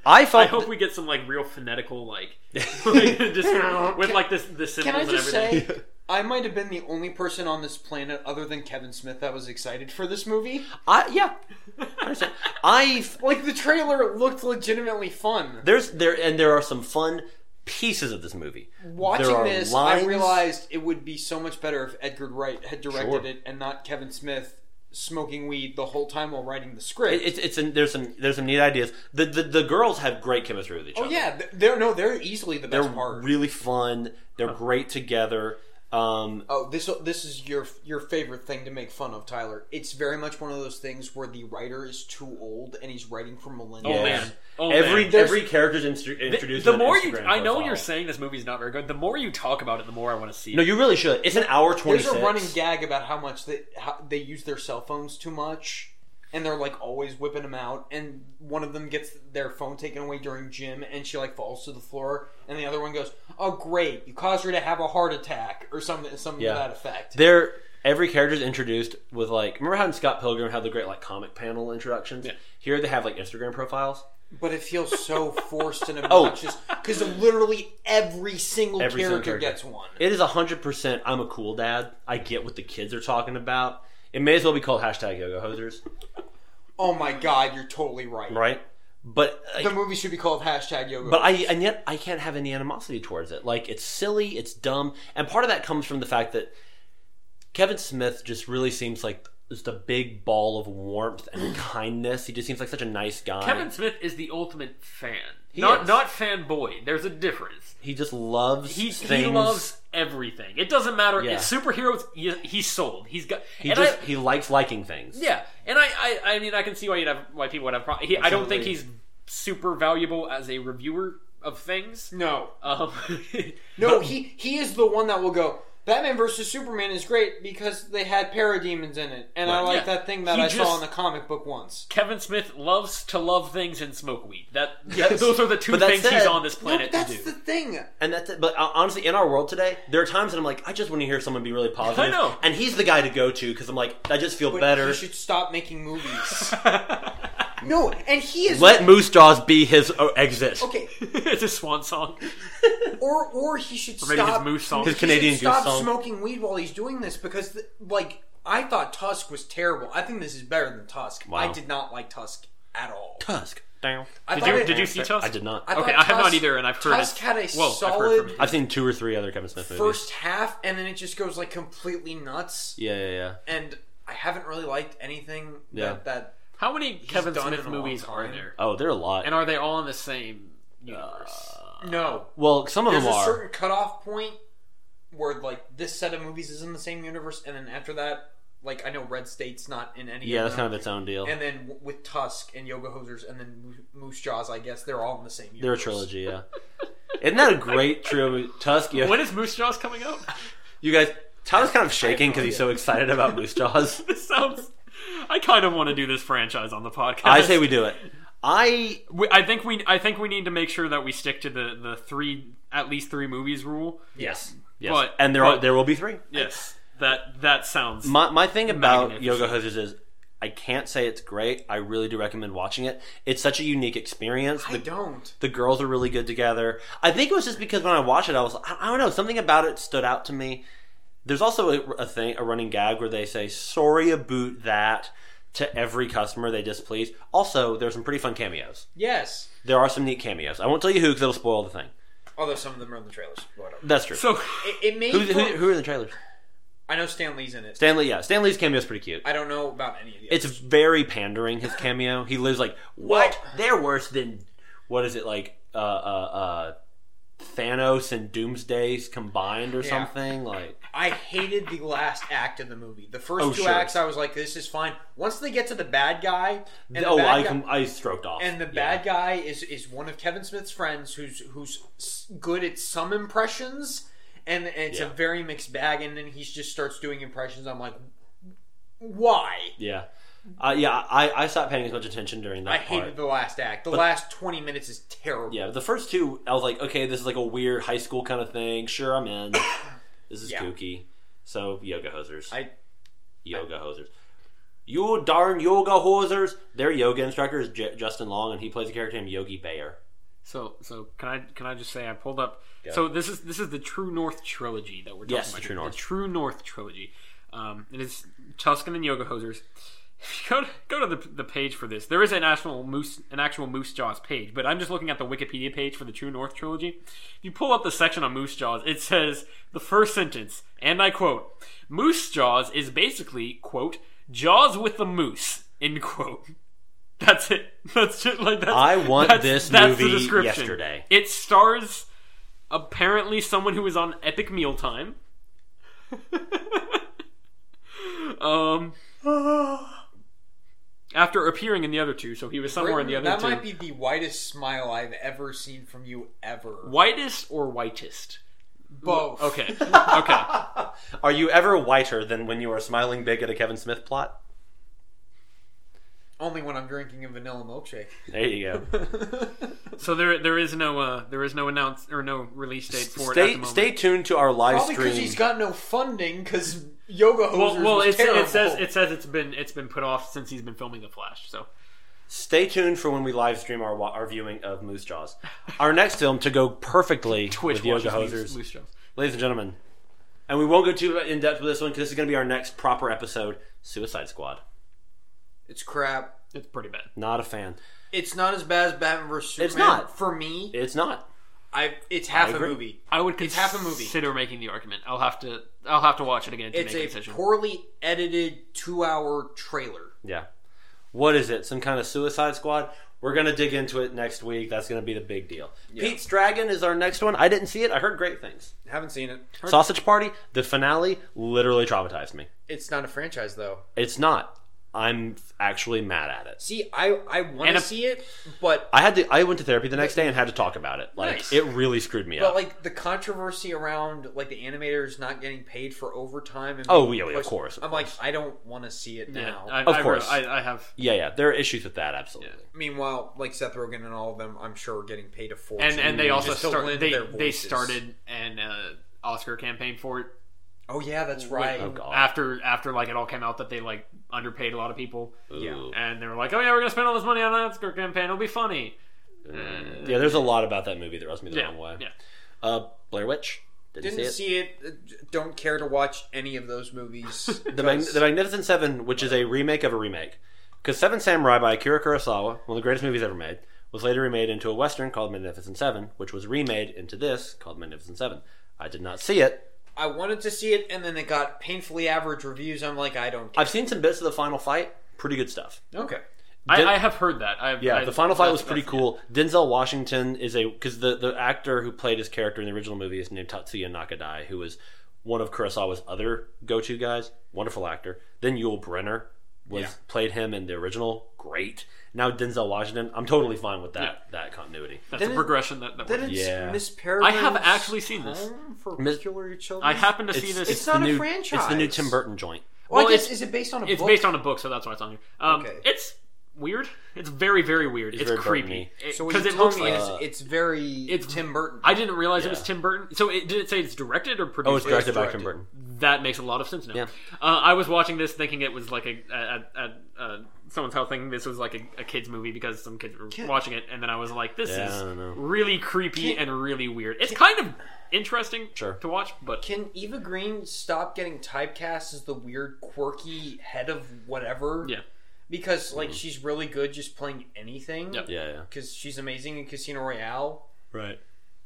Speaker 3: I felt.
Speaker 1: I hope we get some like real phonetical like, like, just with like this the symbols
Speaker 2: Can I
Speaker 1: and
Speaker 2: just
Speaker 1: everything.
Speaker 2: say, I might have been the only person on this planet other than Kevin Smith that was excited for this movie.
Speaker 3: I, yeah. I understand. I
Speaker 2: Like the trailer looked legitimately fun.
Speaker 3: There's there and there are some fun pieces of this movie. There
Speaker 2: Watching
Speaker 3: are
Speaker 2: this, I
Speaker 3: lines-
Speaker 2: realized it would be so much better if Edgar Wright had directed
Speaker 3: Sure.
Speaker 2: it and not Kevin Smith smoking weed the whole time while writing the script.
Speaker 3: It- it's it's an, there's some there's some neat ideas. The, the the girls have great chemistry with each
Speaker 2: oh
Speaker 3: other.
Speaker 2: yeah, th- they're no, they're easily the
Speaker 3: they're
Speaker 2: best part.
Speaker 3: really fun. They're great together. Um,
Speaker 2: Oh, this this is your your favorite thing to make fun of, Tyler. It's very much one of those things where the writer is too old and he's writing for millennials.
Speaker 1: Oh man. Oh
Speaker 3: every
Speaker 1: man.
Speaker 2: There's-
Speaker 3: every character's instru-
Speaker 1: The,
Speaker 3: introduced.
Speaker 1: the
Speaker 3: in an
Speaker 1: more you,
Speaker 3: Instagram
Speaker 1: I know
Speaker 3: profile.
Speaker 1: you're saying this movie's not very good. The more you talk about it, the more I want to see.
Speaker 3: No,
Speaker 1: it.
Speaker 3: you really should. It's an hour twenty
Speaker 2: There's
Speaker 3: six.
Speaker 2: a running gag about how much they how they use their cell phones too much, and they're like always whipping them out. And one of them gets their phone taken away during gym, and she like falls to the floor. And the other one goes, "Oh great, you caused her to have a heart attack or something, something
Speaker 3: Yeah.
Speaker 2: to that effect."
Speaker 3: They're every character's introduced with like remember how in Scott Pilgrim had the great like comic panel introductions.
Speaker 1: Yeah.
Speaker 3: Here they have like Instagram profiles.
Speaker 2: But it feels so forced and obnoxious because literally every single
Speaker 3: Oh. Every single
Speaker 2: character, gets
Speaker 3: character.
Speaker 2: one.
Speaker 3: It is 100% I'm a cool dad. I get what the kids are talking about. It may as well be called hashtag yoga hosers,
Speaker 2: Oh my god, you're totally right.
Speaker 3: right? But like,
Speaker 2: The movie should be called hashtag Yoga.
Speaker 3: but I and yet I can't have any animosity towards it. Like it's silly, it's dumb, and part of that comes from the fact that Kevin Smith just really seems like just a big ball of warmth and kindness. He just seems like such a nice guy.
Speaker 1: Kevin Smith is the ultimate fan. not
Speaker 3: is.
Speaker 1: not fanboy. There's a difference.
Speaker 3: he just loves
Speaker 1: He, he
Speaker 3: things.
Speaker 1: loves everything. It doesn't matter.
Speaker 3: Yeah.
Speaker 1: It's superheroes. He, he's sold. He's got.
Speaker 3: he
Speaker 1: and
Speaker 3: just
Speaker 1: I,
Speaker 3: he likes liking things.
Speaker 1: yeah, and I, I I mean I can see why you'd have why people would have. Pro- he, I don't think he's super valuable as a reviewer of things.
Speaker 2: no,
Speaker 1: Um,
Speaker 2: no, he he is the one that will go. Batman versus Superman is great because they had parademons in it, and I like
Speaker 1: Yeah.
Speaker 2: that thing that
Speaker 1: He
Speaker 2: I
Speaker 1: just-
Speaker 2: saw in the comic book once.
Speaker 1: Kevin Smith loves to love things and smoke weed. That, that- those are the two
Speaker 3: But that
Speaker 1: things he's
Speaker 3: said-
Speaker 1: on this
Speaker 2: No, but
Speaker 1: planet to
Speaker 2: that's
Speaker 1: do.
Speaker 2: the thing.
Speaker 3: And that's it. But uh, honestly, in our world today, there are times that I'm like, I just want to hear someone be really positive.
Speaker 1: I know.
Speaker 3: And he's the guy to go to because I'm like, I just feel
Speaker 2: But
Speaker 3: better.
Speaker 2: He should stop making movies. no, and he is
Speaker 3: Let Moose Jaws be his oh, exist.
Speaker 2: okay.
Speaker 1: it's a swan song.
Speaker 2: Or or he should
Speaker 1: Maybe
Speaker 2: stop
Speaker 1: his moose song.
Speaker 3: His
Speaker 2: he
Speaker 3: Canadian
Speaker 2: should
Speaker 3: Goose
Speaker 2: stop
Speaker 3: song.
Speaker 2: smoking weed while he's doing this because the, like I thought Tusk was terrible. I think this is better than Tusk. I did not like Tusk at all.
Speaker 3: Tusk. Down.
Speaker 2: I
Speaker 1: Did
Speaker 2: thought
Speaker 1: you,
Speaker 2: it-
Speaker 1: did you see Tusk?
Speaker 3: I did not.
Speaker 2: I
Speaker 1: Okay,
Speaker 2: thought
Speaker 1: I have not
Speaker 2: Tusk-
Speaker 1: either, and I've heard
Speaker 2: Tusk
Speaker 1: it's-
Speaker 2: had a
Speaker 1: whoa, I've heard
Speaker 2: solid
Speaker 1: from it.
Speaker 3: I've seen two or three other Kevin Smith movies.
Speaker 2: first half, and then it just goes like completely nuts.
Speaker 3: Yeah, yeah, yeah.
Speaker 2: And I haven't really liked anything
Speaker 3: Yeah.
Speaker 2: that, that
Speaker 1: How many Kevin
Speaker 2: done
Speaker 1: Smith
Speaker 2: it in a long
Speaker 1: movies are
Speaker 2: time.
Speaker 1: there?
Speaker 3: Oh, there are a lot.
Speaker 1: And are they all in the same universe?
Speaker 3: Uh,
Speaker 2: no.
Speaker 3: well, some of
Speaker 2: There's
Speaker 3: them
Speaker 2: a
Speaker 3: are.
Speaker 2: certain cutoff point where like this set of movies is in the same universe, and then after that, like I know Red State's not in any.
Speaker 3: yeah,
Speaker 2: of
Speaker 3: that's
Speaker 2: them.
Speaker 3: kind of its own deal.
Speaker 2: And then w- with Tusk and Yoga Hosers, and then Mo- Moose Jaws, I guess they're all in the same. Universe.
Speaker 3: They're a trilogy, yeah. Isn't that a great trio? Tusk, yeah.
Speaker 1: when is Moose Jaws coming out?
Speaker 3: you guys, Tyler's kind of shaking because he's so excited about Moose Jaws.
Speaker 1: this sounds. I kind of want to do this franchise on the podcast.
Speaker 3: I say we do it. I
Speaker 1: We, I think we. I think we need to make sure that we stick to the the three at least three movies rule.
Speaker 3: yes, yes,
Speaker 1: But-
Speaker 3: and there are
Speaker 1: but-
Speaker 3: there will be three.
Speaker 1: Yes, that that sounds.
Speaker 3: My my thing about
Speaker 1: Magnificent.
Speaker 3: Yoga Hosers is I can't say it's great. I really do recommend watching it. It's such a unique experience.
Speaker 2: I
Speaker 3: The,
Speaker 2: don't.
Speaker 3: the girls are really good together. I think it was just because when I watched it, I was I, I don't know something about it stood out to me. There's also a, a thing a running gag where they say sorry about that to every customer they displease. Also, there's some pretty fun cameos.
Speaker 2: Yes,
Speaker 3: There are some neat cameos. I won't tell you who because it'll spoil the thing.
Speaker 2: although some of them are in the trailers. Whatever.
Speaker 3: That's true.
Speaker 1: so
Speaker 2: It, it made.
Speaker 3: who, who,
Speaker 2: for-
Speaker 3: who are in the trailers?
Speaker 2: I know Stan Lee's in it.
Speaker 3: Stanley, yeah, Stanley's cameo is pretty cute.
Speaker 2: I don't know about any of the.
Speaker 3: It's very pandering. His cameo. He lives like what? They're worse than what is it like? Uh, uh, uh, Thanos and Doomsday's combined or
Speaker 2: Yeah.
Speaker 3: something like.
Speaker 2: I hated the last act of the movie. The first
Speaker 3: Oh,
Speaker 2: two
Speaker 3: sure.
Speaker 2: acts, I was like, "This is fine." Once they get to the bad guy, and
Speaker 3: oh,
Speaker 2: the bad
Speaker 3: I
Speaker 2: guy,
Speaker 3: com- I stroked off.
Speaker 2: and the bad guy is is one of Kevin Smith's friends who's who's s- good at some impressions, and it's
Speaker 3: Yeah.
Speaker 2: a very mixed bag. And then he just starts doing impressions. I'm like, why?
Speaker 3: Yeah, yeah. Uh, yeah. I I stopped paying as much attention during that
Speaker 2: I
Speaker 3: part.
Speaker 2: hated the last act. The last twenty minutes is terrible.
Speaker 3: yeah, the first two, I was like, okay, this is like a weird high school kind of thing. Sure, I'm in. this is
Speaker 2: Yeah.
Speaker 3: kooky. So yoga hosers.
Speaker 2: I-
Speaker 3: yoga hosers. You darn yoga hosers! Their yoga instructor is J- Justin Long, and he plays a character named Yogi Bayer.
Speaker 1: so so can I can I just say I pulled up. So this is this is the True North trilogy that we're talking
Speaker 3: Yes,
Speaker 1: about.
Speaker 3: the
Speaker 1: here.
Speaker 3: True North.
Speaker 1: The True North trilogy. Um, it is Tuscan and Yoga Hosers. Go to, go to the, the page for this. There is an actual moose an actual Moose Jaws page, but I'm just looking at the Wikipedia page for the True North trilogy. If you pull up the section on Moose Jaws, it says the first sentence, and I quote: "Moose Jaws is basically quote Jaws with the moose." End quote. That's it. That's just like that.
Speaker 3: I want
Speaker 1: that's,
Speaker 3: this
Speaker 1: that's the
Speaker 3: movie
Speaker 1: description.
Speaker 3: yesterday.
Speaker 1: It stars apparently someone who is on Epic Meal Time. um, after appearing in the other two, so he was somewhere in the other
Speaker 2: that
Speaker 1: two.
Speaker 2: might be the widest smile I've ever seen from you ever.
Speaker 1: Whitest or whitest?
Speaker 2: Both.
Speaker 1: Okay, okay.
Speaker 3: Are you ever whiter than when you are smiling big at a Kevin Smith plot?
Speaker 2: Only when I'm drinking a vanilla milkshake.
Speaker 3: There you go.
Speaker 1: So there, there is no, uh, there is no announce or no release date for it at the
Speaker 3: stay,
Speaker 1: moment.
Speaker 3: stay tuned to our live
Speaker 2: Probably
Speaker 3: stream.
Speaker 2: because he's got no funding. Because yoga hosers
Speaker 1: well, well
Speaker 2: was
Speaker 1: it, sa-
Speaker 2: terrible.
Speaker 1: it says it says it's been it's been put off since he's been filming the Flash. So
Speaker 3: Stay tuned for when we live stream our wa- our viewing of Moose Jaws. Our next film to go perfectly
Speaker 1: Twitch
Speaker 3: with Yoga
Speaker 1: watches Moose,
Speaker 3: Hosers,
Speaker 1: Moose Jaws.
Speaker 3: ladies and gentlemen. And we won't go too in depth with this one because this is going to be our next proper episode, Suicide Squad.
Speaker 2: It's crap.
Speaker 1: It's pretty bad.
Speaker 3: Not a fan.
Speaker 2: It's not as bad as Batman vs Superman.
Speaker 3: It's not.
Speaker 2: for me.
Speaker 3: It's not.
Speaker 2: I it's half a
Speaker 3: agree.
Speaker 2: movie.
Speaker 1: I would
Speaker 2: It's
Speaker 1: consider
Speaker 2: half a movie.
Speaker 1: making the argument. I'll have to. I'll have to watch it again to
Speaker 2: It's
Speaker 1: make a
Speaker 2: a
Speaker 1: decision.
Speaker 2: poorly edited two-hour trailer.
Speaker 3: Yeah. What is it? Some kind of Suicide Squad? We're gonna dig into it next week. That's gonna be the big deal. Pete's Dragon is our next one. I didn't see it. I heard great things.
Speaker 2: Haven't seen it.
Speaker 3: Sausage Party, the finale, literally traumatized me.
Speaker 2: It's not a franchise though.
Speaker 3: It's not. I'm actually mad at it.
Speaker 2: See, I I want
Speaker 1: And
Speaker 2: to
Speaker 1: a-
Speaker 2: see it, but
Speaker 3: I had to. I went to therapy the next day and had to talk about it. Like
Speaker 1: Nice.
Speaker 3: it really screwed me
Speaker 2: but
Speaker 3: up.
Speaker 2: like the controversy around like the animators not getting paid for overtime. And
Speaker 3: Oh,
Speaker 2: being
Speaker 3: yeah, yeah, of
Speaker 2: pushed-
Speaker 3: course, of
Speaker 2: I'm like, I don't want to see it
Speaker 1: Yeah,
Speaker 2: now.
Speaker 1: I,
Speaker 3: Of
Speaker 1: I,
Speaker 3: course.
Speaker 1: I, I have.
Speaker 3: yeah, yeah. There are issues with that. Absolutely.
Speaker 2: Meanwhile, like Seth Rogen and all of them, I'm sure are getting paid a fortune.
Speaker 1: And and they also
Speaker 2: just to
Speaker 1: started.
Speaker 2: lend
Speaker 1: They
Speaker 2: their
Speaker 1: they
Speaker 2: voices.
Speaker 1: started an uh, Oscar campaign for it
Speaker 2: Oh yeah, that's right.
Speaker 3: Oh god.
Speaker 1: after after like it all came out that they like underpaid a lot of people.
Speaker 3: Ooh.
Speaker 1: and they were like, "Oh yeah, we're gonna spend all this money on an Oscar campaign. It'll be funny." Uh,
Speaker 3: Yeah, there's a lot about that movie that rubs me the
Speaker 1: yeah,
Speaker 3: wrong way.
Speaker 1: yeah.
Speaker 3: Uh, Blair Witch. Didn't,
Speaker 2: Didn't
Speaker 3: see it.
Speaker 2: see it. uh, Don't care to watch any of those movies.
Speaker 3: The, Mag- the Magnificent Seven, which is a remake of a remake, because Seven Samurai by Akira Kurosawa, one of the greatest movies ever made, was later remade into a western called Magnificent Seven, which was remade into this called Magnificent Seven. I did not see it.
Speaker 2: I wanted to see it, and then it got painfully average reviews. I'm like, I don't. care.
Speaker 3: I've seen some bits of the final fight. Pretty good stuff.
Speaker 2: Okay.
Speaker 1: I,
Speaker 3: Did-
Speaker 1: I have heard that. I've,
Speaker 3: Yeah,
Speaker 1: I,
Speaker 3: the final fight was
Speaker 1: that's-
Speaker 3: pretty
Speaker 1: that's-
Speaker 3: cool. Denzel Washington is a because the the actor who played his character in the original movie is named Tatsuya Nakadai, who was one of Kurosawa's other go to guys. Wonderful actor. Then Yul Brenner was played him in the original. Great. Now Denzel Washington. I'm totally fine with that that continuity.
Speaker 1: That's a
Speaker 2: Then it-
Speaker 1: progression that. that
Speaker 2: Then
Speaker 1: works.
Speaker 2: it's
Speaker 3: Yeah.
Speaker 2: Miss Peregrine's
Speaker 1: I have actually seen this.
Speaker 2: Home for
Speaker 3: Miss-
Speaker 2: Peculiar Children.
Speaker 1: I happen to see this.
Speaker 2: It's not
Speaker 3: the
Speaker 2: a
Speaker 3: new- It's the new
Speaker 2: franchise.
Speaker 3: Tim Burton joint.
Speaker 2: Well,
Speaker 1: Well,
Speaker 2: I guess,
Speaker 1: it's-
Speaker 2: is it based on a
Speaker 1: It's
Speaker 2: book?
Speaker 1: based on a book, so that's why it's on here. Um,
Speaker 2: Okay.
Speaker 1: It's weird. It's very, very weird. It's,
Speaker 3: very
Speaker 1: creepy
Speaker 2: So what
Speaker 1: because
Speaker 2: you're
Speaker 1: it looks
Speaker 2: telling
Speaker 1: like.
Speaker 2: me is it's very
Speaker 1: it's-
Speaker 2: Tim Burton.
Speaker 1: I didn't realize it
Speaker 3: Yeah.
Speaker 1: was Tim Burton. So it, did it say it's directed or produced?
Speaker 3: Oh, it's directed by
Speaker 2: directed.
Speaker 3: Tim Burton.
Speaker 1: That makes a lot of sense now.
Speaker 3: Yeah.
Speaker 1: Uh, I was watching this thinking it was like a, a, a, a, a someone's house thinking this was like a, a kids movie because some kids were watching it, and then I was like, this
Speaker 3: Yeah, I
Speaker 1: is
Speaker 3: don't know.
Speaker 1: really creepy and really weird. It's kind of interesting
Speaker 3: Sure.
Speaker 1: to watch, but
Speaker 2: Can Eva Green stop getting typecast as the weird, quirky head of whatever?
Speaker 1: Yeah. Mm-hmm.
Speaker 2: Because like she's really good just playing anything.
Speaker 1: Yep.
Speaker 3: Yeah, yeah.
Speaker 2: Because she's amazing in Casino Royale.
Speaker 3: Right.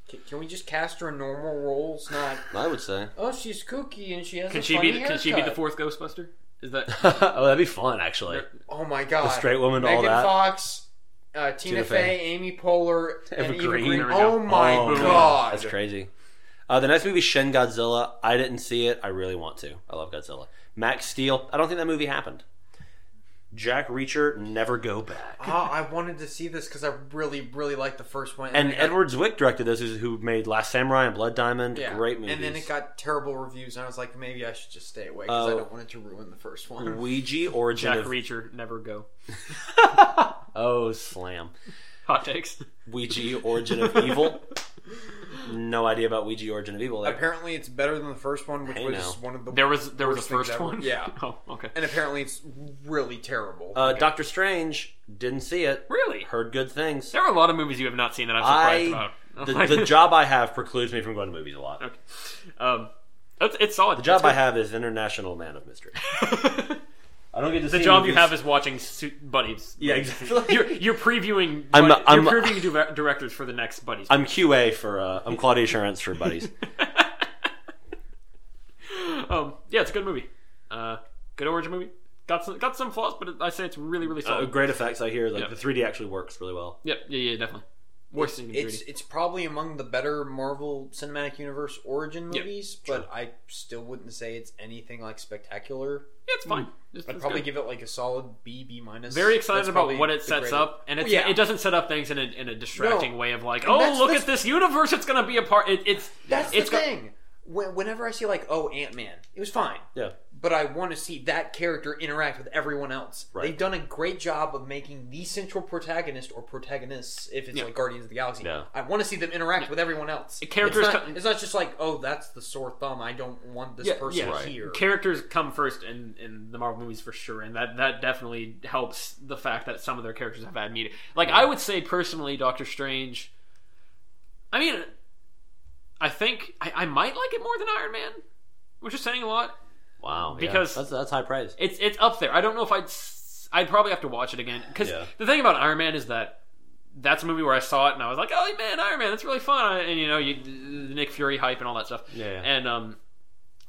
Speaker 2: Can, can we just cast her in normal roles? Not
Speaker 3: I would say.
Speaker 2: oh she's kooky and she has.
Speaker 1: can
Speaker 2: a
Speaker 1: she
Speaker 2: funny
Speaker 1: be? Can she be the
Speaker 2: haircut."
Speaker 1: fourth Ghostbuster? Is that
Speaker 3: oh, that'd be fun actually.
Speaker 2: Oh my god!
Speaker 3: straight woman to all
Speaker 2: Megan
Speaker 3: that.
Speaker 2: Fox, uh, Tina,
Speaker 3: Tina
Speaker 2: Fey,
Speaker 3: Fey.
Speaker 2: Amy Poehler, and Eva
Speaker 1: Green.
Speaker 2: Green.
Speaker 1: There we go.
Speaker 2: Oh my
Speaker 3: Oh, man.
Speaker 2: god!
Speaker 3: That's crazy. Uh, the next movie, Shin Godzilla. I didn't see it. I really want to. I love Godzilla. Max Steel. I don't think that movie happened. Jack Reacher. Never go back.
Speaker 2: Ah, I wanted to see this because I really, really liked the first one.
Speaker 3: And
Speaker 2: it got-
Speaker 3: Edward Zwick directed this, who's- who made Last Samurai and Blood Diamond.
Speaker 2: yeah.
Speaker 3: Great movies.
Speaker 2: And then it got terrible reviews, and I was like, maybe I should just stay away because
Speaker 3: Oh.
Speaker 2: I don't want it to ruin the first one.
Speaker 3: Ouija Origin
Speaker 1: Jack
Speaker 3: of
Speaker 1: Reacher never go?
Speaker 3: Oh slam.
Speaker 1: Hot takes.
Speaker 3: Ouija Origin of Evil. No idea about Ouija Origin of Evil. There.
Speaker 2: Apparently, it's better than the first one, which
Speaker 3: Hey,
Speaker 2: was
Speaker 3: now.
Speaker 2: one of the
Speaker 1: There was there was a
Speaker 2: worst things
Speaker 1: first
Speaker 2: ever.
Speaker 1: one.
Speaker 2: Yeah.
Speaker 1: Oh, okay.
Speaker 2: And apparently, it's really terrible.
Speaker 3: Uh, Doctor Strange. Didn't see it.
Speaker 1: Really?
Speaker 3: Heard good things.
Speaker 1: There are a lot of movies you have not seen that I'm surprised
Speaker 3: I
Speaker 1: about.
Speaker 3: the, the job I have precludes me from going to movies a lot.
Speaker 1: um, it's, it's solid.
Speaker 3: The job I have is international man of mystery. I don't get to
Speaker 1: The
Speaker 3: see
Speaker 1: job you
Speaker 3: movies.
Speaker 1: have is watching su- buddies.
Speaker 3: yeah exactly.
Speaker 1: You're, you're previewing.
Speaker 3: I'm-
Speaker 1: Buddy-
Speaker 3: I'm-
Speaker 1: you're previewing du- directors for the next buddies.
Speaker 3: I'm QA for uh, I'm quality assurance for buddies.
Speaker 1: um, yeah, it's a good movie. Uh, good origin movie. Got some got some flaws, but I say it's really really
Speaker 3: Uh,
Speaker 1: solid.
Speaker 3: great effects I hear. Like
Speaker 1: Yep.
Speaker 3: the 3D actually works really well.
Speaker 1: yep. Yeah. Yeah. Definitely. Worse than
Speaker 2: it's
Speaker 1: Ingredient.
Speaker 2: it's probably among the better Marvel Cinematic Universe origin
Speaker 1: Yeah,
Speaker 2: movies, but I still wouldn't say it's anything like spectacular.
Speaker 1: Yeah, it's fine. It's,
Speaker 2: I'd
Speaker 1: it's
Speaker 2: probably
Speaker 1: good.
Speaker 2: give it like a solid B, B minus.
Speaker 1: Very excited
Speaker 2: That's
Speaker 1: about
Speaker 2: probably
Speaker 1: what it
Speaker 2: the
Speaker 1: sets
Speaker 2: grade.
Speaker 1: up, and it's,
Speaker 2: Well, yeah.
Speaker 1: it doesn't set up things in a, in a distracting
Speaker 2: No.
Speaker 1: way of like,
Speaker 2: And
Speaker 1: oh,
Speaker 2: that's-
Speaker 1: look
Speaker 2: that's-
Speaker 1: at this universe, it's going to be a part. It, it's
Speaker 2: That's
Speaker 1: it's
Speaker 2: the
Speaker 1: go-
Speaker 2: thing. When, whenever I see like, oh, Ant Man, it was fine,
Speaker 3: Yeah,
Speaker 2: but I want to see that character interact with everyone else.
Speaker 3: Right.
Speaker 2: They've done a great job of making the central protagonist or protagonists, if it's like Guardians of the Galaxy.
Speaker 3: Yeah.
Speaker 2: I want to see them interact with everyone else.
Speaker 1: characters
Speaker 2: it's not,
Speaker 1: co-
Speaker 2: it's not just like, oh, that's the sore thumb. I don't want this person
Speaker 1: yeah.
Speaker 2: here.
Speaker 1: Characters come first in, in the Marvel movies for sure, and that, that definitely helps the fact that some of their characters have had media. Like I would say personally, Doctor Strange. I mean, I think I, I might like it more than Iron Man, which is saying a lot.
Speaker 3: wow. yeah.
Speaker 1: Because-
Speaker 3: that's that's high praise.
Speaker 1: It's it's up there. I don't know if I'd. s- I'd probably have to watch it again because
Speaker 3: Yeah.
Speaker 1: the thing about Iron Man is that that's a movie where I saw it and I was like, oh man, Iron Man, that's really fun, and you know, you the Nick Fury hype and all that stuff.
Speaker 3: Yeah, Mm-hmm. yeah.
Speaker 1: And um,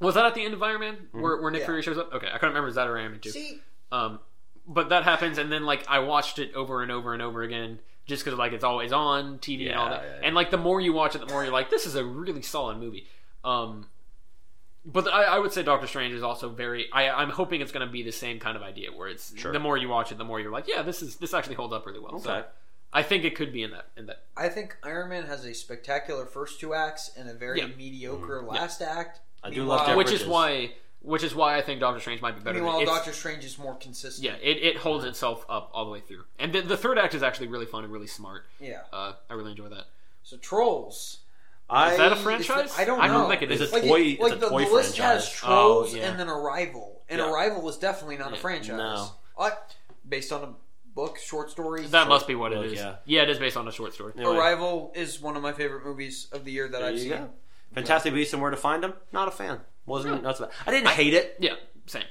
Speaker 1: was that at the end of Iron Man where, where Nick Fury shows up? Okay, I couldn't remember. Is that or Iron Man two?
Speaker 2: See,
Speaker 1: Um, but that happens, and then like I watched it over and over and over again, just because like it's always on TV and all
Speaker 3: Yeah,
Speaker 1: that.
Speaker 3: yeah, yeah.
Speaker 1: And like the more you watch it, the more you're like, this is a really solid movie. Um, but I, I would say Doctor Strange is also very. I, I'm hoping it's going to be the same kind of idea where it's
Speaker 3: Sure.
Speaker 1: the more you watch it, the more you're like, yeah, this is this actually holds up really well. So
Speaker 3: Okay.
Speaker 1: I think it could be in that in that.
Speaker 2: I think Iron Man has a spectacular first two acts and a very
Speaker 1: Yeah. Mm-hmm.
Speaker 2: mediocre last act.
Speaker 3: I do love
Speaker 2: Meanwhile-
Speaker 1: which is
Speaker 3: Bridges.
Speaker 1: why which is why I think Doctor Strange might be better. than-
Speaker 2: Meanwhile,
Speaker 1: it's-
Speaker 2: Doctor Strange is more consistent.
Speaker 1: yeah, it, it holds itself up all the way through, and the, the third act is actually really fun and really smart.
Speaker 2: Yeah.
Speaker 1: Uh, I really enjoy that.
Speaker 2: So trolls.
Speaker 3: I
Speaker 1: Is that a
Speaker 2: Is
Speaker 1: franchise?
Speaker 2: that- I don't know.
Speaker 1: think it
Speaker 3: Is
Speaker 1: is.
Speaker 3: it- Toy- it's a
Speaker 2: the,
Speaker 3: toy
Speaker 2: the list
Speaker 3: franchise.
Speaker 2: has trolls
Speaker 1: Oh, yeah.
Speaker 2: and then Arrival, and
Speaker 1: Yeah.
Speaker 2: Arrival is definitely not a
Speaker 1: Yeah,
Speaker 2: franchise.
Speaker 3: no.
Speaker 2: Uh, based on a book, short story.
Speaker 1: that must be what
Speaker 3: Look,
Speaker 1: it is.
Speaker 3: yeah.
Speaker 1: Yeah. it is based on a short story.
Speaker 3: Anyway,
Speaker 2: Arrival is one of my favorite movies of the year that
Speaker 3: there
Speaker 2: I've
Speaker 3: you
Speaker 2: seen.
Speaker 3: go. Fantastic Beasts and Where to Find Them. Not a fan. Wasn't not so bad. I didn't hate it,
Speaker 1: Yeah, same.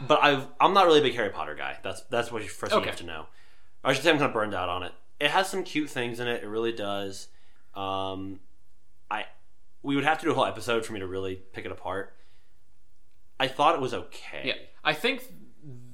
Speaker 3: but I I'm not really a big Harry Potter guy. That's that's what you first thing you
Speaker 1: Okay.
Speaker 3: have to know. I should say I'm kind of burned out on it. It has some cute things in it. It really does. Um, I we would have to do a whole episode for me to really pick it apart. I thought it was okay.
Speaker 1: Yeah, I think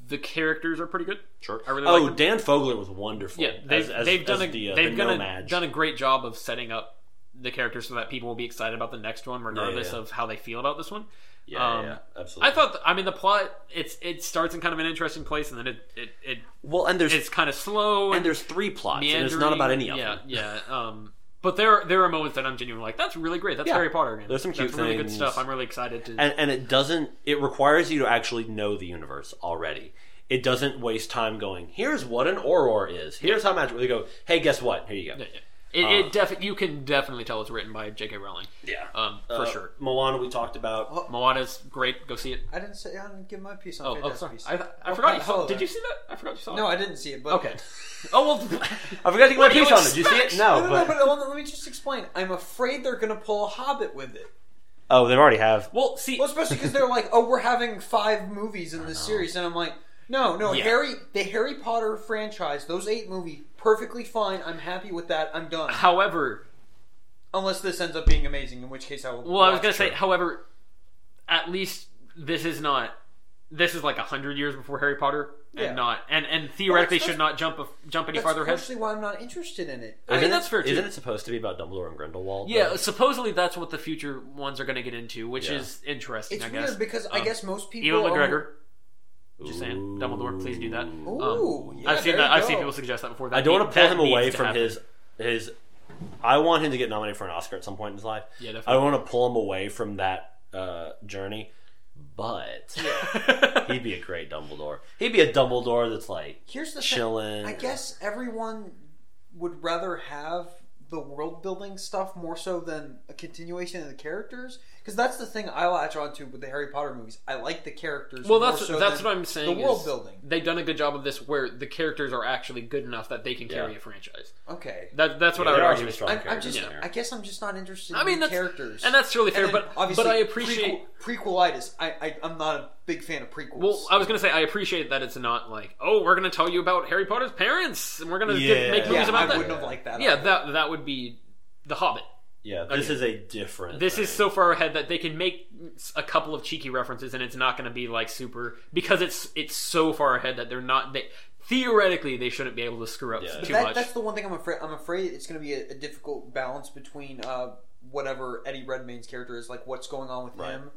Speaker 1: the characters are pretty good.
Speaker 3: Sure.
Speaker 1: I really
Speaker 3: oh,
Speaker 1: like
Speaker 3: Dan Fogler was wonderful.
Speaker 1: Yeah, they've,
Speaker 3: as- as-
Speaker 1: they've done
Speaker 3: as
Speaker 1: a
Speaker 3: the, uh,
Speaker 1: they've
Speaker 3: the
Speaker 1: done, a,
Speaker 3: nomad.
Speaker 1: done a great job of setting up the characters so that people will be excited about the next one, regardless
Speaker 3: yeah.
Speaker 1: of how they feel about this one.
Speaker 3: yeah,
Speaker 1: um,
Speaker 3: yeah, absolutely.
Speaker 1: I thought, th- I mean, the plot it's it starts in kind of an interesting place, and then it it, it
Speaker 3: well, and there's
Speaker 1: it's kind of slow
Speaker 3: and there's three plots, and it's not
Speaker 1: meandering.
Speaker 3: about any of
Speaker 1: yeah,
Speaker 3: them.
Speaker 1: Yeah, Um, but there there are moments that I'm genuinely like, that's really great. That's
Speaker 3: Yeah.
Speaker 1: Harry Potter. Again.
Speaker 3: There's some cute
Speaker 1: that's really good
Speaker 3: things.
Speaker 1: stuff. I'm really excited to.
Speaker 3: and, and it doesn't it requires you to actually know the universe already it doesn't waste time going here's what an auror is here's how magic they go hey guess what here you go
Speaker 1: Yeah, yeah. It,
Speaker 3: uh,
Speaker 1: it defi- you can definitely tell it's written by J.K. Rowling.
Speaker 3: yeah
Speaker 1: Um, for
Speaker 3: Uh,
Speaker 1: sure.
Speaker 3: moana we talked about
Speaker 1: Moana's great. Go see it.
Speaker 2: I didn't say I didn't give my piece on
Speaker 1: Oh, oh
Speaker 2: Fantastic
Speaker 1: sorry.
Speaker 2: Beasts.
Speaker 1: I, I
Speaker 2: Oh,
Speaker 1: forgot you
Speaker 2: oh,
Speaker 1: saw.
Speaker 2: oh,
Speaker 1: Did
Speaker 2: there.
Speaker 1: you see that? I forgot you saw.
Speaker 2: No,
Speaker 1: it.
Speaker 2: I didn't see it. But
Speaker 1: Okay. Oh well.
Speaker 3: i forgot to get my
Speaker 1: What do you
Speaker 3: piece on it did you see it
Speaker 1: expect?
Speaker 3: no,
Speaker 2: No, no, no,
Speaker 3: but
Speaker 2: but let- let me just explain. I'm afraid they're going to pull a Hobbit with it.
Speaker 3: oh they already have
Speaker 1: Well, see.
Speaker 2: Well, especially because they're like, oh, we're having five movies in this series, and I'm like, no, no,
Speaker 1: Yeah.
Speaker 2: Harry, the Harry Potter franchise, those eight movie, perfectly fine. I'm happy with that. I'm done.
Speaker 1: However,
Speaker 2: Unless this ends up being amazing, in which case I will.
Speaker 1: well, I was gonna say. However, at least this is not. This is like a hundred years before Harry Potter, and
Speaker 2: Yeah.
Speaker 1: not and and theoretically
Speaker 2: that's-
Speaker 1: should not jump a, jump any
Speaker 2: that's
Speaker 1: farther ahead.
Speaker 2: partially why I'm not interested in it.
Speaker 1: I
Speaker 3: Isn't
Speaker 1: mean,
Speaker 3: it-
Speaker 1: that's fair too.
Speaker 3: isn't it supposed to be about dumbledore and grindelwald
Speaker 1: Yeah,
Speaker 3: though?
Speaker 1: supposedly that's what the future ones are going to get into, which
Speaker 3: Yeah.
Speaker 1: is interesting.
Speaker 2: It's
Speaker 1: I
Speaker 2: weird
Speaker 1: guess. Um,
Speaker 2: because I guess most people.
Speaker 1: Ewan
Speaker 2: are-
Speaker 1: McGregor. Just saying, Dumbledore, please do that.
Speaker 2: Ooh,
Speaker 1: Um,
Speaker 2: yeah,
Speaker 1: I've seen
Speaker 2: there
Speaker 1: that.
Speaker 2: you
Speaker 1: I've seen
Speaker 2: go.
Speaker 1: people suggest that before. That
Speaker 3: i don't
Speaker 1: need-
Speaker 3: want to pull
Speaker 1: that
Speaker 3: him
Speaker 1: needs
Speaker 3: away
Speaker 1: to
Speaker 3: from
Speaker 1: happen.
Speaker 3: his his i want him to get nominated for an oscar at some point in his life
Speaker 1: Yeah,
Speaker 3: i
Speaker 1: definitely.
Speaker 3: don't want to pull him away from that uh, journey but He'd be a great Dumbledore. He'd be a Dumbledore that's like
Speaker 2: Here's the thing.
Speaker 3: chilling.
Speaker 2: I guess everyone would rather have the world building stuff more so than a continuation of the characters because that's the thing I latch onto with the Harry Potter movies. I like the characters.
Speaker 1: well,
Speaker 2: more
Speaker 1: that's
Speaker 2: so
Speaker 1: that's
Speaker 2: than
Speaker 1: what I'm saying.
Speaker 2: The world
Speaker 1: is
Speaker 2: building.
Speaker 1: They've done a good job of this, where the characters are actually good enough that they can carry a franchise.
Speaker 2: Okay.
Speaker 1: That, that's what I
Speaker 3: Yeah,
Speaker 1: would
Speaker 3: there are
Speaker 1: argue.
Speaker 3: some strong
Speaker 2: I'm, I'm
Speaker 3: characters
Speaker 2: just.
Speaker 3: in there.
Speaker 2: I guess I'm just not interested.
Speaker 1: I mean,
Speaker 2: in
Speaker 1: that's
Speaker 2: characters
Speaker 1: and that's really fair.
Speaker 2: And then,
Speaker 1: but
Speaker 2: obviously,
Speaker 1: but I appreciate.
Speaker 2: prequel, prequelitis. I, I I'm not a big fan of prequels.
Speaker 1: Well, I was gonna say I appreciate that it's not like, oh, we're gonna tell you about Harry Potter's parents, and we're gonna give-
Speaker 3: Yeah.
Speaker 1: make movies
Speaker 2: yeah,
Speaker 1: about
Speaker 2: I
Speaker 1: that.
Speaker 2: wouldn't have liked that.
Speaker 1: Yeah, that that would be the Hobbit.
Speaker 3: yeah, this is a different.
Speaker 1: This is
Speaker 3: thing.
Speaker 1: so far ahead that they can make a couple of cheeky references, and it's not going to be like super because it's it's so far ahead that they're not. They, theoretically, they shouldn't be able to screw up
Speaker 3: Yeah.
Speaker 1: too
Speaker 2: that,
Speaker 1: much.
Speaker 2: That's the one thing I'm afraid. I'm afraid it's going to be a, a difficult balance between uh, whatever Eddie Redmayne's character is, like what's going on with
Speaker 3: Right.
Speaker 2: him,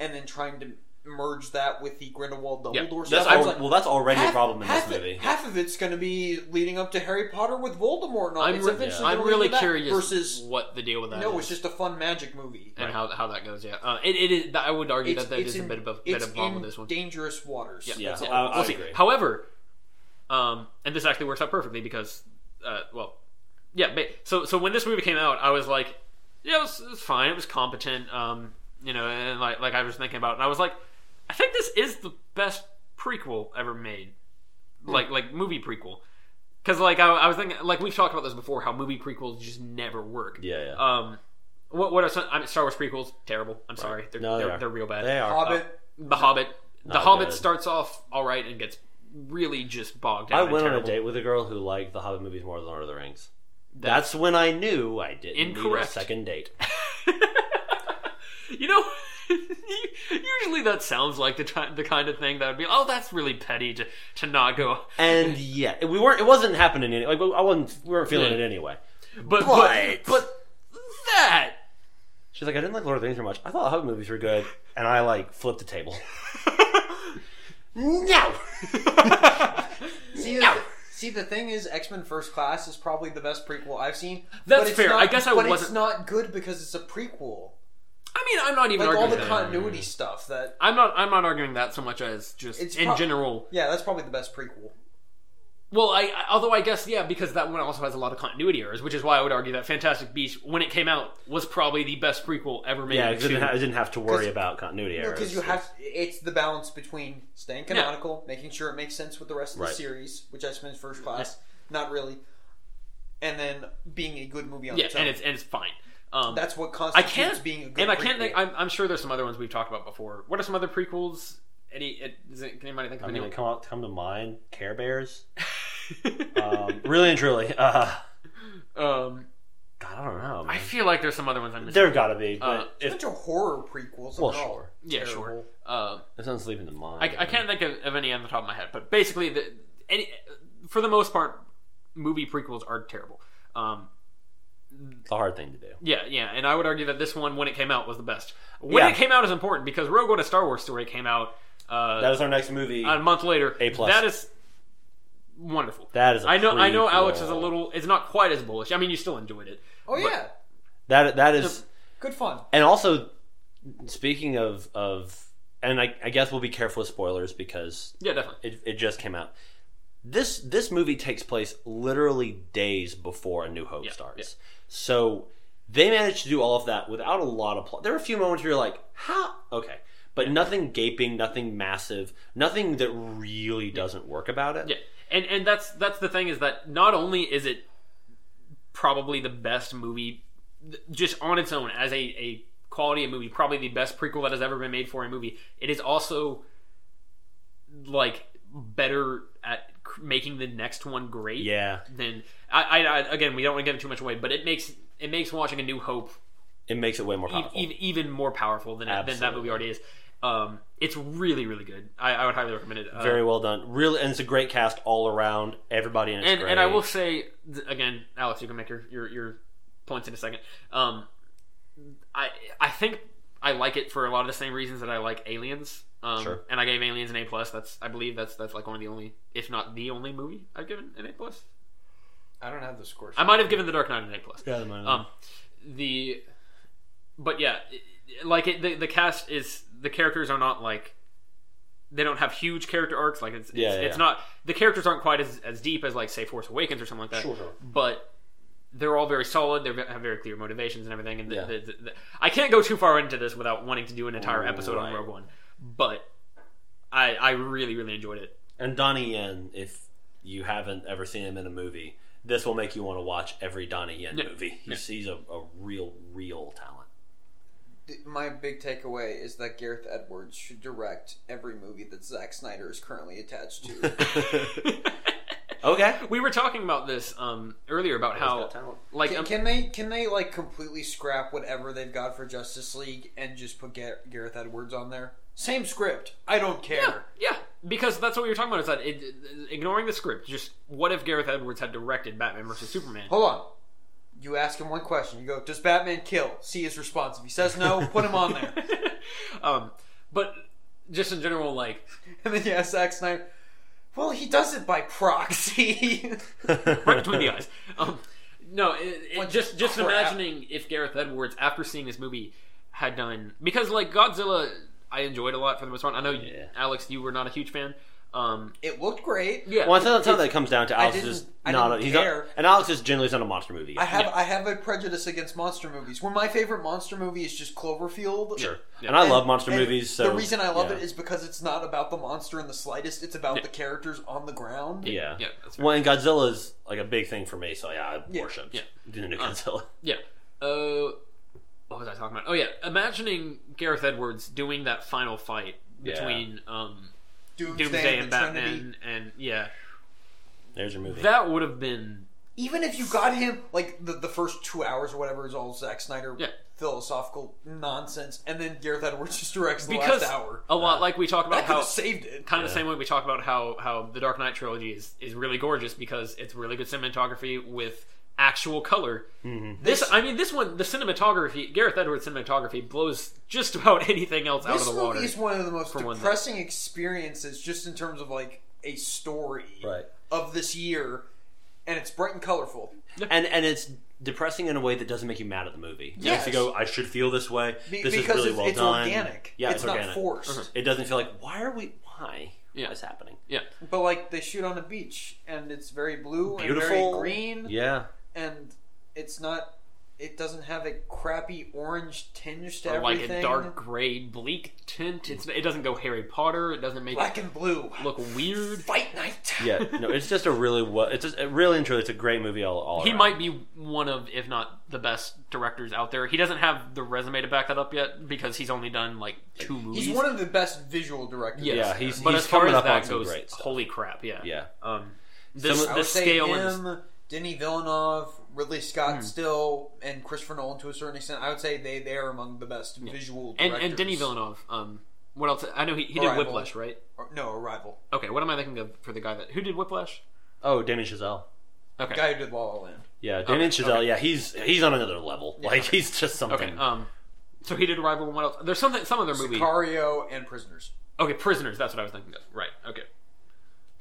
Speaker 2: and then trying to merge that with the Grindelwald
Speaker 1: Yeah.
Speaker 2: Dumbledore
Speaker 3: That's
Speaker 2: stuff. I
Speaker 3: al-
Speaker 2: was like,
Speaker 3: well, that's already a
Speaker 2: half-
Speaker 3: problem in this
Speaker 2: half of-
Speaker 3: movie.
Speaker 2: half of it's going to be leading up to Harry Potter with Voldemort. And all.
Speaker 1: I'm,
Speaker 2: it's
Speaker 1: re-
Speaker 2: eventually
Speaker 1: I'm
Speaker 2: gonna lead
Speaker 1: really
Speaker 2: to that
Speaker 1: curious
Speaker 2: Versus,
Speaker 1: what the deal with that
Speaker 2: no,
Speaker 1: is
Speaker 2: it's just a fun magic movie.
Speaker 1: and how, how that goes. Yeah, uh, it, it is. I would argue
Speaker 2: It's,
Speaker 1: that that
Speaker 2: it's
Speaker 1: is
Speaker 2: in,
Speaker 1: a bit of a bit
Speaker 2: it's
Speaker 1: of a problem
Speaker 2: in
Speaker 1: with this one.
Speaker 2: dangerous waters.
Speaker 1: Yeah.
Speaker 3: Yeah,
Speaker 2: That's all.
Speaker 3: I, I
Speaker 1: We'll see.
Speaker 3: agree.
Speaker 1: However, um, and this actually works out perfectly because, uh, well, yeah. Ba- so so when this movie came out, I was like, yeah, it was, it was fine. It was competent. Um, you know, and like like I was thinking about, it, and I was like, I think this is the best prequel ever made,
Speaker 3: Hmm.
Speaker 1: like like movie prequel. Because like I, I was thinking, like we've talked about this before, how movie prequels just never work.
Speaker 3: yeah, yeah.
Speaker 1: Um, what what are some I mean, Star Wars prequels? Terrible. I'm sorry, they're
Speaker 3: No, they
Speaker 1: they're,
Speaker 3: are.
Speaker 1: they're real bad.
Speaker 3: they are.
Speaker 2: Hobbit.
Speaker 1: The Hobbit. The
Speaker 3: Not
Speaker 1: Hobbit
Speaker 3: good.
Speaker 1: starts off all right and gets really just bogged down.
Speaker 3: I
Speaker 1: and
Speaker 3: went on a
Speaker 1: terrible.
Speaker 3: date with a girl who liked the Hobbit movies more than Lord of the Rings. That's, when I knew I didn't need a
Speaker 1: Incorrect.
Speaker 3: second date.
Speaker 1: you know, usually that sounds like the ti- the kind of thing that would be, oh, that's really petty to, to not go.
Speaker 3: And yeah, we weren't. It wasn't happening. Any, like I wasn't. We weren't feeling
Speaker 1: Yeah.
Speaker 3: it anyway.
Speaker 1: But but, but that.
Speaker 3: She's like, I didn't like Lord of the Rings very much. I thought the Hobbit movies were good, and I like flipped the table.
Speaker 5: No.
Speaker 2: See, the, see, the thing is, X Men First Class is probably the best prequel I've seen.
Speaker 1: That's
Speaker 2: but it's
Speaker 1: fair.
Speaker 2: Not,
Speaker 1: I guess I
Speaker 2: but
Speaker 1: wasn't-
Speaker 2: it's not good because it's a prequel.
Speaker 1: I mean, I'm not even
Speaker 2: Like all
Speaker 1: arguing that.
Speaker 2: the continuity stuff. That
Speaker 1: I'm not. I'm not arguing that so much as just
Speaker 2: It's
Speaker 1: in
Speaker 2: prob-
Speaker 1: general.
Speaker 2: yeah, that's probably the best prequel.
Speaker 1: Well, I, I although I guess yeah, because that one also has a lot of continuity errors, which is why I would argue that Fantastic Beasts, when it came out, was probably the best prequel ever made.
Speaker 3: Yeah, I
Speaker 1: to,
Speaker 3: didn't, ha- I didn't have to worry
Speaker 2: 'Cause-
Speaker 3: about continuity errors.
Speaker 2: Because you have it's the balance between staying canonical, making sure it makes sense with the rest of
Speaker 3: Right.
Speaker 2: the series, which X Men First Class, not really, and then being a good movie on
Speaker 1: yeah,
Speaker 2: its own.
Speaker 1: and it's and it's fine. Um,
Speaker 2: that's what
Speaker 1: I
Speaker 2: constitutes
Speaker 1: can't
Speaker 2: being a good.
Speaker 1: and I
Speaker 2: prequel.
Speaker 1: can't think. I'm, I'm sure there's some other ones we've talked about before. What are some other prequels? Any? it- Is it, can anybody think of
Speaker 3: I
Speaker 1: any?
Speaker 3: mean, they come up, come to mind. Care Bears. Um, really and truly. Uh,
Speaker 1: um,
Speaker 3: God, I don't know.
Speaker 1: I
Speaker 3: Man.
Speaker 1: feel like there's some other ones I'm missing.
Speaker 3: There gotta be, but
Speaker 1: Uh,
Speaker 3: if,
Speaker 2: bunch of horror prequels.
Speaker 3: Well,
Speaker 2: and all
Speaker 3: sure.
Speaker 1: yeah, sure.
Speaker 2: terrible.
Speaker 1: Um,
Speaker 3: if something's leaving the mind,
Speaker 1: I, I can't think of, of any on the top of my head, but basically, the, any for the most part, movie prequels are terrible. Um,
Speaker 3: It's a hard thing to do.
Speaker 1: yeah, yeah, and I would argue that this one, when it came out, was the best. When
Speaker 3: Yeah.
Speaker 1: it came out is important because Rogue One: A Star Wars Story came out
Speaker 3: That
Speaker 1: uh,
Speaker 3: is our next movie.
Speaker 1: a month later.
Speaker 3: A plus.
Speaker 1: That is wonderful.
Speaker 3: that is. A
Speaker 1: I know. I know. Alex
Speaker 3: prequel.
Speaker 1: is a little. It's not quite as bullish. I mean, you still enjoyed it.
Speaker 2: Oh yeah,
Speaker 3: That that is,
Speaker 2: good fun.
Speaker 3: and also speaking of of, and I, I guess we'll be careful with spoilers because
Speaker 1: Yeah, definitely.
Speaker 3: it, it just came out. This this movie takes place literally days before A New Hope starts, so they managed to do all of that without a lot of plot. There were a few moments where you're like, "How? Okay," but nothing gaping, nothing massive, nothing that really doesn't work about it.
Speaker 1: Yeah, and and that's that's the thing is that not only is it probably the best movie, th- just on its own as a a quality of movie, probably the best prequel that has ever been made for a movie. It is also like better at c- making the next one great.
Speaker 3: yeah.
Speaker 1: Than I, I, I again, we don't want to give it too much away, but it makes it makes watching A New Hope e-,
Speaker 3: It makes it way more powerful.
Speaker 1: even, even more powerful than, it- than that movie already is. Um, it's really, really good. I, I would highly recommend it. Uh,
Speaker 3: Very well done. Really, and it's a great cast all around. Everybody in it's
Speaker 1: and
Speaker 3: great.
Speaker 1: and I will say th- again, Alex, you can make your your, your points in a second. Um, I I think I like it for a lot of the same reasons that I like Aliens. Um,
Speaker 3: Sure.
Speaker 1: And I gave Aliens an A plus. That's I believe that's that's like one of the only, if not the only movie I've given an A plus.
Speaker 2: I don't have the score.
Speaker 1: I might have given The Dark Knight an A plus.
Speaker 3: Yeah, they might have.
Speaker 1: Um,
Speaker 3: Mm-hmm.
Speaker 1: the, but yeah, it- it- like it, the the cast is the characters are not like, they don't have huge character arcs. Like it's it's,
Speaker 3: Yeah, yeah,
Speaker 1: it's
Speaker 3: yeah.
Speaker 1: not the characters aren't quite as, as deep as like say Force Awakens or something like that.
Speaker 3: Sure, sure.
Speaker 1: But they're all very solid. They have very clear motivations and everything. And the,
Speaker 3: Yeah.
Speaker 1: the, the, the- I can't go too far into this without wanting to do an entire episode on
Speaker 3: Right.
Speaker 1: Rogue One, but. I, I really really enjoyed it.
Speaker 3: and Donnie Yen, if you haven't ever seen him in a movie, this will make you want to watch every Donnie Yen movie. He's, he's a, a real, real talent.
Speaker 2: My big takeaway is that Gareth Edwards should direct every movie that Zack Snyder is currently attached to.
Speaker 3: Okay.
Speaker 1: We were talking about this um, earlier about how
Speaker 3: talent.
Speaker 1: like
Speaker 2: can,
Speaker 1: um,
Speaker 2: can they can they like completely scrap whatever they've got for Justice League and just put Gar- Gareth Edwards on there? Same script. I don't care.
Speaker 1: Yeah, because that's what we were talking about. Is that it, ignoring the script? Just what if Gareth Edwards had directed Batman versus Superman?
Speaker 3: Oh.
Speaker 2: Hold on. You ask him one question. You go, "Does Batman kill?" See his response. If he says no, put him on there.
Speaker 1: um, but just in general, like
Speaker 2: and then you ask Zack Snyder. Well, he does it by proxy.
Speaker 1: right between the eyes. Um, no, it, it,
Speaker 2: Bunch
Speaker 1: just
Speaker 2: of
Speaker 1: just
Speaker 2: crap.
Speaker 1: imagining if Gareth Edwards, after seeing this movie, had done because like Godzilla, I enjoyed a lot for the most part. I know you-
Speaker 3: Yeah.
Speaker 1: Alex, you were not a huge fan. Um,
Speaker 2: it looked great.
Speaker 1: yeah,
Speaker 3: Well, that's something that comes down to Alex is
Speaker 2: didn't-
Speaker 3: just
Speaker 2: I
Speaker 3: not.
Speaker 2: didn't
Speaker 3: a, he's
Speaker 2: care.
Speaker 3: not, and Alex is generally is not a monster movie.
Speaker 2: I
Speaker 3: Guy.
Speaker 2: have I have a prejudice against monster movies. Where my favorite monster movie is just Cloverfield.
Speaker 3: Sure. And I love monster
Speaker 2: And
Speaker 3: movies. So
Speaker 2: the reason I love
Speaker 3: yeah.
Speaker 2: it is because it's not about the monster in the slightest. It's about the characters on the ground.
Speaker 3: yeah.
Speaker 1: Yeah, that's fair.
Speaker 3: well, and Godzilla's like a big thing for me. So yeah, I worship
Speaker 1: Yeah.
Speaker 3: the new Godzilla.
Speaker 1: Yeah. Uh, what was I talking about? Oh yeah, imagining Gareth Edwards doing that final fight between um,
Speaker 2: Doomsday,
Speaker 1: Doomsday and
Speaker 2: and the Trinity.
Speaker 1: Batman, and yeah,
Speaker 3: There's your movie.
Speaker 1: that would have been
Speaker 2: Even if you got him like the, the first two hours or whatever is all Zack Snyder
Speaker 1: Yeah.
Speaker 2: philosophical nonsense, and then Gareth Edwards just directs the
Speaker 1: because
Speaker 2: last hour.
Speaker 1: a lot like we talk
Speaker 2: That
Speaker 1: about
Speaker 2: could
Speaker 1: how
Speaker 2: have saved it.
Speaker 1: kind of the same way we talk about how how the Dark Knight trilogy is is really gorgeous because it's really good cinematography with actual color. This, I mean, this one, the cinematography, Gareth Edwards' cinematography blows just about anything else out of
Speaker 2: This
Speaker 1: the
Speaker 2: movie
Speaker 1: water.
Speaker 2: is one of the most
Speaker 1: for one thing.
Speaker 2: depressing experiences, just in terms of like a story
Speaker 3: Right.
Speaker 2: of this year, and it's bright and colorful.
Speaker 3: and and it's depressing in a way that doesn't make you mad at the movie. You
Speaker 2: Yes.
Speaker 3: actually go, I should feel this way.
Speaker 2: Be-
Speaker 3: this is
Speaker 2: because
Speaker 3: really
Speaker 2: it's,
Speaker 3: well
Speaker 2: it's
Speaker 3: done.
Speaker 2: organic.
Speaker 3: Yeah,
Speaker 2: it's,
Speaker 3: it's,
Speaker 2: not
Speaker 3: organic.
Speaker 2: forced.
Speaker 1: Uh-huh.
Speaker 3: It doesn't feel like why are we why
Speaker 1: Yeah.
Speaker 3: why is happening?
Speaker 1: yeah,
Speaker 2: But like they shoot on a beach, and it's very blue and very
Speaker 3: Beautiful.
Speaker 2: green,
Speaker 3: Yeah,
Speaker 2: and it's not. It doesn't have a crappy orange tinge to
Speaker 1: or like
Speaker 2: everything.
Speaker 1: a dark gray, bleak tint. It's, it doesn't go Harry Potter. It doesn't make
Speaker 2: black and blue.
Speaker 1: it look weird.
Speaker 2: Fight night.
Speaker 3: yeah. No, it's just a really well. It's just it really and truly, it's a great movie all. all
Speaker 1: He
Speaker 3: around.
Speaker 1: might be one of, if not the best directors out there. He doesn't have the resume to back that up yet because he's only done like two movies.
Speaker 2: He's one of the best visual directors.
Speaker 1: Yes.
Speaker 3: Yeah, he's-
Speaker 1: but
Speaker 3: he's
Speaker 1: as far
Speaker 3: coming
Speaker 1: as
Speaker 3: up on
Speaker 1: that
Speaker 3: some
Speaker 1: goes,
Speaker 3: great stuff.
Speaker 1: holy crap! Yeah,
Speaker 3: Yeah,
Speaker 1: Um, this
Speaker 3: Some of-
Speaker 2: I
Speaker 1: this
Speaker 2: would say
Speaker 1: scale Hmm. and
Speaker 2: him, Denny Villeneuve, Ridley Scott, still, and Christopher Nolan to a certain extent. I would say they they are among the best visual
Speaker 1: and
Speaker 2: directors.
Speaker 1: and Denny Villeneuve. Um, what else? I know he, he did
Speaker 2: Arrival.
Speaker 1: Whiplash, right?
Speaker 2: Or- no, Arrival.
Speaker 1: Okay, what am I thinking of for the guy that who did Whiplash?
Speaker 3: Oh, Damien Chazelle.
Speaker 1: Okay,
Speaker 2: Guy who did La La Land.
Speaker 3: Yeah, Damien Chazelle. Yeah, he's he's on another level. like he's just
Speaker 1: okay.
Speaker 3: something.
Speaker 1: Um, so he did Arrival. and What else? There's something some other movie.
Speaker 2: Sicario and Prisoners.
Speaker 1: Okay, Prisoners. That's what I was thinking of. Right. Okay.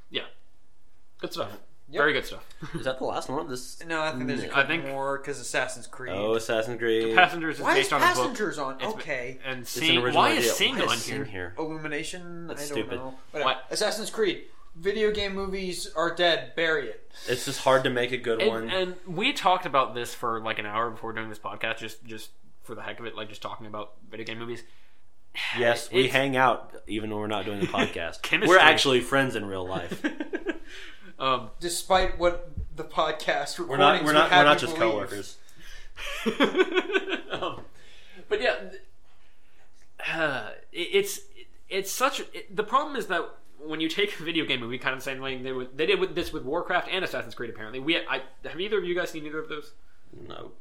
Speaker 1: Yeah. Good stuff. Very good stuff.
Speaker 3: Is that the last one of this?
Speaker 2: No, I think there's a
Speaker 1: I
Speaker 2: couple
Speaker 1: think-
Speaker 2: more because Assassin's Creed.
Speaker 3: Oh, Assassin's Creed.
Speaker 1: Passengers is
Speaker 2: Why is
Speaker 1: based on a book.
Speaker 2: Passengers on?
Speaker 1: It's-
Speaker 2: Okay.
Speaker 1: And
Speaker 3: It's an
Speaker 1: Sing.
Speaker 3: original
Speaker 1: Why
Speaker 3: idea.
Speaker 1: is Sing
Speaker 3: Why is
Speaker 1: on
Speaker 3: Sing
Speaker 1: here?
Speaker 2: Illumination? I
Speaker 3: That's
Speaker 2: don't
Speaker 3: stupid.
Speaker 2: know. Whatever.
Speaker 1: Why-
Speaker 2: Assassin's Creed. Video game movies are dead. Bury it.
Speaker 3: It's just hard to make a good one.
Speaker 1: And, and we talked about this for like an hour before doing this podcast, just just for the heck of it, like just talking about video game movies.
Speaker 3: yes, we
Speaker 1: it's-
Speaker 3: hang out even when we're not doing the podcast.
Speaker 1: Chemistry.
Speaker 3: we're actually friends in real life.
Speaker 1: um,
Speaker 2: Despite what the podcast
Speaker 3: We're
Speaker 2: recordings
Speaker 3: not. We're
Speaker 2: would
Speaker 3: not.
Speaker 2: have
Speaker 3: We're not
Speaker 2: you
Speaker 3: just
Speaker 2: believe.
Speaker 3: coworkers.
Speaker 1: Um, but yeah, th- uh, it- it's it's such it, the problem is that when you take a video game movie, kind of the same way they, would, they did with this with Warcraft and Assassin's Creed. Apparently, we I, have either of you guys seen either of those?
Speaker 3: No.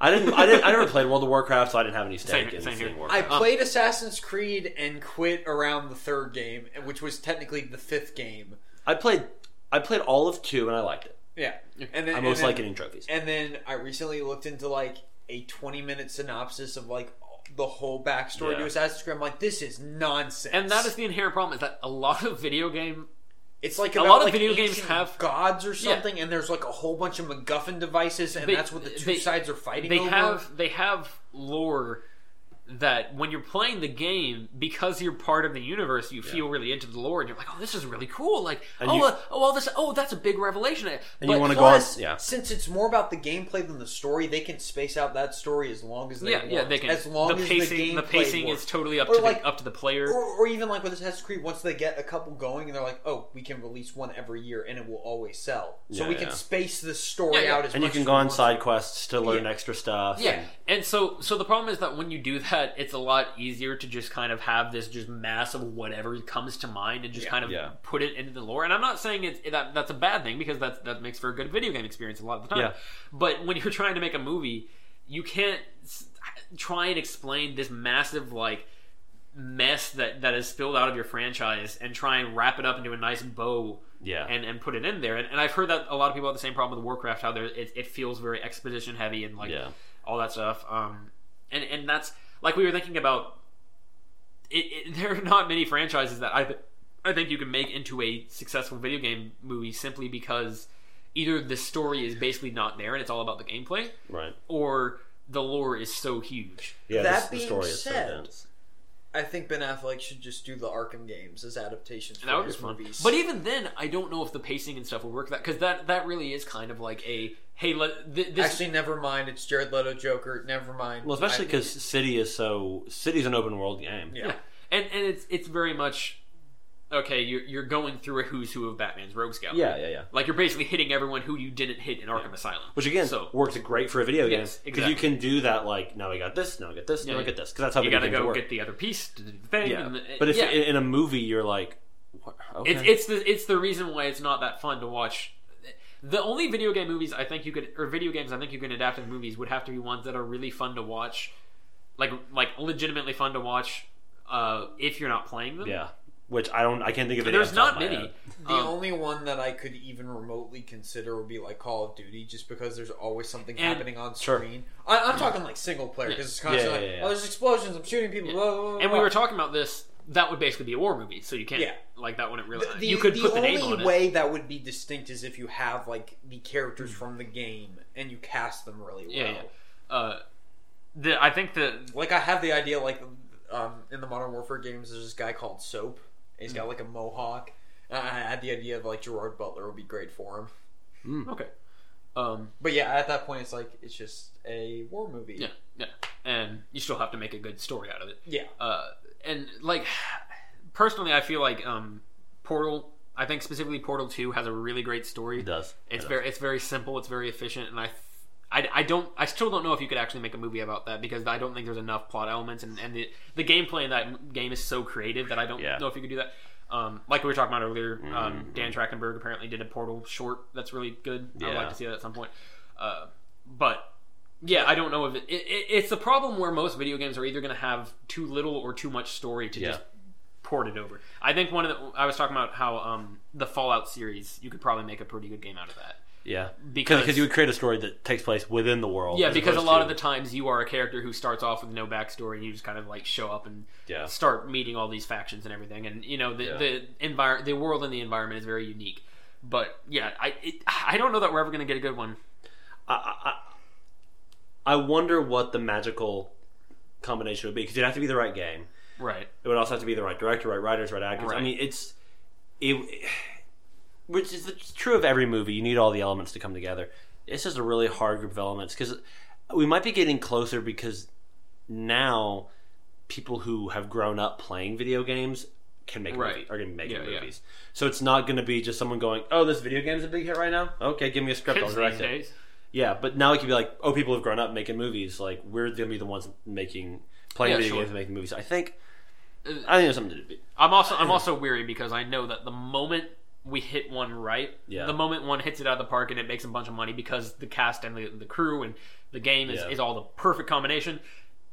Speaker 3: I didn't. I didn't. I never played World of Warcraft, so I didn't have any stake
Speaker 1: Same-
Speaker 3: in
Speaker 1: same here.
Speaker 3: seeing
Speaker 2: I
Speaker 3: Warcraft.
Speaker 1: Uh.
Speaker 2: played Assassin's Creed and quit around the third game, which was technically the fifth game.
Speaker 3: I, played. I played all of two, and I liked it.
Speaker 2: Yeah, and then
Speaker 3: I
Speaker 2: and
Speaker 3: most
Speaker 2: then,
Speaker 3: like getting trophies.
Speaker 2: And then I recently looked into like a twenty-minute synopsis of like the whole backstory
Speaker 3: Yeah.
Speaker 2: to Assassin's Creed. I'm like, this is nonsense.
Speaker 1: And that is the inherent problem is that a lot of video game
Speaker 2: it's like
Speaker 1: a
Speaker 2: about,
Speaker 1: lot of
Speaker 2: like,
Speaker 1: video games
Speaker 2: ancient
Speaker 1: have-
Speaker 2: gods or something, and there's like a whole bunch of MacGuffin devices, and
Speaker 1: They-
Speaker 2: that's what the two
Speaker 1: they-
Speaker 2: sides are fighting.
Speaker 1: they
Speaker 2: over.
Speaker 1: have they have lore that when you're playing the game because you're part of the universe you feel really into the lore and you're like oh this is really cool like oh,
Speaker 3: you-
Speaker 1: uh, oh all this oh that's a big revelation and
Speaker 3: And you want to go on?
Speaker 2: Plus,
Speaker 3: Yeah.
Speaker 2: since it's more about the gameplay than the story, they can space out that story as long as they
Speaker 1: yeah
Speaker 2: want.
Speaker 1: yeah they can
Speaker 2: As long
Speaker 1: the
Speaker 2: as
Speaker 1: pacing
Speaker 2: the, gameplay
Speaker 1: pacing
Speaker 2: works.
Speaker 1: is totally up
Speaker 2: Or
Speaker 1: to
Speaker 2: like-
Speaker 1: the up to the player
Speaker 2: or, or even like with Assassin's Creed, once they get a couple going, and they're like, "Oh, we can release one every year, and it will always sell." So
Speaker 3: Yeah,
Speaker 2: we
Speaker 3: yeah.
Speaker 2: can space the story
Speaker 1: Yeah, yeah.
Speaker 2: out as
Speaker 3: and you
Speaker 2: much
Speaker 3: can
Speaker 2: as
Speaker 3: go
Speaker 2: we
Speaker 3: on
Speaker 2: want.
Speaker 3: side quests to learn
Speaker 2: Yeah.
Speaker 3: extra stuff.
Speaker 1: yeah
Speaker 3: and-
Speaker 1: and so so the problem is that when you do that it's a lot easier to just kind of have this just mass of whatever comes to mind and just kind of
Speaker 3: yeah.
Speaker 1: put it into the lore and i'm not saying it's that that's a bad thing because that's that makes for a good video game experience a lot of the time
Speaker 3: Yeah.
Speaker 1: but when you're trying to make a movie you can't s- try and explain this massive like mess that that is spilled out of your franchise and try and wrap it up into a nice bow
Speaker 3: Yeah.
Speaker 1: and and put it in there and, and i've heard that a lot of people have the same problem with warcraft how there it, it feels very exposition heavy and like
Speaker 3: Yeah.
Speaker 1: all that stuff um and and that's like we were thinking about it, it, there are not many franchises that i th- i think you can make into a successful video game movie simply because either the story is basically not there and it's all about the gameplay
Speaker 3: Right.
Speaker 1: or the lore is so huge
Speaker 3: Yeah.
Speaker 2: That
Speaker 3: this- the
Speaker 2: being
Speaker 3: story
Speaker 2: said,
Speaker 3: is so dense.
Speaker 2: I think Ben Affleck should just do the Arkham games as adaptations for
Speaker 1: that would be
Speaker 2: his
Speaker 1: fun.
Speaker 2: movies.
Speaker 1: But even then, I don't know if the pacing and stuff will work that because that that really is kind of like a hey, let th- this
Speaker 2: actually, never mind. It's Jared Leto Joker. Never mind.
Speaker 3: Well, especially
Speaker 2: I-
Speaker 3: because City is so City's an open world game.
Speaker 2: Yeah.
Speaker 1: and and it's it's very much okay, you're you're going through a who's who of Batman's rogues gallery.
Speaker 3: Yeah, yeah, yeah.
Speaker 1: Like you're basically hitting everyone who you didn't hit in Arkham Asylum.
Speaker 3: Which again
Speaker 1: So-
Speaker 3: works great for a video game
Speaker 1: Yes,
Speaker 3: because you can do that. Like now I got this, now I got this, now I
Speaker 1: yeah.
Speaker 3: got this because that's how
Speaker 1: you
Speaker 3: video
Speaker 1: gotta
Speaker 3: games
Speaker 1: go
Speaker 3: work.
Speaker 1: get the other piece to do the thing.
Speaker 3: yeah,
Speaker 1: and the-
Speaker 3: but if
Speaker 1: yeah.
Speaker 3: in, in a movie you're like, what? Okay.
Speaker 1: It's it's the it's the reason why it's not that fun to watch. The only video game movies I think you could or video games I think you can adapt into movies would have to be ones that are really fun to watch, like like legitimately fun to watch. Uh, if you're not playing them,
Speaker 3: yeah. Which I don't, I can't think of. any
Speaker 1: there's
Speaker 3: off the top
Speaker 1: not
Speaker 3: of my
Speaker 1: many.
Speaker 3: head.
Speaker 2: The
Speaker 1: Um,
Speaker 2: only one that I could even remotely consider would be like Call of Duty, just because there's always something
Speaker 1: And-
Speaker 2: happening on
Speaker 3: Sure.
Speaker 2: screen. I, I'm talking like single player because it's constantly
Speaker 3: Yeah, yeah,
Speaker 2: like,
Speaker 3: yeah.
Speaker 2: oh, there's explosions, I'm shooting people. Blah, blah, blah,
Speaker 1: and we
Speaker 2: blah."
Speaker 1: were talking about this. That would basically be a war movie, so you can't
Speaker 2: Yeah.
Speaker 1: like that wouldn't really.
Speaker 2: The-
Speaker 1: you could
Speaker 2: the
Speaker 1: put the name
Speaker 2: only
Speaker 1: on it.
Speaker 2: way that would be distinct is if you have like the characters from the game and you cast them really well.
Speaker 1: Hmm. Yeah, yeah. Uh, the I think the
Speaker 2: Like I have the idea, like um, in the Modern Warfare games, there's this guy called Soap. He's
Speaker 1: Hmm.
Speaker 2: got like a mohawk. And I had the idea of like Gerard Butler would be great for him.
Speaker 1: hmm, okay, um,
Speaker 2: But yeah, at that point, it's like it's just a war movie.
Speaker 1: yeah, yeah, and you still have to make a good story out of it.
Speaker 2: Yeah.
Speaker 1: uh, and like personally i feel like um portal i think specifically portal 2 has a really great story
Speaker 3: It does.
Speaker 1: it's
Speaker 3: It does.
Speaker 1: very it's very simple it's very efficient and i I, I don't I still don't know if you could actually make a movie about that because I don't think there's enough plot elements and, and the the gameplay in that game is so creative that I don't
Speaker 3: Yeah. Mm-hmm.
Speaker 1: know if you could do that. Um, like we were talking about earlier, um, Dan Trachtenberg apparently did a Portal short that's really good. I'd
Speaker 3: Yeah.
Speaker 1: like to see that at some point. Uh, but yeah, I don't know if it, it, it, it's the problem where most video games are either going to have too little or too much story to
Speaker 3: Yeah.
Speaker 1: just port it over. I think one of the I was talking about how um, the Fallout series you could probably make a pretty good game out of that.
Speaker 3: yeah
Speaker 1: because-
Speaker 3: because you would create a story that takes place within the world.
Speaker 1: Yeah,
Speaker 3: as
Speaker 1: because a
Speaker 3: opposed
Speaker 1: lot
Speaker 3: to-
Speaker 1: of the times you are a character who starts off with no backstory and you just kind of like show up and
Speaker 3: Yeah.
Speaker 1: start meeting all these factions and everything. And you know the
Speaker 3: Yeah.
Speaker 1: the envir- the world and the environment is very unique. But yeah, I it, I don't know that we're ever going to get a good one.
Speaker 3: I, I, I wonder what the magical combination would be because it'd have to be the right game.
Speaker 1: Right.
Speaker 3: It would also have to be the right director, right writers, right actors. I
Speaker 1: Right.
Speaker 3: mean, it's it, which is it's true of every movie. You need all the elements to come together. It's just a really hard group of elements because we might be getting closer because now people who have grown up playing video games can make
Speaker 1: Right.
Speaker 3: movies, are going to be making
Speaker 1: Yeah, yeah.
Speaker 3: movies. So it's not going to be just someone going, "Oh, this video game's a big hit right now. Okay, give me a script, I'll
Speaker 1: Kids
Speaker 3: direct
Speaker 1: these
Speaker 3: it."
Speaker 1: days.
Speaker 3: Yeah, but now it could be like, oh, people have grown up making movies. Like we're gonna be the ones making playing
Speaker 1: Yeah,
Speaker 3: video
Speaker 1: sure.
Speaker 3: games and making movies. I think, I think there's something to be.
Speaker 1: I'm also I'm also weary because I know that the moment we hit one right,
Speaker 3: Yeah.
Speaker 1: the moment one hits it out of the park and it makes a bunch of money because the cast and the, the crew and the game is,
Speaker 3: Yeah.
Speaker 1: is all the perfect combination.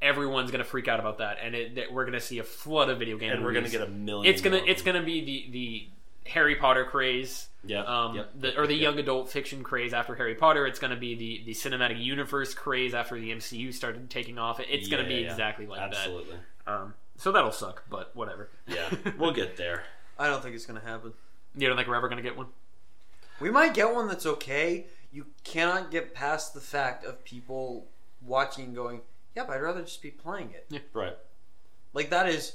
Speaker 1: Everyone's gonna freak out about that, and it, that we're gonna see a flood of video game.
Speaker 3: And we're gonna
Speaker 1: movies.
Speaker 3: get a million.
Speaker 1: It's gonna
Speaker 3: more.
Speaker 1: it's gonna be the the Harry Potter craze.
Speaker 3: Yeah,
Speaker 1: Um,
Speaker 3: yep,
Speaker 1: the, or the young adult fiction craze after Harry Potter. It's going to be the, the cinematic universe craze after the MCU started taking off. It's going
Speaker 3: Yeah,
Speaker 1: to be
Speaker 3: yeah.
Speaker 1: exactly like
Speaker 3: absolutely.
Speaker 1: that. Um, so that'll suck, but whatever.
Speaker 3: Yeah, we'll get there.
Speaker 2: I don't think it's gonna happen.
Speaker 1: You don't think we're ever going to get one?
Speaker 2: We might get one that's okay. You cannot get past the fact of people watching and going, "Yeah, but I'd rather just be playing it."
Speaker 3: Right.
Speaker 2: Like that is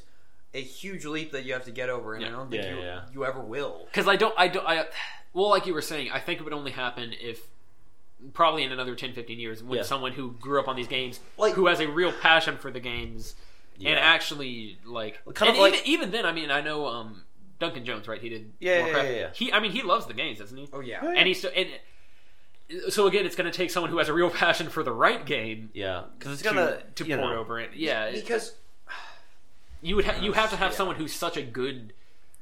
Speaker 2: a huge leap that you have to get over, and I
Speaker 1: Yeah.
Speaker 2: don't think
Speaker 3: Yeah,
Speaker 2: you,
Speaker 3: yeah, yeah.
Speaker 2: you ever will.
Speaker 1: Because I don't, I don't, I. Well, like you were saying, I think it would only happen if, probably in another 10, 15 years, when
Speaker 3: Yeah.
Speaker 1: someone who grew up on these games,
Speaker 2: Like-
Speaker 1: who has a real passion for the games,
Speaker 3: Yeah.
Speaker 1: and actually like,
Speaker 3: Kind
Speaker 1: and
Speaker 3: of like-
Speaker 1: even, even then, I mean, I know um, Duncan Jones, right? He did,
Speaker 3: Yeah, yeah,
Speaker 1: Warcraft.
Speaker 3: yeah, yeah.
Speaker 1: He, I mean, he loves the games, doesn't he?
Speaker 2: Oh yeah.
Speaker 1: And he's still, and so again, it's going to take someone who has a real passion for the right game
Speaker 3: Yeah, because it's
Speaker 1: to
Speaker 3: gonna
Speaker 1: to
Speaker 3: you
Speaker 1: pour
Speaker 3: know,
Speaker 1: over it. Yeah, it-
Speaker 2: Because
Speaker 1: you would ha- you have to have someone who's such a good.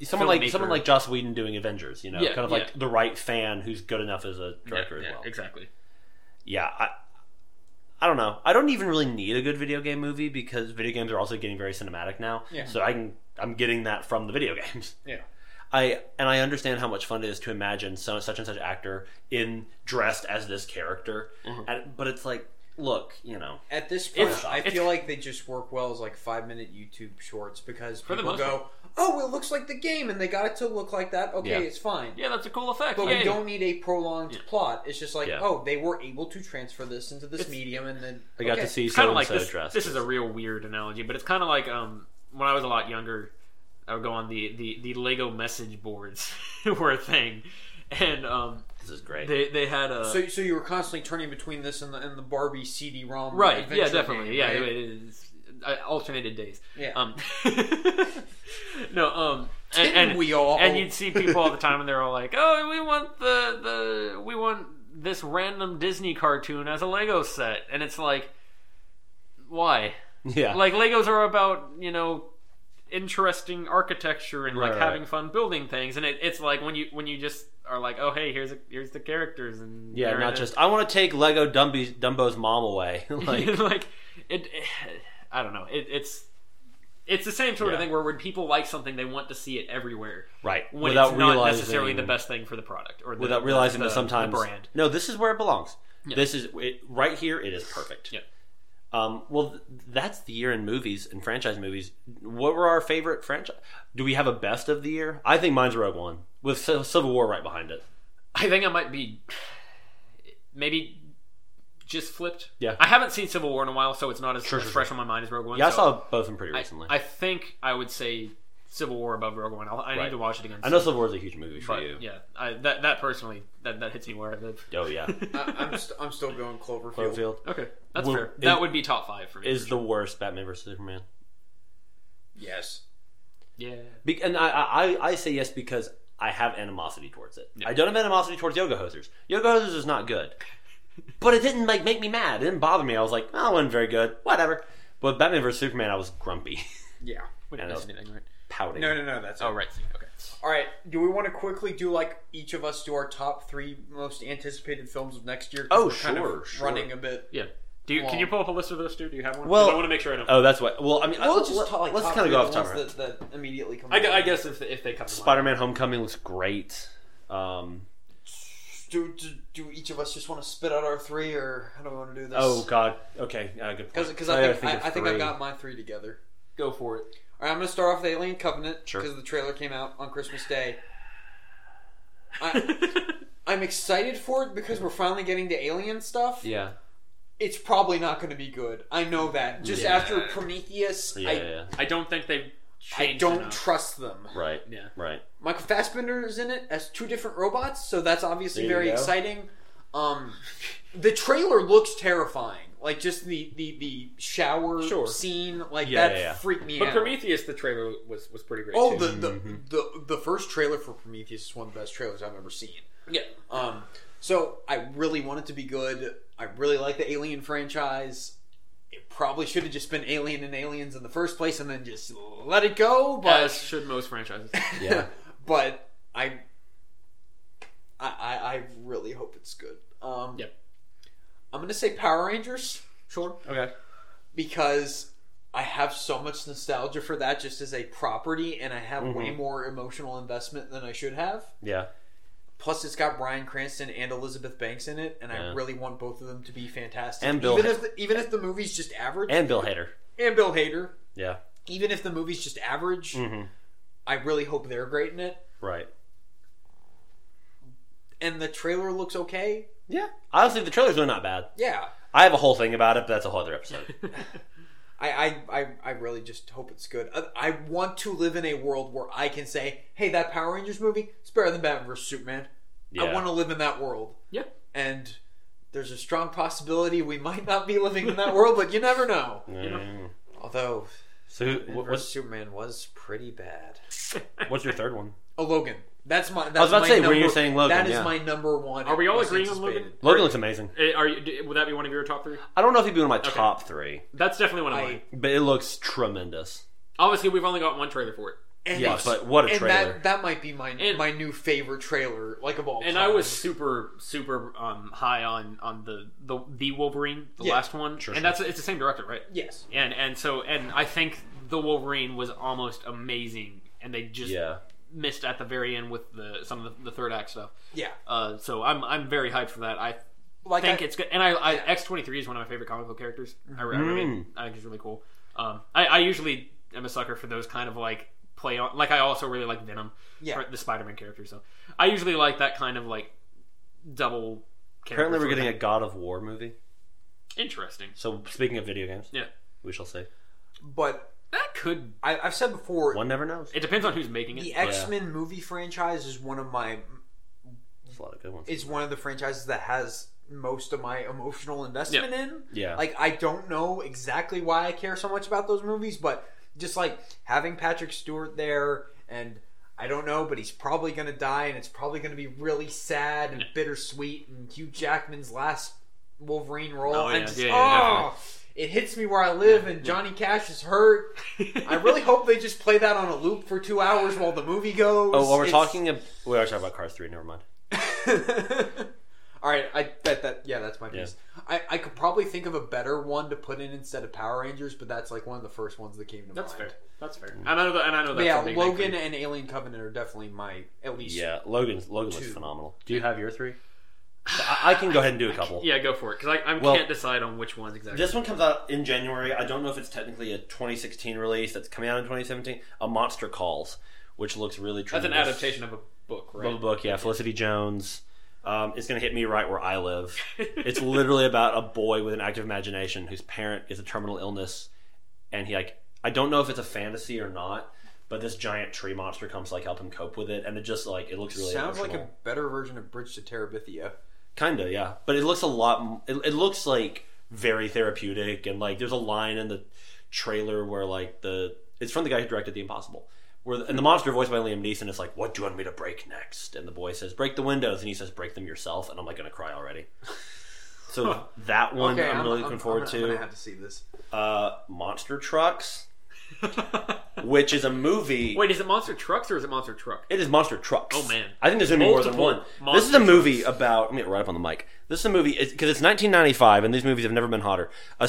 Speaker 3: Someone like
Speaker 1: filmmaker.
Speaker 3: someone like Joss Whedon doing Avengers. You know,
Speaker 1: Yeah,
Speaker 3: kind of
Speaker 1: yeah.
Speaker 3: like the right fan who's good enough as a director
Speaker 1: Yeah,
Speaker 3: as
Speaker 1: yeah,
Speaker 3: well.
Speaker 1: Exactly.
Speaker 3: yeah, I, I don't know. I don't even really need a good video game movie because video games are also getting very cinematic now. Yeah. So I can I'm getting that from the video games.
Speaker 2: Yeah.
Speaker 3: I and I understand how much fun it is to imagine so such and such actor in dressed as this character,
Speaker 1: Mm-hmm.
Speaker 3: and, but it's like, look, you know,
Speaker 2: at this point,
Speaker 1: It's-
Speaker 2: I
Speaker 1: it's-
Speaker 2: feel like they just work well as like five minute YouTube shorts because
Speaker 1: the
Speaker 2: people
Speaker 1: most
Speaker 2: go, "Oh, it looks like the game," and they got it to look like that. Okay,
Speaker 3: Yeah.
Speaker 2: it's fine.
Speaker 1: Yeah, that's a cool effect.
Speaker 2: But
Speaker 1: Yay.
Speaker 2: we don't need a prolonged plot. It's just like,
Speaker 3: Yeah.
Speaker 2: oh, they were able to transfer this into this medium, and then
Speaker 3: I got
Speaker 2: okay.
Speaker 3: to see
Speaker 1: It's kind of
Speaker 3: so and
Speaker 1: like
Speaker 3: so
Speaker 1: this.
Speaker 3: dressed.
Speaker 1: This is a real weird analogy, but it's kind of like um, when I was a lot younger, I would go on the the, the Lego message boards were a thing, and um,
Speaker 3: this is great.
Speaker 1: they they had
Speaker 3: uh,
Speaker 1: a
Speaker 2: So, so you were constantly turning between this and the and the Barbie CD-ROM,
Speaker 1: right, yeah, uh,
Speaker 2: adventure
Speaker 1: definitely,
Speaker 2: game,
Speaker 1: yeah,
Speaker 2: right?
Speaker 1: it is, I alternated days,
Speaker 2: Yeah.
Speaker 1: Um, No, um, and, and
Speaker 2: we all.
Speaker 1: and you'd see people all the time, and they're all like, "Oh, we want the the we want this random Disney cartoon as a Lego set," and it's like, why?
Speaker 3: Yeah.
Speaker 1: Like Legos are about you know interesting architecture and like
Speaker 3: Right, right.
Speaker 1: having fun building things, and it, it's like when you when you just are like, "Oh, hey, here's a, here's the characters," and
Speaker 3: yeah,
Speaker 1: they're in
Speaker 3: not
Speaker 1: it.
Speaker 3: just I want to take Lego Dumby's, Dumbo's mom away. like
Speaker 1: like, it, I don't know. It, it's it's the same sort of
Speaker 3: Yeah.
Speaker 1: thing where when people like something, they want to see it everywhere.
Speaker 3: right
Speaker 1: When
Speaker 3: without
Speaker 1: it's not
Speaker 3: realizing
Speaker 1: necessarily the best thing for the product, or the,
Speaker 3: without realizing
Speaker 1: the,
Speaker 3: that sometimes
Speaker 1: the brand.
Speaker 3: no this is where it belongs this is it, right here it is perfect
Speaker 1: Yeah.
Speaker 3: um, well th- that's the year in movies and franchise movies what were our favorite franchise do we have a best of the year i think mine's rogue one with Ci- civil war right behind it
Speaker 1: I think I might be maybe just flipped.
Speaker 3: Yeah.
Speaker 1: I haven't seen Civil War in a while, so it's not as,
Speaker 3: Sure,
Speaker 1: as
Speaker 3: sure,
Speaker 1: fresh on my mind as Rogue One.
Speaker 3: yeah i
Speaker 1: so
Speaker 3: saw both of them pretty
Speaker 1: I-
Speaker 3: recently
Speaker 1: I,
Speaker 3: i,
Speaker 1: think I would say Civil War above Rogue One. I'll, I
Speaker 3: Right.
Speaker 1: need to watch it again.
Speaker 3: know
Speaker 1: soon,
Speaker 3: civil war is a huge movie for
Speaker 1: but
Speaker 3: you
Speaker 1: yeah, I, that that personally that, that hits me where I live.
Speaker 3: oh yeah
Speaker 2: I, I'm, st- I'm still going Cloverfield.
Speaker 3: Cloverfield
Speaker 1: Okay, that's
Speaker 3: Well,
Speaker 1: fair.
Speaker 3: is-
Speaker 1: That would be top five for me.
Speaker 3: is the worst batman versus superman
Speaker 2: Yes.
Speaker 1: yeah,
Speaker 3: Be- and I, I, I- I say yes because I have animosity towards it. I don't have animosity towards yoga hosers. Yoga hosers is not good, but it didn't like make me mad. It didn't bother me. I was like, oh, it wasn't very good. Whatever. But Batman vs Superman, I was grumpy,
Speaker 2: Yeah.
Speaker 1: we
Speaker 3: I
Speaker 1: didn't
Speaker 3: know.
Speaker 1: miss anything, right?
Speaker 3: pouting.
Speaker 2: No, no, no. That's
Speaker 1: Oh, right. Okay.
Speaker 2: All right. Do we want to quickly do like each of us do our top three most anticipated films of next year? 'Cause
Speaker 3: Oh,
Speaker 2: we're kind of
Speaker 3: sure, sure.
Speaker 2: Running a bit.
Speaker 1: Yeah. Do you, can
Speaker 2: Long.
Speaker 1: you pull up a list of those two? Do you have one? 'Cause
Speaker 3: Well-
Speaker 1: I want to make sure I don't.
Speaker 3: Oh, that's why. Well, I mean,
Speaker 2: We'll
Speaker 3: let,
Speaker 2: just talk, like,
Speaker 3: us
Speaker 2: top
Speaker 3: kind of
Speaker 2: three,
Speaker 3: go
Speaker 2: the
Speaker 3: off the top.
Speaker 2: ones
Speaker 3: right?
Speaker 2: That, that immediately come.
Speaker 1: I,
Speaker 2: to
Speaker 1: gu- I
Speaker 2: mind.
Speaker 1: guess if, if they come. to mind.
Speaker 3: Spider-Man: Homecoming looks great. Um,
Speaker 2: Do, do, do each of us just want to spit out our three, or how do we want to do this?
Speaker 3: oh God. Okay. Uh, good point.
Speaker 2: because I think I,
Speaker 3: of
Speaker 2: I, think I've
Speaker 3: three.
Speaker 2: got my three together.
Speaker 1: Go for it.
Speaker 2: All right, I'm gonna start off with Alien Covenant
Speaker 3: Sure.
Speaker 2: because the trailer came out on Christmas Day. I, I'm excited for it because we're finally getting to alien stuff.
Speaker 3: Yeah.
Speaker 2: It's probably not going to be good. I know that. Just
Speaker 3: Yeah.
Speaker 2: after Prometheus,
Speaker 3: Yeah.
Speaker 2: I,
Speaker 3: yeah,
Speaker 1: I don't think they've
Speaker 2: I
Speaker 1: changed.
Speaker 2: don't
Speaker 1: enough.
Speaker 2: trust them.
Speaker 3: Right.
Speaker 1: Yeah.
Speaker 3: Right.
Speaker 2: Michael Fassbender is in it as two different robots, so that's obviously
Speaker 3: There you
Speaker 2: very
Speaker 3: go.
Speaker 2: exciting. Um, the trailer looks terrifying. Like just the the, the shower
Speaker 1: Sure.
Speaker 2: scene, like
Speaker 3: Yeah,
Speaker 2: that
Speaker 3: yeah, yeah.
Speaker 2: freaked me
Speaker 1: But
Speaker 2: out.
Speaker 1: Prometheus, the trailer was was pretty great.
Speaker 2: Oh,
Speaker 1: too. Mm-hmm.
Speaker 2: the, the the the first trailer for Prometheus is one of the best trailers I've ever seen.
Speaker 1: yeah.
Speaker 2: Um, so I really want it to be good. I really like the Alien franchise. It probably should have just been Alien and Aliens in the first place, and then just let it go. But
Speaker 1: As should most franchises.
Speaker 3: Yeah.
Speaker 2: but I, I, I, I really hope it's good. Um,
Speaker 1: Yep.
Speaker 2: I'm gonna say Power Rangers
Speaker 1: sure. Okay.
Speaker 2: because I have so much nostalgia for that just as a property, and I have way more emotional investment than I should have.
Speaker 3: Yeah.
Speaker 2: Plus, it's got Brian Cranston and Elizabeth Banks in it, and I
Speaker 3: Yeah.
Speaker 2: really want both of them to be fantastic.
Speaker 3: And Bill
Speaker 2: even
Speaker 3: Ha-
Speaker 2: if the, even if the movie's just average,
Speaker 3: And Bill Hader.
Speaker 2: and Bill Hader,
Speaker 3: Yeah.
Speaker 2: even if the movie's just average,
Speaker 3: Mm.
Speaker 2: I really hope they're great in it.
Speaker 3: Right.
Speaker 2: And the trailer looks okay.
Speaker 3: Yeah. Honestly, the trailer's really not bad.
Speaker 2: Yeah,
Speaker 3: I have a whole thing about it, but that's a whole other episode.
Speaker 2: I, I, I, I really just hope it's good. Uh, I, I want to live in a world where I can say, hey, that Power Rangers movie is better than Batman vs. Superman. I
Speaker 3: Yeah.
Speaker 2: want to live in that world.
Speaker 1: Yeah.
Speaker 2: And there's a strong possibility we might not be living in that world, but you never know.
Speaker 3: Mm.
Speaker 2: Although,
Speaker 3: So who,
Speaker 2: Batman
Speaker 3: what,
Speaker 2: vs.
Speaker 3: what's,
Speaker 2: Superman was pretty bad.
Speaker 3: what's your third one?
Speaker 2: Oh, Logan. That's my. That's
Speaker 3: was about
Speaker 2: my
Speaker 3: to say, were
Speaker 2: number,
Speaker 3: you saying Logan,
Speaker 2: That is
Speaker 3: yeah.
Speaker 2: my number one.
Speaker 1: Are we all
Speaker 2: most
Speaker 1: agreeing on
Speaker 2: anticipated.
Speaker 1: Logan?
Speaker 3: Logan looks amazing.
Speaker 1: Eh, Are you? d- Would that be one of your top three?
Speaker 3: I don't know if it'd be one of my top three,
Speaker 1: That's definitely one of
Speaker 2: I-
Speaker 1: mine.
Speaker 3: but it looks tremendous.
Speaker 1: Obviously, we've only got one trailer for it,
Speaker 2: And
Speaker 3: Yeah, but what a
Speaker 2: and
Speaker 3: trailer!
Speaker 2: that that might be my
Speaker 1: And-
Speaker 2: my new favorite trailer, like of all.
Speaker 1: and
Speaker 2: time.
Speaker 1: I was super, super um, high on on the the, the Wolverine, the
Speaker 2: Yeah.
Speaker 1: last one,
Speaker 3: Sure,
Speaker 1: and
Speaker 3: sure.
Speaker 1: that's it's the same director, right?
Speaker 2: yes.
Speaker 1: And and so and I think the Wolverine was almost amazing, and they just
Speaker 3: yeah,
Speaker 1: missed at the very end with the some of the, the third act stuff.
Speaker 2: Yeah.
Speaker 1: Uh, so I'm I'm very hyped for that. I
Speaker 2: Like
Speaker 1: think
Speaker 2: I-
Speaker 1: it's good, and I, I X twenty three is one of my favorite comic book characters. I, I
Speaker 2: Mm.
Speaker 1: really I think it's really cool. Um, I, I usually am a sucker for those kind of like play on. Like I also really like Venom,
Speaker 2: Yeah.
Speaker 1: or the Spider Man character. So I usually like that kind of like double. character
Speaker 3: apparently we're
Speaker 1: sort of
Speaker 3: getting a
Speaker 1: thing.
Speaker 3: God of War movie.
Speaker 1: interesting.
Speaker 3: So speaking of video games,
Speaker 1: Yeah,
Speaker 3: we shall see.
Speaker 2: But
Speaker 1: that could.
Speaker 2: I, I've said before,
Speaker 3: One never knows.
Speaker 1: It depends on who's making it.
Speaker 2: the X Men movie franchise is one of my
Speaker 3: There's a lot of good ones.
Speaker 2: is one of the franchises that has most of my emotional investment in.
Speaker 3: Yeah.
Speaker 2: Like I don't know exactly why I care so much about those movies, but just like having Patrick Stewart there and I don't know, but he's probably going to die and it's probably going to be really sad and bittersweet and Hugh Jackman's last Wolverine role.
Speaker 3: Oh,
Speaker 2: I'm
Speaker 3: yeah,
Speaker 2: just,
Speaker 1: yeah,
Speaker 2: oh, it hits me where I live and Johnny Cash is hurt. I really hope they just play that on a loop for two hours while the movie goes.
Speaker 3: Oh, well, we're
Speaker 2: It's-
Speaker 3: talking. Ab- we are talking about Cars Three. Never mind.
Speaker 2: All right, I bet that yeah, that's my piece. I, I could probably think of a better one to put in instead of Power Rangers, but that's like one of the first ones that came to
Speaker 1: That's
Speaker 2: mind.
Speaker 1: fair. That's fair. And I know that. And I know
Speaker 2: But
Speaker 1: that's
Speaker 2: yeah,
Speaker 1: a big thing for
Speaker 2: Logan
Speaker 1: you.
Speaker 2: and Alien Covenant are definitely my at least.
Speaker 3: Yeah, Logan. Logan looks
Speaker 2: Two.
Speaker 3: phenomenal. Do you have your three? I, I can go ahead and do a couple.
Speaker 1: Yeah, go for it because I, I
Speaker 3: Well-
Speaker 1: can't decide on which ones exactly.
Speaker 3: This one comes out in January. I don't know if it's technically a 2016 release. That's coming out in 2017. A Monster Calls, which looks really.
Speaker 1: That's an
Speaker 3: tremendous.
Speaker 1: adaptation of a book,
Speaker 3: Of a
Speaker 1: right?
Speaker 3: book. Yeah, Felicity Jones. Um, it's going to hit me right where I live. it's literally about a boy with an active imagination whose parent is a terminal illness, and he like I don't know if it's a fantasy or not, but this giant tree monster comes to, like help him cope with it, and it just like it looks really
Speaker 2: Sounds like
Speaker 3: emotional.
Speaker 2: a better version of Bridge to Terabithia.
Speaker 3: Kinda, yeah. But it looks a lot. m- It, it looks like very therapeutic, and like there's a line in the trailer where like the it's from the guy who directed The Impossible, where the, and the monster voiced by Liam Neeson is like, "What do you want me to break next?" And the boy says, "Break the windows," and he says, "Break them yourself," and I'm like gonna cry already. So that one
Speaker 2: Okay,
Speaker 3: I'm,
Speaker 2: I'm,
Speaker 3: really looking forward
Speaker 2: I'm, gonna
Speaker 3: to.
Speaker 2: have to see this.
Speaker 3: Uh, Monster Trucks, which is a movie.
Speaker 1: Wait, is it Monster Trucks or is it Monster Truck?
Speaker 3: It is Monster Trucks.
Speaker 1: Oh, man.
Speaker 3: I think there's gonna be more than one.
Speaker 1: Multiple
Speaker 3: This is a
Speaker 1: Monster
Speaker 3: movie about. Let me get right up on the mic. This is a movie because it's 1995, and these movies have never been hotter. A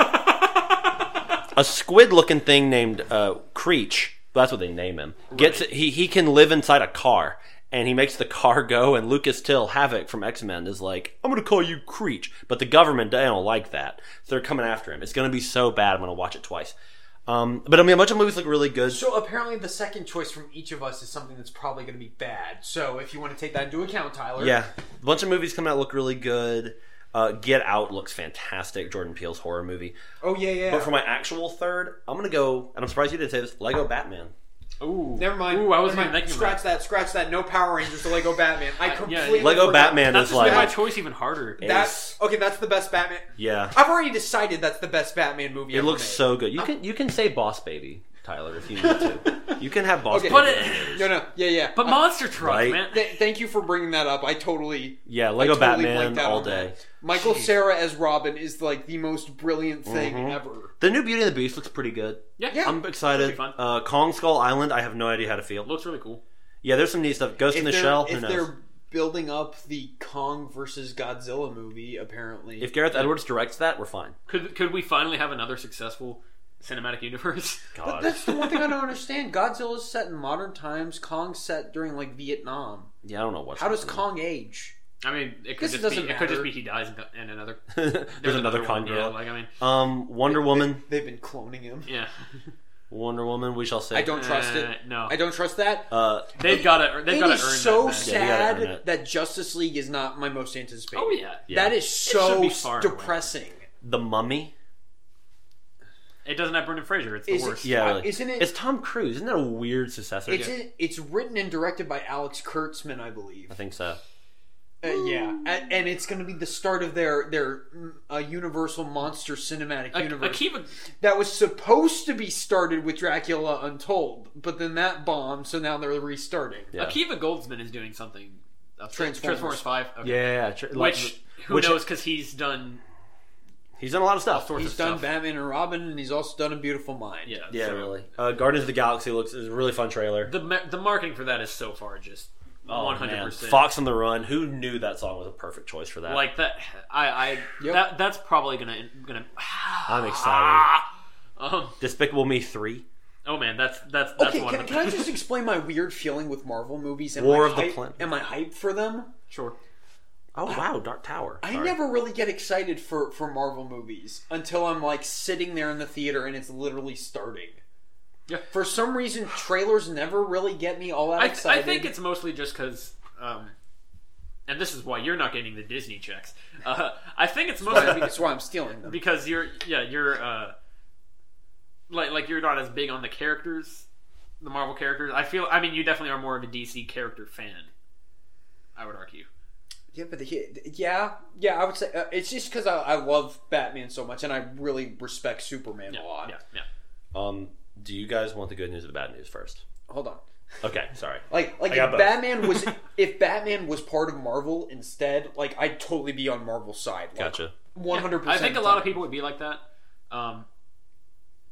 Speaker 3: a squid-looking thing named uh, Creech. That's what they name him. Gets he he can live inside a car, and he makes the car go. And Lucas Till Havoc from X Men is like, "I'm gonna call you Creech," but the government they don't like that. So they're coming after him. It's gonna be so bad. I'm gonna watch it twice. Um, but I mean, a bunch of movies look really good.
Speaker 2: So apparently, the second choice from each of us is something that's probably going to be bad. So if you want to take that into account, Tyler,
Speaker 3: Yeah, a bunch of movies coming out look really good. Uh, Get Out looks fantastic. Jordan Peele's horror movie.
Speaker 2: Oh yeah, yeah.
Speaker 3: But for my actual third, I'm gonna go, and I'm surprised you didn't say this. Lego Batman.
Speaker 1: Ooh,
Speaker 2: Never mind.
Speaker 1: Ooh, I was
Speaker 2: Never mind.
Speaker 1: thinking about
Speaker 2: Scratch that. Scratch that. No Power Rangers. The Lego Batman. I
Speaker 1: yeah,
Speaker 2: completely
Speaker 3: Lego
Speaker 2: forgot.
Speaker 3: Batman
Speaker 1: That's
Speaker 3: is
Speaker 1: just made my
Speaker 3: like,
Speaker 1: choice even harder.
Speaker 2: That's okay. That's the best Batman.
Speaker 3: yeah,
Speaker 2: I've already decided that's the best Batman movie.
Speaker 3: it
Speaker 2: ever
Speaker 3: looks
Speaker 2: made.
Speaker 3: so good. You can you can say Boss Baby, Tyler, if you need to. You can have Boss
Speaker 2: Okay.
Speaker 3: Baby.
Speaker 1: But it,
Speaker 2: No, no, yeah, yeah.
Speaker 1: but
Speaker 2: Uh,
Speaker 1: Monster Truck,
Speaker 3: Right?
Speaker 1: man.
Speaker 2: th- thank you for bringing that up. I totally,
Speaker 3: yeah, Lego
Speaker 2: I totally
Speaker 3: Batman
Speaker 2: blanked out
Speaker 3: all
Speaker 2: on
Speaker 3: day.
Speaker 2: that. Michael Sarah as Robin is like the most brilliant
Speaker 3: Mm-hmm.
Speaker 2: thing ever.
Speaker 3: The new Beauty and the Beast looks pretty good.
Speaker 1: yeah, Um,
Speaker 2: Yeah.
Speaker 3: I'm excited.
Speaker 1: That'd be fun.
Speaker 3: Uh, Kong Skull Island, I have no idea how to feel.
Speaker 1: looks really cool.
Speaker 3: Yeah, there's some neat stuff. Ghost in the
Speaker 2: they're-
Speaker 3: Shell. Who
Speaker 2: if
Speaker 3: knows?
Speaker 2: they're building up the Kong versus Godzilla movie, apparently.
Speaker 3: If Gareth Edwards directs that, we're fine.
Speaker 1: Could could we finally have another successful cinematic universe?
Speaker 3: God.
Speaker 2: that's the one thing I don't understand. Godzilla's set in modern times. Kong's set during like Vietnam.
Speaker 3: Yeah, I don't know what.
Speaker 2: How does Kong age?
Speaker 1: I mean, it could
Speaker 2: This
Speaker 1: just
Speaker 2: doesn't
Speaker 1: be, it could
Speaker 2: matter.
Speaker 1: just be he dies and- and another.
Speaker 3: There's another
Speaker 1: one,
Speaker 3: Kong
Speaker 1: Yeah,
Speaker 3: girl.
Speaker 1: like I mean,
Speaker 3: Um, Wonder Woman.
Speaker 2: They've been cloning him.
Speaker 1: yeah.
Speaker 3: Wonder Woman. We shall see.
Speaker 2: I don't trust it.
Speaker 1: Uh, no,
Speaker 2: I don't trust that.
Speaker 3: Uh,
Speaker 1: they've got to. They've
Speaker 2: It
Speaker 1: got to earn
Speaker 2: is so
Speaker 1: that. man.
Speaker 3: Yeah, you
Speaker 2: sad
Speaker 3: gotta earn it.
Speaker 2: that Justice League is not my most anticipated.
Speaker 1: Oh yeah.
Speaker 2: That is so
Speaker 1: should be far away.
Speaker 2: depressing.
Speaker 3: the Mummy.
Speaker 1: It doesn't have Brendan Fraser. It's the
Speaker 2: Is
Speaker 1: worst.
Speaker 2: it,
Speaker 3: Yeah,
Speaker 2: uh,
Speaker 3: really.
Speaker 2: isn't it?
Speaker 3: It's
Speaker 2: It's,
Speaker 3: Tom Cruise. Isn't that a weird successor?
Speaker 2: it's,
Speaker 3: Yeah.
Speaker 2: written and directed by Alex Kurtzman, I believe.
Speaker 3: I think so.
Speaker 2: Uh, yeah, and, and it's going to be the start of their their mm, uh, Universal monster cinematic
Speaker 1: A-
Speaker 2: universe
Speaker 1: Akiva
Speaker 2: that was supposed to be started with Dracula Untold, but then that bombed, so now they're restarting.
Speaker 3: Yeah.
Speaker 1: Akiva Goldsman is doing something. up there.
Speaker 2: Transformers.
Speaker 1: Transformers Five. Okay.
Speaker 3: Yeah, tr- like,
Speaker 1: Which who
Speaker 3: which-
Speaker 1: knows? Because he's done
Speaker 3: he's done a lot of stuff.
Speaker 1: all sorts
Speaker 2: He's
Speaker 1: of
Speaker 2: done
Speaker 1: stuff.
Speaker 2: Batman and Robin, and he's also done A Beautiful Mind.
Speaker 1: Yeah.
Speaker 3: Yeah,
Speaker 1: so-
Speaker 3: really. Uh, Guardians of the Galaxy looks is a really fun trailer.
Speaker 1: The ma- the marketing for that is so far just
Speaker 2: Oh,
Speaker 1: one hundred
Speaker 3: man.
Speaker 1: percent.
Speaker 3: Fox on the Run. Who knew that song was a perfect choice for that?
Speaker 1: Like that, I, I
Speaker 2: Yep.
Speaker 1: that that's probably gonna gonna.
Speaker 3: I'm excited.
Speaker 1: Um,
Speaker 3: Despicable Me three.
Speaker 1: oh man, that's that's that's
Speaker 2: Okay,
Speaker 1: one.
Speaker 2: can,
Speaker 1: of
Speaker 2: can I just explain my weird feeling with Marvel movies and
Speaker 3: War
Speaker 2: my
Speaker 3: of the
Speaker 2: hype,
Speaker 3: Planet-
Speaker 2: and my hype for them?
Speaker 1: sure.
Speaker 3: Oh wow, Dark Tower.
Speaker 2: I
Speaker 3: Sorry.
Speaker 2: never really get excited for for Marvel movies until I'm like sitting there in the theater and it's literally starting.
Speaker 1: Yeah.
Speaker 2: For some reason, trailers never really get me all that
Speaker 1: I,
Speaker 2: excited.
Speaker 1: I think it's mostly just because, um, and this is why you're not getting the Disney checks. Uh, I think it's mostly because,
Speaker 2: that's why I'm stealing them.
Speaker 1: because you're yeah you're uh, like like you're not as big on the characters, the Marvel characters. I feel I mean you definitely are more of a DC character fan. I would argue.
Speaker 2: Yeah, but the, yeah, yeah, I would say uh, it's just because I, I love Batman so much and I really respect Superman a lot.
Speaker 1: Yeah, yeah.
Speaker 3: Um, Do you guys want the good news or the bad news first?
Speaker 2: Hold on.
Speaker 3: Okay, sorry.
Speaker 2: Like, like
Speaker 3: I got
Speaker 2: if
Speaker 3: both.
Speaker 2: Batman was if Batman was part of Marvel instead, like I'd totally be on Marvel's side. Like,
Speaker 3: Gotcha.
Speaker 2: One hundred
Speaker 1: I
Speaker 2: percent.
Speaker 1: think a lot of people would be like that. Um,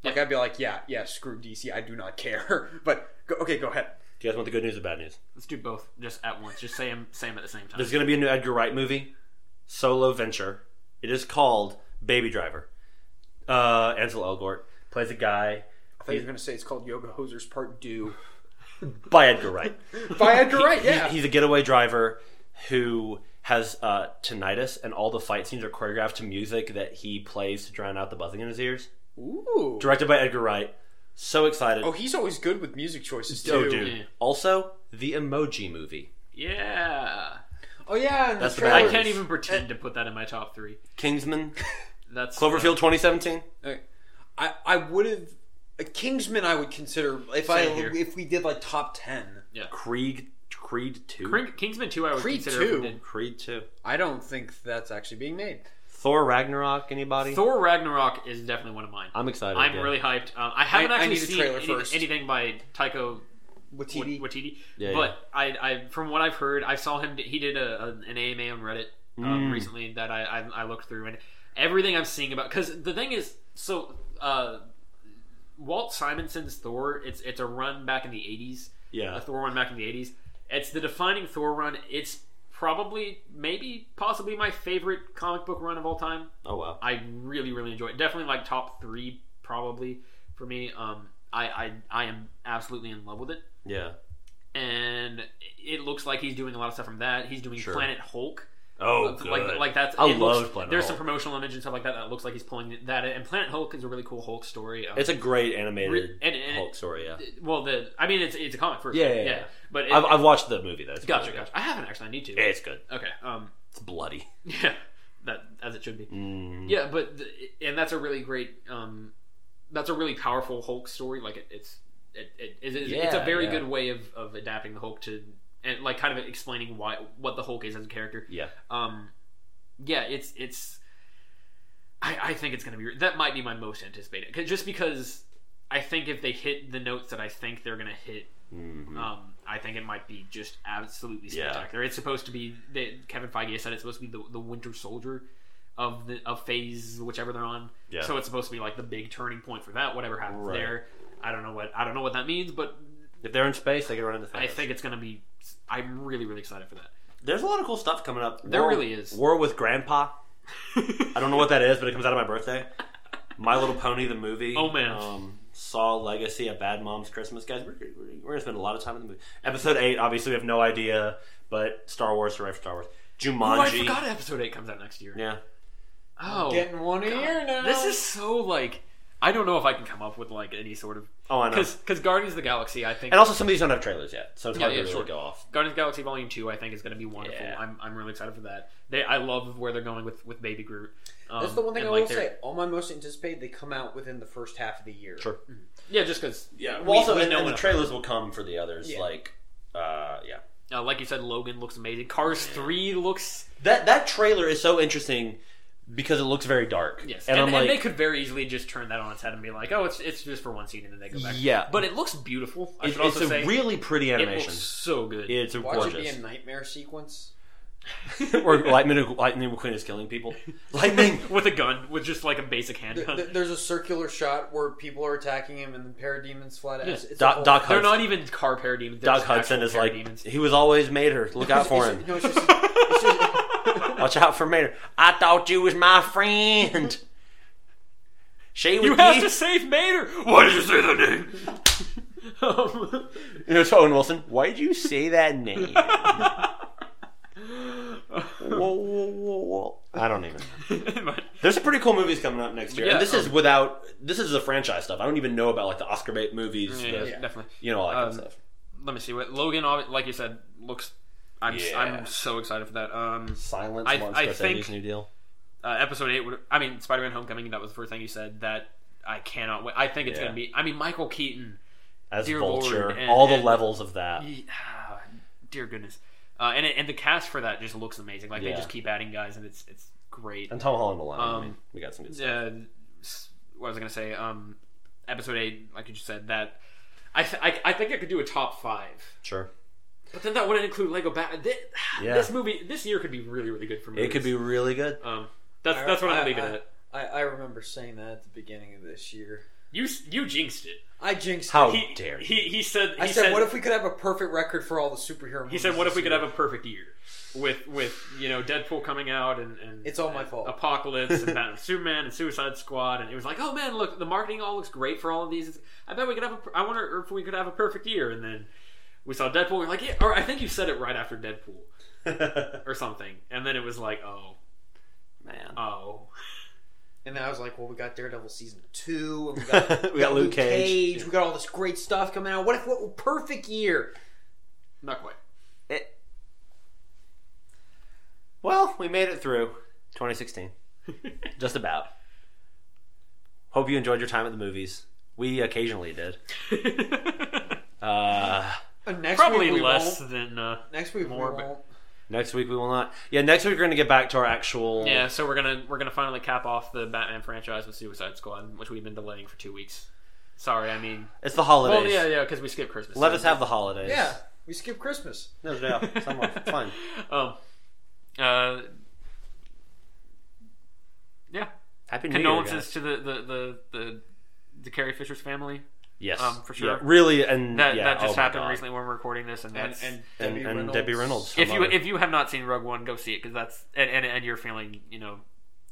Speaker 2: Like I'd be like, yeah, yeah, screw DC, I do not care. But go, okay, go ahead.
Speaker 3: Do you guys want the good news or bad news?
Speaker 1: let's do both just at once. Just say them, say 'em at the same time.
Speaker 3: There's going to be a new Edgar Wright movie, solo venture. It is called Baby Driver. Uh, Ansel Elgort plays a guy
Speaker 2: I thought you were gonna say it's called Yoga Hosers Part Two.
Speaker 3: by Edgar Wright.
Speaker 2: By Edgar Wright, yeah.
Speaker 3: He's a getaway driver who has uh, tinnitus, and all the fight scenes are choreographed to music that he plays to drown out the buzzing in his ears.
Speaker 2: Ooh.
Speaker 3: Directed by Edgar Wright. So excited.
Speaker 2: Oh, he's always good with music choices too.
Speaker 3: Oh, dude.
Speaker 1: Yeah.
Speaker 3: Also, the Emoji Movie.
Speaker 1: yeah,
Speaker 2: Oh yeah, and
Speaker 3: That's the
Speaker 2: trailer-
Speaker 3: bad
Speaker 1: I
Speaker 3: news.
Speaker 1: can't even
Speaker 2: Eh.
Speaker 1: pretend to put that in my top three.
Speaker 3: Kingsman,
Speaker 1: That's uh,
Speaker 3: Cloverfield 2017.
Speaker 2: I I would have a Kingsman. I would consider if I
Speaker 3: Same here.
Speaker 2: if we did like top ten.
Speaker 3: Creed, Creed 2.
Speaker 1: Kring- Kingsman two. I would
Speaker 2: Creed
Speaker 1: consider. if we
Speaker 2: 2.
Speaker 1: did.
Speaker 3: Creed 2.
Speaker 2: I don't think that's actually being made.
Speaker 3: Thor Ragnarok, anybody?
Speaker 1: Thor Ragnarok is definitely one of mine.
Speaker 3: I'm excited.
Speaker 1: I'm
Speaker 3: yeah.
Speaker 1: really hyped. Um, I haven't
Speaker 2: I
Speaker 1: actually
Speaker 2: need a
Speaker 1: seen
Speaker 2: trailer
Speaker 1: any-
Speaker 2: first.
Speaker 1: anything by Taiko Watiti,
Speaker 2: Watiti.
Speaker 1: Watiti.
Speaker 3: Yeah,
Speaker 1: but I, I, from what I've heard, I saw him. He did a, a- an AMA on Reddit um,
Speaker 3: Mm.
Speaker 1: recently that I, I, I looked through, and everything I'm seeing about because the thing is, so uh, Walt Simonson's Thor. It's it's a run back in the '80s,
Speaker 3: Yeah.
Speaker 1: a Thor run back in the '80s. It's the defining Thor run. It's probably, maybe, possibly my favorite comic book run of all time.
Speaker 3: Oh, wow.
Speaker 1: I really really enjoy it. Definitely like top three probably for me. Um, I I, I am absolutely in love with it,
Speaker 3: Yeah.
Speaker 1: and it looks like he's doing a lot of stuff from that. He's doing
Speaker 3: Sure.
Speaker 1: Planet Hulk,
Speaker 3: Oh,
Speaker 1: Like-
Speaker 3: good.
Speaker 1: like like that's.
Speaker 3: I
Speaker 1: it looks-
Speaker 3: love Planet
Speaker 1: There's some
Speaker 3: Hulk.
Speaker 1: promotional image and stuff like that that looks like he's pulling that. in. And Planet Hulk is a really cool Hulk story. Um,
Speaker 3: it's a great animated
Speaker 1: Re- and- and-
Speaker 3: Hulk story, yeah.
Speaker 1: well, the I mean it's it's a comic first,
Speaker 3: Yeah, yeah, yeah.
Speaker 1: But it,
Speaker 3: I've, I've watched the movie, though. It's
Speaker 1: gotcha,
Speaker 3: really good.
Speaker 1: gotcha. I haven't actually. I need to.
Speaker 3: Yeah, It's good.
Speaker 1: Okay. Um.
Speaker 3: It's bloody.
Speaker 1: Yeah. That as it should be.
Speaker 3: Mm.
Speaker 1: Yeah, but the, and that's a really great, um, that's a really powerful Hulk story. Like it, it's it, it, it, it's, it's a
Speaker 3: Yeah,
Speaker 1: very
Speaker 3: yeah.
Speaker 1: good way of, of adapting the Hulk to and like kind of explaining why what the Hulk is as a character.
Speaker 3: Yeah.
Speaker 1: Um, yeah, it's it's. I, I think it's gonna be that might be my most anticipated 'Cause- just because I think if they hit the notes that I think they're gonna hit,
Speaker 3: Mhm.
Speaker 1: um, I think it might be just absolutely
Speaker 3: Yeah.
Speaker 1: spectacular. It's supposed to be they, Kevin Feige said it's supposed to be the, the Winter Soldier of the of phase whichever they're on.
Speaker 3: Yeah.
Speaker 1: So it's supposed to be like the big turning point for that. Whatever happens
Speaker 3: Right.
Speaker 1: there, I don't know what I don't know what that means, but
Speaker 3: If they're in space, they can run into things.
Speaker 1: I think it's gonna be. I'm really really excited for that.
Speaker 3: There's a lot of cool stuff coming up.
Speaker 1: There
Speaker 3: War-
Speaker 1: really is.
Speaker 3: War with Grandpa. I don't know what that is, but it comes out of my birthday. My Little Pony, the movie.
Speaker 1: Oh, man.
Speaker 3: Um, Saw Legacy, A Bad Mom's Christmas. Guys, we're, we're, we're going to spend a lot of time in the movie. Episode 8, obviously, we have no idea, but Star Wars, Survivor Star Wars.
Speaker 1: Oh, I
Speaker 3: Jumanji.
Speaker 1: forgot episode eight comes out next year.
Speaker 3: yeah.
Speaker 1: Oh,
Speaker 2: Getting one a year now.
Speaker 1: this is so like I don't know if I can come up with like any sort of
Speaker 3: Oh, I know.
Speaker 1: because because Guardians of the Galaxy I think
Speaker 3: And also, some of these don't have trailers yet, so it's
Speaker 1: Yeah,
Speaker 3: hard
Speaker 1: yeah,
Speaker 3: to really
Speaker 1: sure.
Speaker 3: go off.
Speaker 1: Guardians of the Galaxy Volume Two, I think, is going to be wonderful.
Speaker 3: Yeah.
Speaker 1: I'm, I'm really excited for that. They, I love where they're going with, with Baby Groot. Um,
Speaker 2: That's the one thing
Speaker 1: and,
Speaker 2: I
Speaker 1: like,
Speaker 2: will
Speaker 1: they're-
Speaker 2: say. All my most anticipated, they come out within the first half of the year.
Speaker 3: Sure.
Speaker 1: Yeah, just because.
Speaker 3: Yeah. Well,
Speaker 1: we,
Speaker 3: also,
Speaker 1: we
Speaker 3: and,
Speaker 1: know
Speaker 3: and the
Speaker 1: enough.
Speaker 3: trailers will come for the others.
Speaker 2: Yeah.
Speaker 3: Like, uh, yeah.
Speaker 1: Uh, like you said, Logan looks amazing. Cars Three looks
Speaker 3: That that trailer is so interesting because it looks very dark.
Speaker 1: yes,
Speaker 3: And,
Speaker 1: and,
Speaker 3: I'm
Speaker 1: and
Speaker 3: like,
Speaker 1: they could very easily just turn that on its head and be like, oh, it's it's just for one scene and then they go back.
Speaker 3: Yeah.
Speaker 1: but it looks beautiful. I
Speaker 3: It-
Speaker 1: should also
Speaker 3: it's a
Speaker 1: say
Speaker 3: really pretty
Speaker 1: it
Speaker 3: animation.
Speaker 1: looks so good.
Speaker 3: it's
Speaker 2: Why would it be
Speaker 3: gorgeous.
Speaker 2: a nightmare sequence?
Speaker 3: or Lightning, Lightning McQueen is killing people. Lightning.
Speaker 1: with a gun, with just like a basic
Speaker 2: Th-
Speaker 1: handgun.
Speaker 2: th- There's a circular shot where people are attacking him, and the parademons fly.
Speaker 1: Yeah.
Speaker 2: Yes,
Speaker 3: Doc, Doc,
Speaker 1: they're
Speaker 3: Hudson,
Speaker 1: not even car parademons. they're
Speaker 3: Doc
Speaker 1: just actual
Speaker 3: Hudson is like
Speaker 1: parademons.
Speaker 3: he was always Mater. Look out for him.
Speaker 2: No, it's just, it's just-
Speaker 3: Watch out for Mater. I thought you was my friend. She
Speaker 1: You
Speaker 3: would
Speaker 1: have
Speaker 3: be.
Speaker 1: to save Mater. Why did you say that name? um,
Speaker 3: You know, it's Owen Wilson. Why'd you say that name? Whoa, whoa, whoa, whoa. I don't even.
Speaker 1: but,
Speaker 3: There's some pretty cool movies coming up next year.
Speaker 1: Yeah, um,
Speaker 3: and this is without this is the franchise stuff. I don't even know about like the Oscar bait movies,
Speaker 1: yeah,
Speaker 3: the-
Speaker 1: definitely.
Speaker 3: you know, all that kind of
Speaker 1: Um,
Speaker 3: stuff.
Speaker 1: Let me see what Logan. obvi- Like you said, looks. I'm s
Speaker 3: Yeah.
Speaker 1: am so excited for that. Um,
Speaker 3: Silence,
Speaker 1: I-
Speaker 3: Martin
Speaker 1: I
Speaker 3: Scorsese's
Speaker 1: think-
Speaker 3: new deal.
Speaker 1: uh, episode eight. Would, I mean, Spider-Man: Homecoming. That was the first thing you said. That I cannot wait. I think it's
Speaker 3: Yeah.
Speaker 1: gonna be. I mean, Michael Keaton.
Speaker 3: As
Speaker 1: Dear
Speaker 3: Vulture,
Speaker 1: Lord, and-
Speaker 3: all the
Speaker 1: and-
Speaker 3: levels of that.
Speaker 1: he- ah, dear goodness. Uh, and it- and the cast for that just looks amazing. Like they
Speaker 3: Yeah.
Speaker 1: just keep adding guys, and it's it's great.
Speaker 3: And Tom Holland alone. I
Speaker 1: Um,
Speaker 3: mean, we got some good stuff.
Speaker 1: Uh, s- what was I gonna say? Um, episode eight, like you just said, that I th- I, I think I could do a top five.
Speaker 3: Sure.
Speaker 1: But then that wouldn't include Lego Bat. This,
Speaker 3: Yeah.
Speaker 1: this movie, this year could be really, really good for me.
Speaker 3: It could be really good.
Speaker 1: Um, that's that's what I'm leaving
Speaker 2: I-
Speaker 1: it at.
Speaker 2: I, I remember saying that at the beginning of this year.
Speaker 1: You s- you jinxed it.
Speaker 2: I jinxed.
Speaker 3: How
Speaker 2: it.
Speaker 1: He,
Speaker 3: Oh, dare you?
Speaker 1: he he said he
Speaker 2: I said, "What if we could have a perfect record for all the superhero?"
Speaker 1: he said what if we could have a perfect year with with you know Deadpool coming out and, and
Speaker 2: It's all my
Speaker 1: and
Speaker 2: fault.
Speaker 1: Apocalypse and Batman, Superman and Suicide Squad and it was like oh man look the marketing all looks great for all of these. I bet we could have a, I wonder if we could have a perfect year and then we saw Deadpool. We're like yeah, or I think you said it right after Deadpool or something and then it was like oh
Speaker 3: Man.
Speaker 1: oh
Speaker 2: And then I was like, "Well, we got Daredevil season two, and we got
Speaker 3: we got Luke Cage.
Speaker 2: we got all this great stuff coming out. What if what perfect year?
Speaker 1: not quite.
Speaker 3: Well, we made it through 2016. Just about. Hope you enjoyed your time at the movies. We occasionally did. Uh,
Speaker 2: And next
Speaker 1: Probably
Speaker 2: week we
Speaker 1: less
Speaker 2: Won't.
Speaker 1: than uh,
Speaker 2: Next week
Speaker 1: More,
Speaker 2: we
Speaker 1: but-
Speaker 2: won't.
Speaker 3: next week we will not. Yeah, next week we're going to get back to our actual.
Speaker 1: yeah. So we're gonna we're gonna finally cap off the Batman franchise with Suicide Squad, which we've been delaying for two weeks. Sorry, I mean
Speaker 3: It's the
Speaker 1: Well,
Speaker 3: holidays.
Speaker 1: yeah, yeah, because we skipped Christmas.
Speaker 3: Let us have the holidays.
Speaker 2: Yeah, we skip Christmas.
Speaker 3: No, yeah, someone. Fine.
Speaker 1: Um, uh, yeah.
Speaker 3: Happy New Year.
Speaker 1: Condolences
Speaker 3: guys.
Speaker 1: to the the the the, the Carrie Fisher's family.
Speaker 3: Yes.
Speaker 1: um, for sure.
Speaker 3: Yeah, really, and
Speaker 1: That
Speaker 3: yeah,
Speaker 1: that
Speaker 3: oh
Speaker 1: just
Speaker 3: my
Speaker 1: happened
Speaker 3: God.
Speaker 1: recently when we're recording this, and
Speaker 2: And,
Speaker 1: that's.
Speaker 2: and
Speaker 3: And
Speaker 2: Debbie
Speaker 3: and
Speaker 2: Reynolds.
Speaker 3: Debbie Reynolds. her
Speaker 1: if you
Speaker 3: mother.
Speaker 1: if you have not seen Rogue One, go see it because that's and, and and you're feeling you know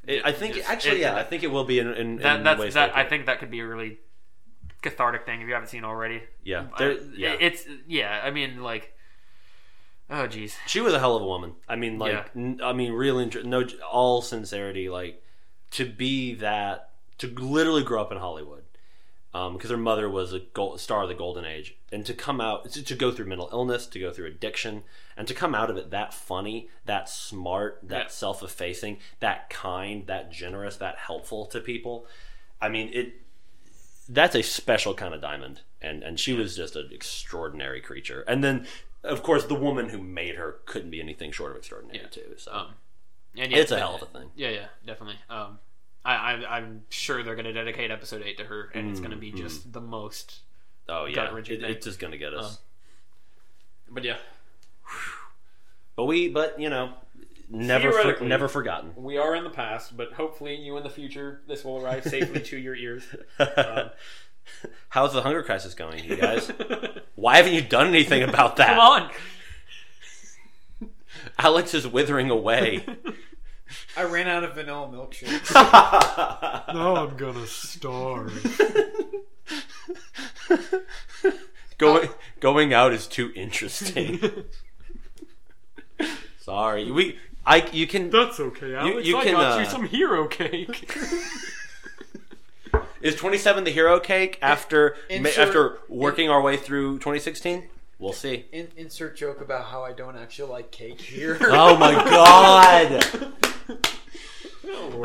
Speaker 3: It- I think
Speaker 1: just-
Speaker 3: actually,
Speaker 1: it-
Speaker 3: yeah, I think it will be in, in,
Speaker 1: that
Speaker 3: in
Speaker 1: that's
Speaker 3: ways
Speaker 1: that
Speaker 3: later.
Speaker 1: I think that could be a really cathartic thing if you haven't seen already.
Speaker 3: Yeah,
Speaker 1: I-
Speaker 3: there- yeah.
Speaker 1: it's yeah. I mean like, oh jeez.
Speaker 3: she was a hell of a woman. I mean, like,
Speaker 1: Yeah.
Speaker 3: n- I mean, real, inter- no, j- all sincerity, like, to be that, to literally grow up in Hollywood, because her mother was a gold, star of the golden age, and to come out, to, to go through mental illness, to go through addiction, and to come out of it that funny, that smart, that
Speaker 1: Yeah.
Speaker 3: self-effacing, that kind, that generous, that helpful to people. I mean, it. That's a special kind of diamond, and and she was just an extraordinary creature. And then, of course, the woman who made her couldn't be anything short of extraordinary
Speaker 1: Yeah.
Speaker 3: too. So
Speaker 1: Um, and yeah,
Speaker 3: it's a hell of a thing.
Speaker 1: Yeah, yeah, definitely. Um, I, I, I'm sure they're going to dedicate episode eight to her, and it's going to be just the most.
Speaker 3: Oh yeah,
Speaker 1: gut-wrenching
Speaker 3: it,
Speaker 1: thing.
Speaker 3: it's just gonna get us.
Speaker 1: Um, But yeah,
Speaker 3: but we, but you know, never for,
Speaker 1: Theoretically-
Speaker 3: never forgotten.
Speaker 1: we are in the past, but hopefully, you in the future, this will arrive safely to your ears. Uh.
Speaker 3: How's the hunger crisis going, you guys?
Speaker 1: Come
Speaker 3: Why haven't you done anything about that?
Speaker 1: on,
Speaker 3: Alex is withering away.
Speaker 2: I ran out of vanilla milkshake.
Speaker 4: Now I'm gonna starve.
Speaker 3: going going out is too interesting. Sorry, we I you can.
Speaker 4: That's okay, Alex.
Speaker 3: you
Speaker 1: I
Speaker 3: can,
Speaker 1: got
Speaker 3: uh,
Speaker 1: you some hero cake.
Speaker 3: Is 27 the hero cake after ma-
Speaker 2: Insert-
Speaker 3: after working our way through 2016? We'll see.
Speaker 2: In, insert joke about how I don't actually like cake here.
Speaker 3: Oh my god!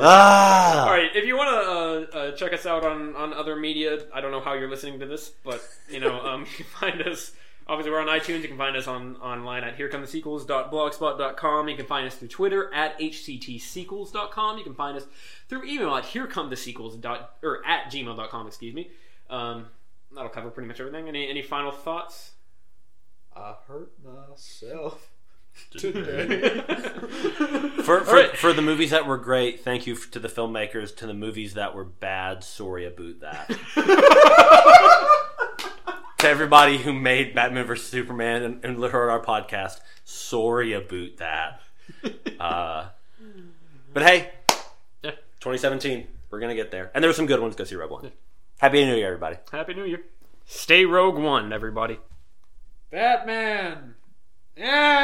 Speaker 3: ah!
Speaker 1: All right, if you want to uh, uh, check us out on, on other media, I don't know how you're listening to this, but you know, um, you can find us. Obviously, we're on iTunes. You can find us on online at herecomethesequels.blogspot.com. You can find us through Twitter at hctsequels.com. You can find us through email at herecomethesequels dot or at gmail.com. Excuse me. Um, that'll cover pretty much everything. Any any final thoughts?
Speaker 2: I hurt myself.
Speaker 3: For, for,
Speaker 1: right.
Speaker 3: for the movies that were great, thank you to the filmmakers. To the movies that were bad, sorry about that. to everybody who made Batman vs Superman and, and heard our podcast, sorry about that. Uh, but hey,
Speaker 1: Yeah.
Speaker 3: 2017, we're gonna get there, and there were some good ones. Go see Rogue One. Happy New Year, everybody.
Speaker 1: Happy New Year. Stay Rogue One, everybody.
Speaker 2: Batman. Yeah.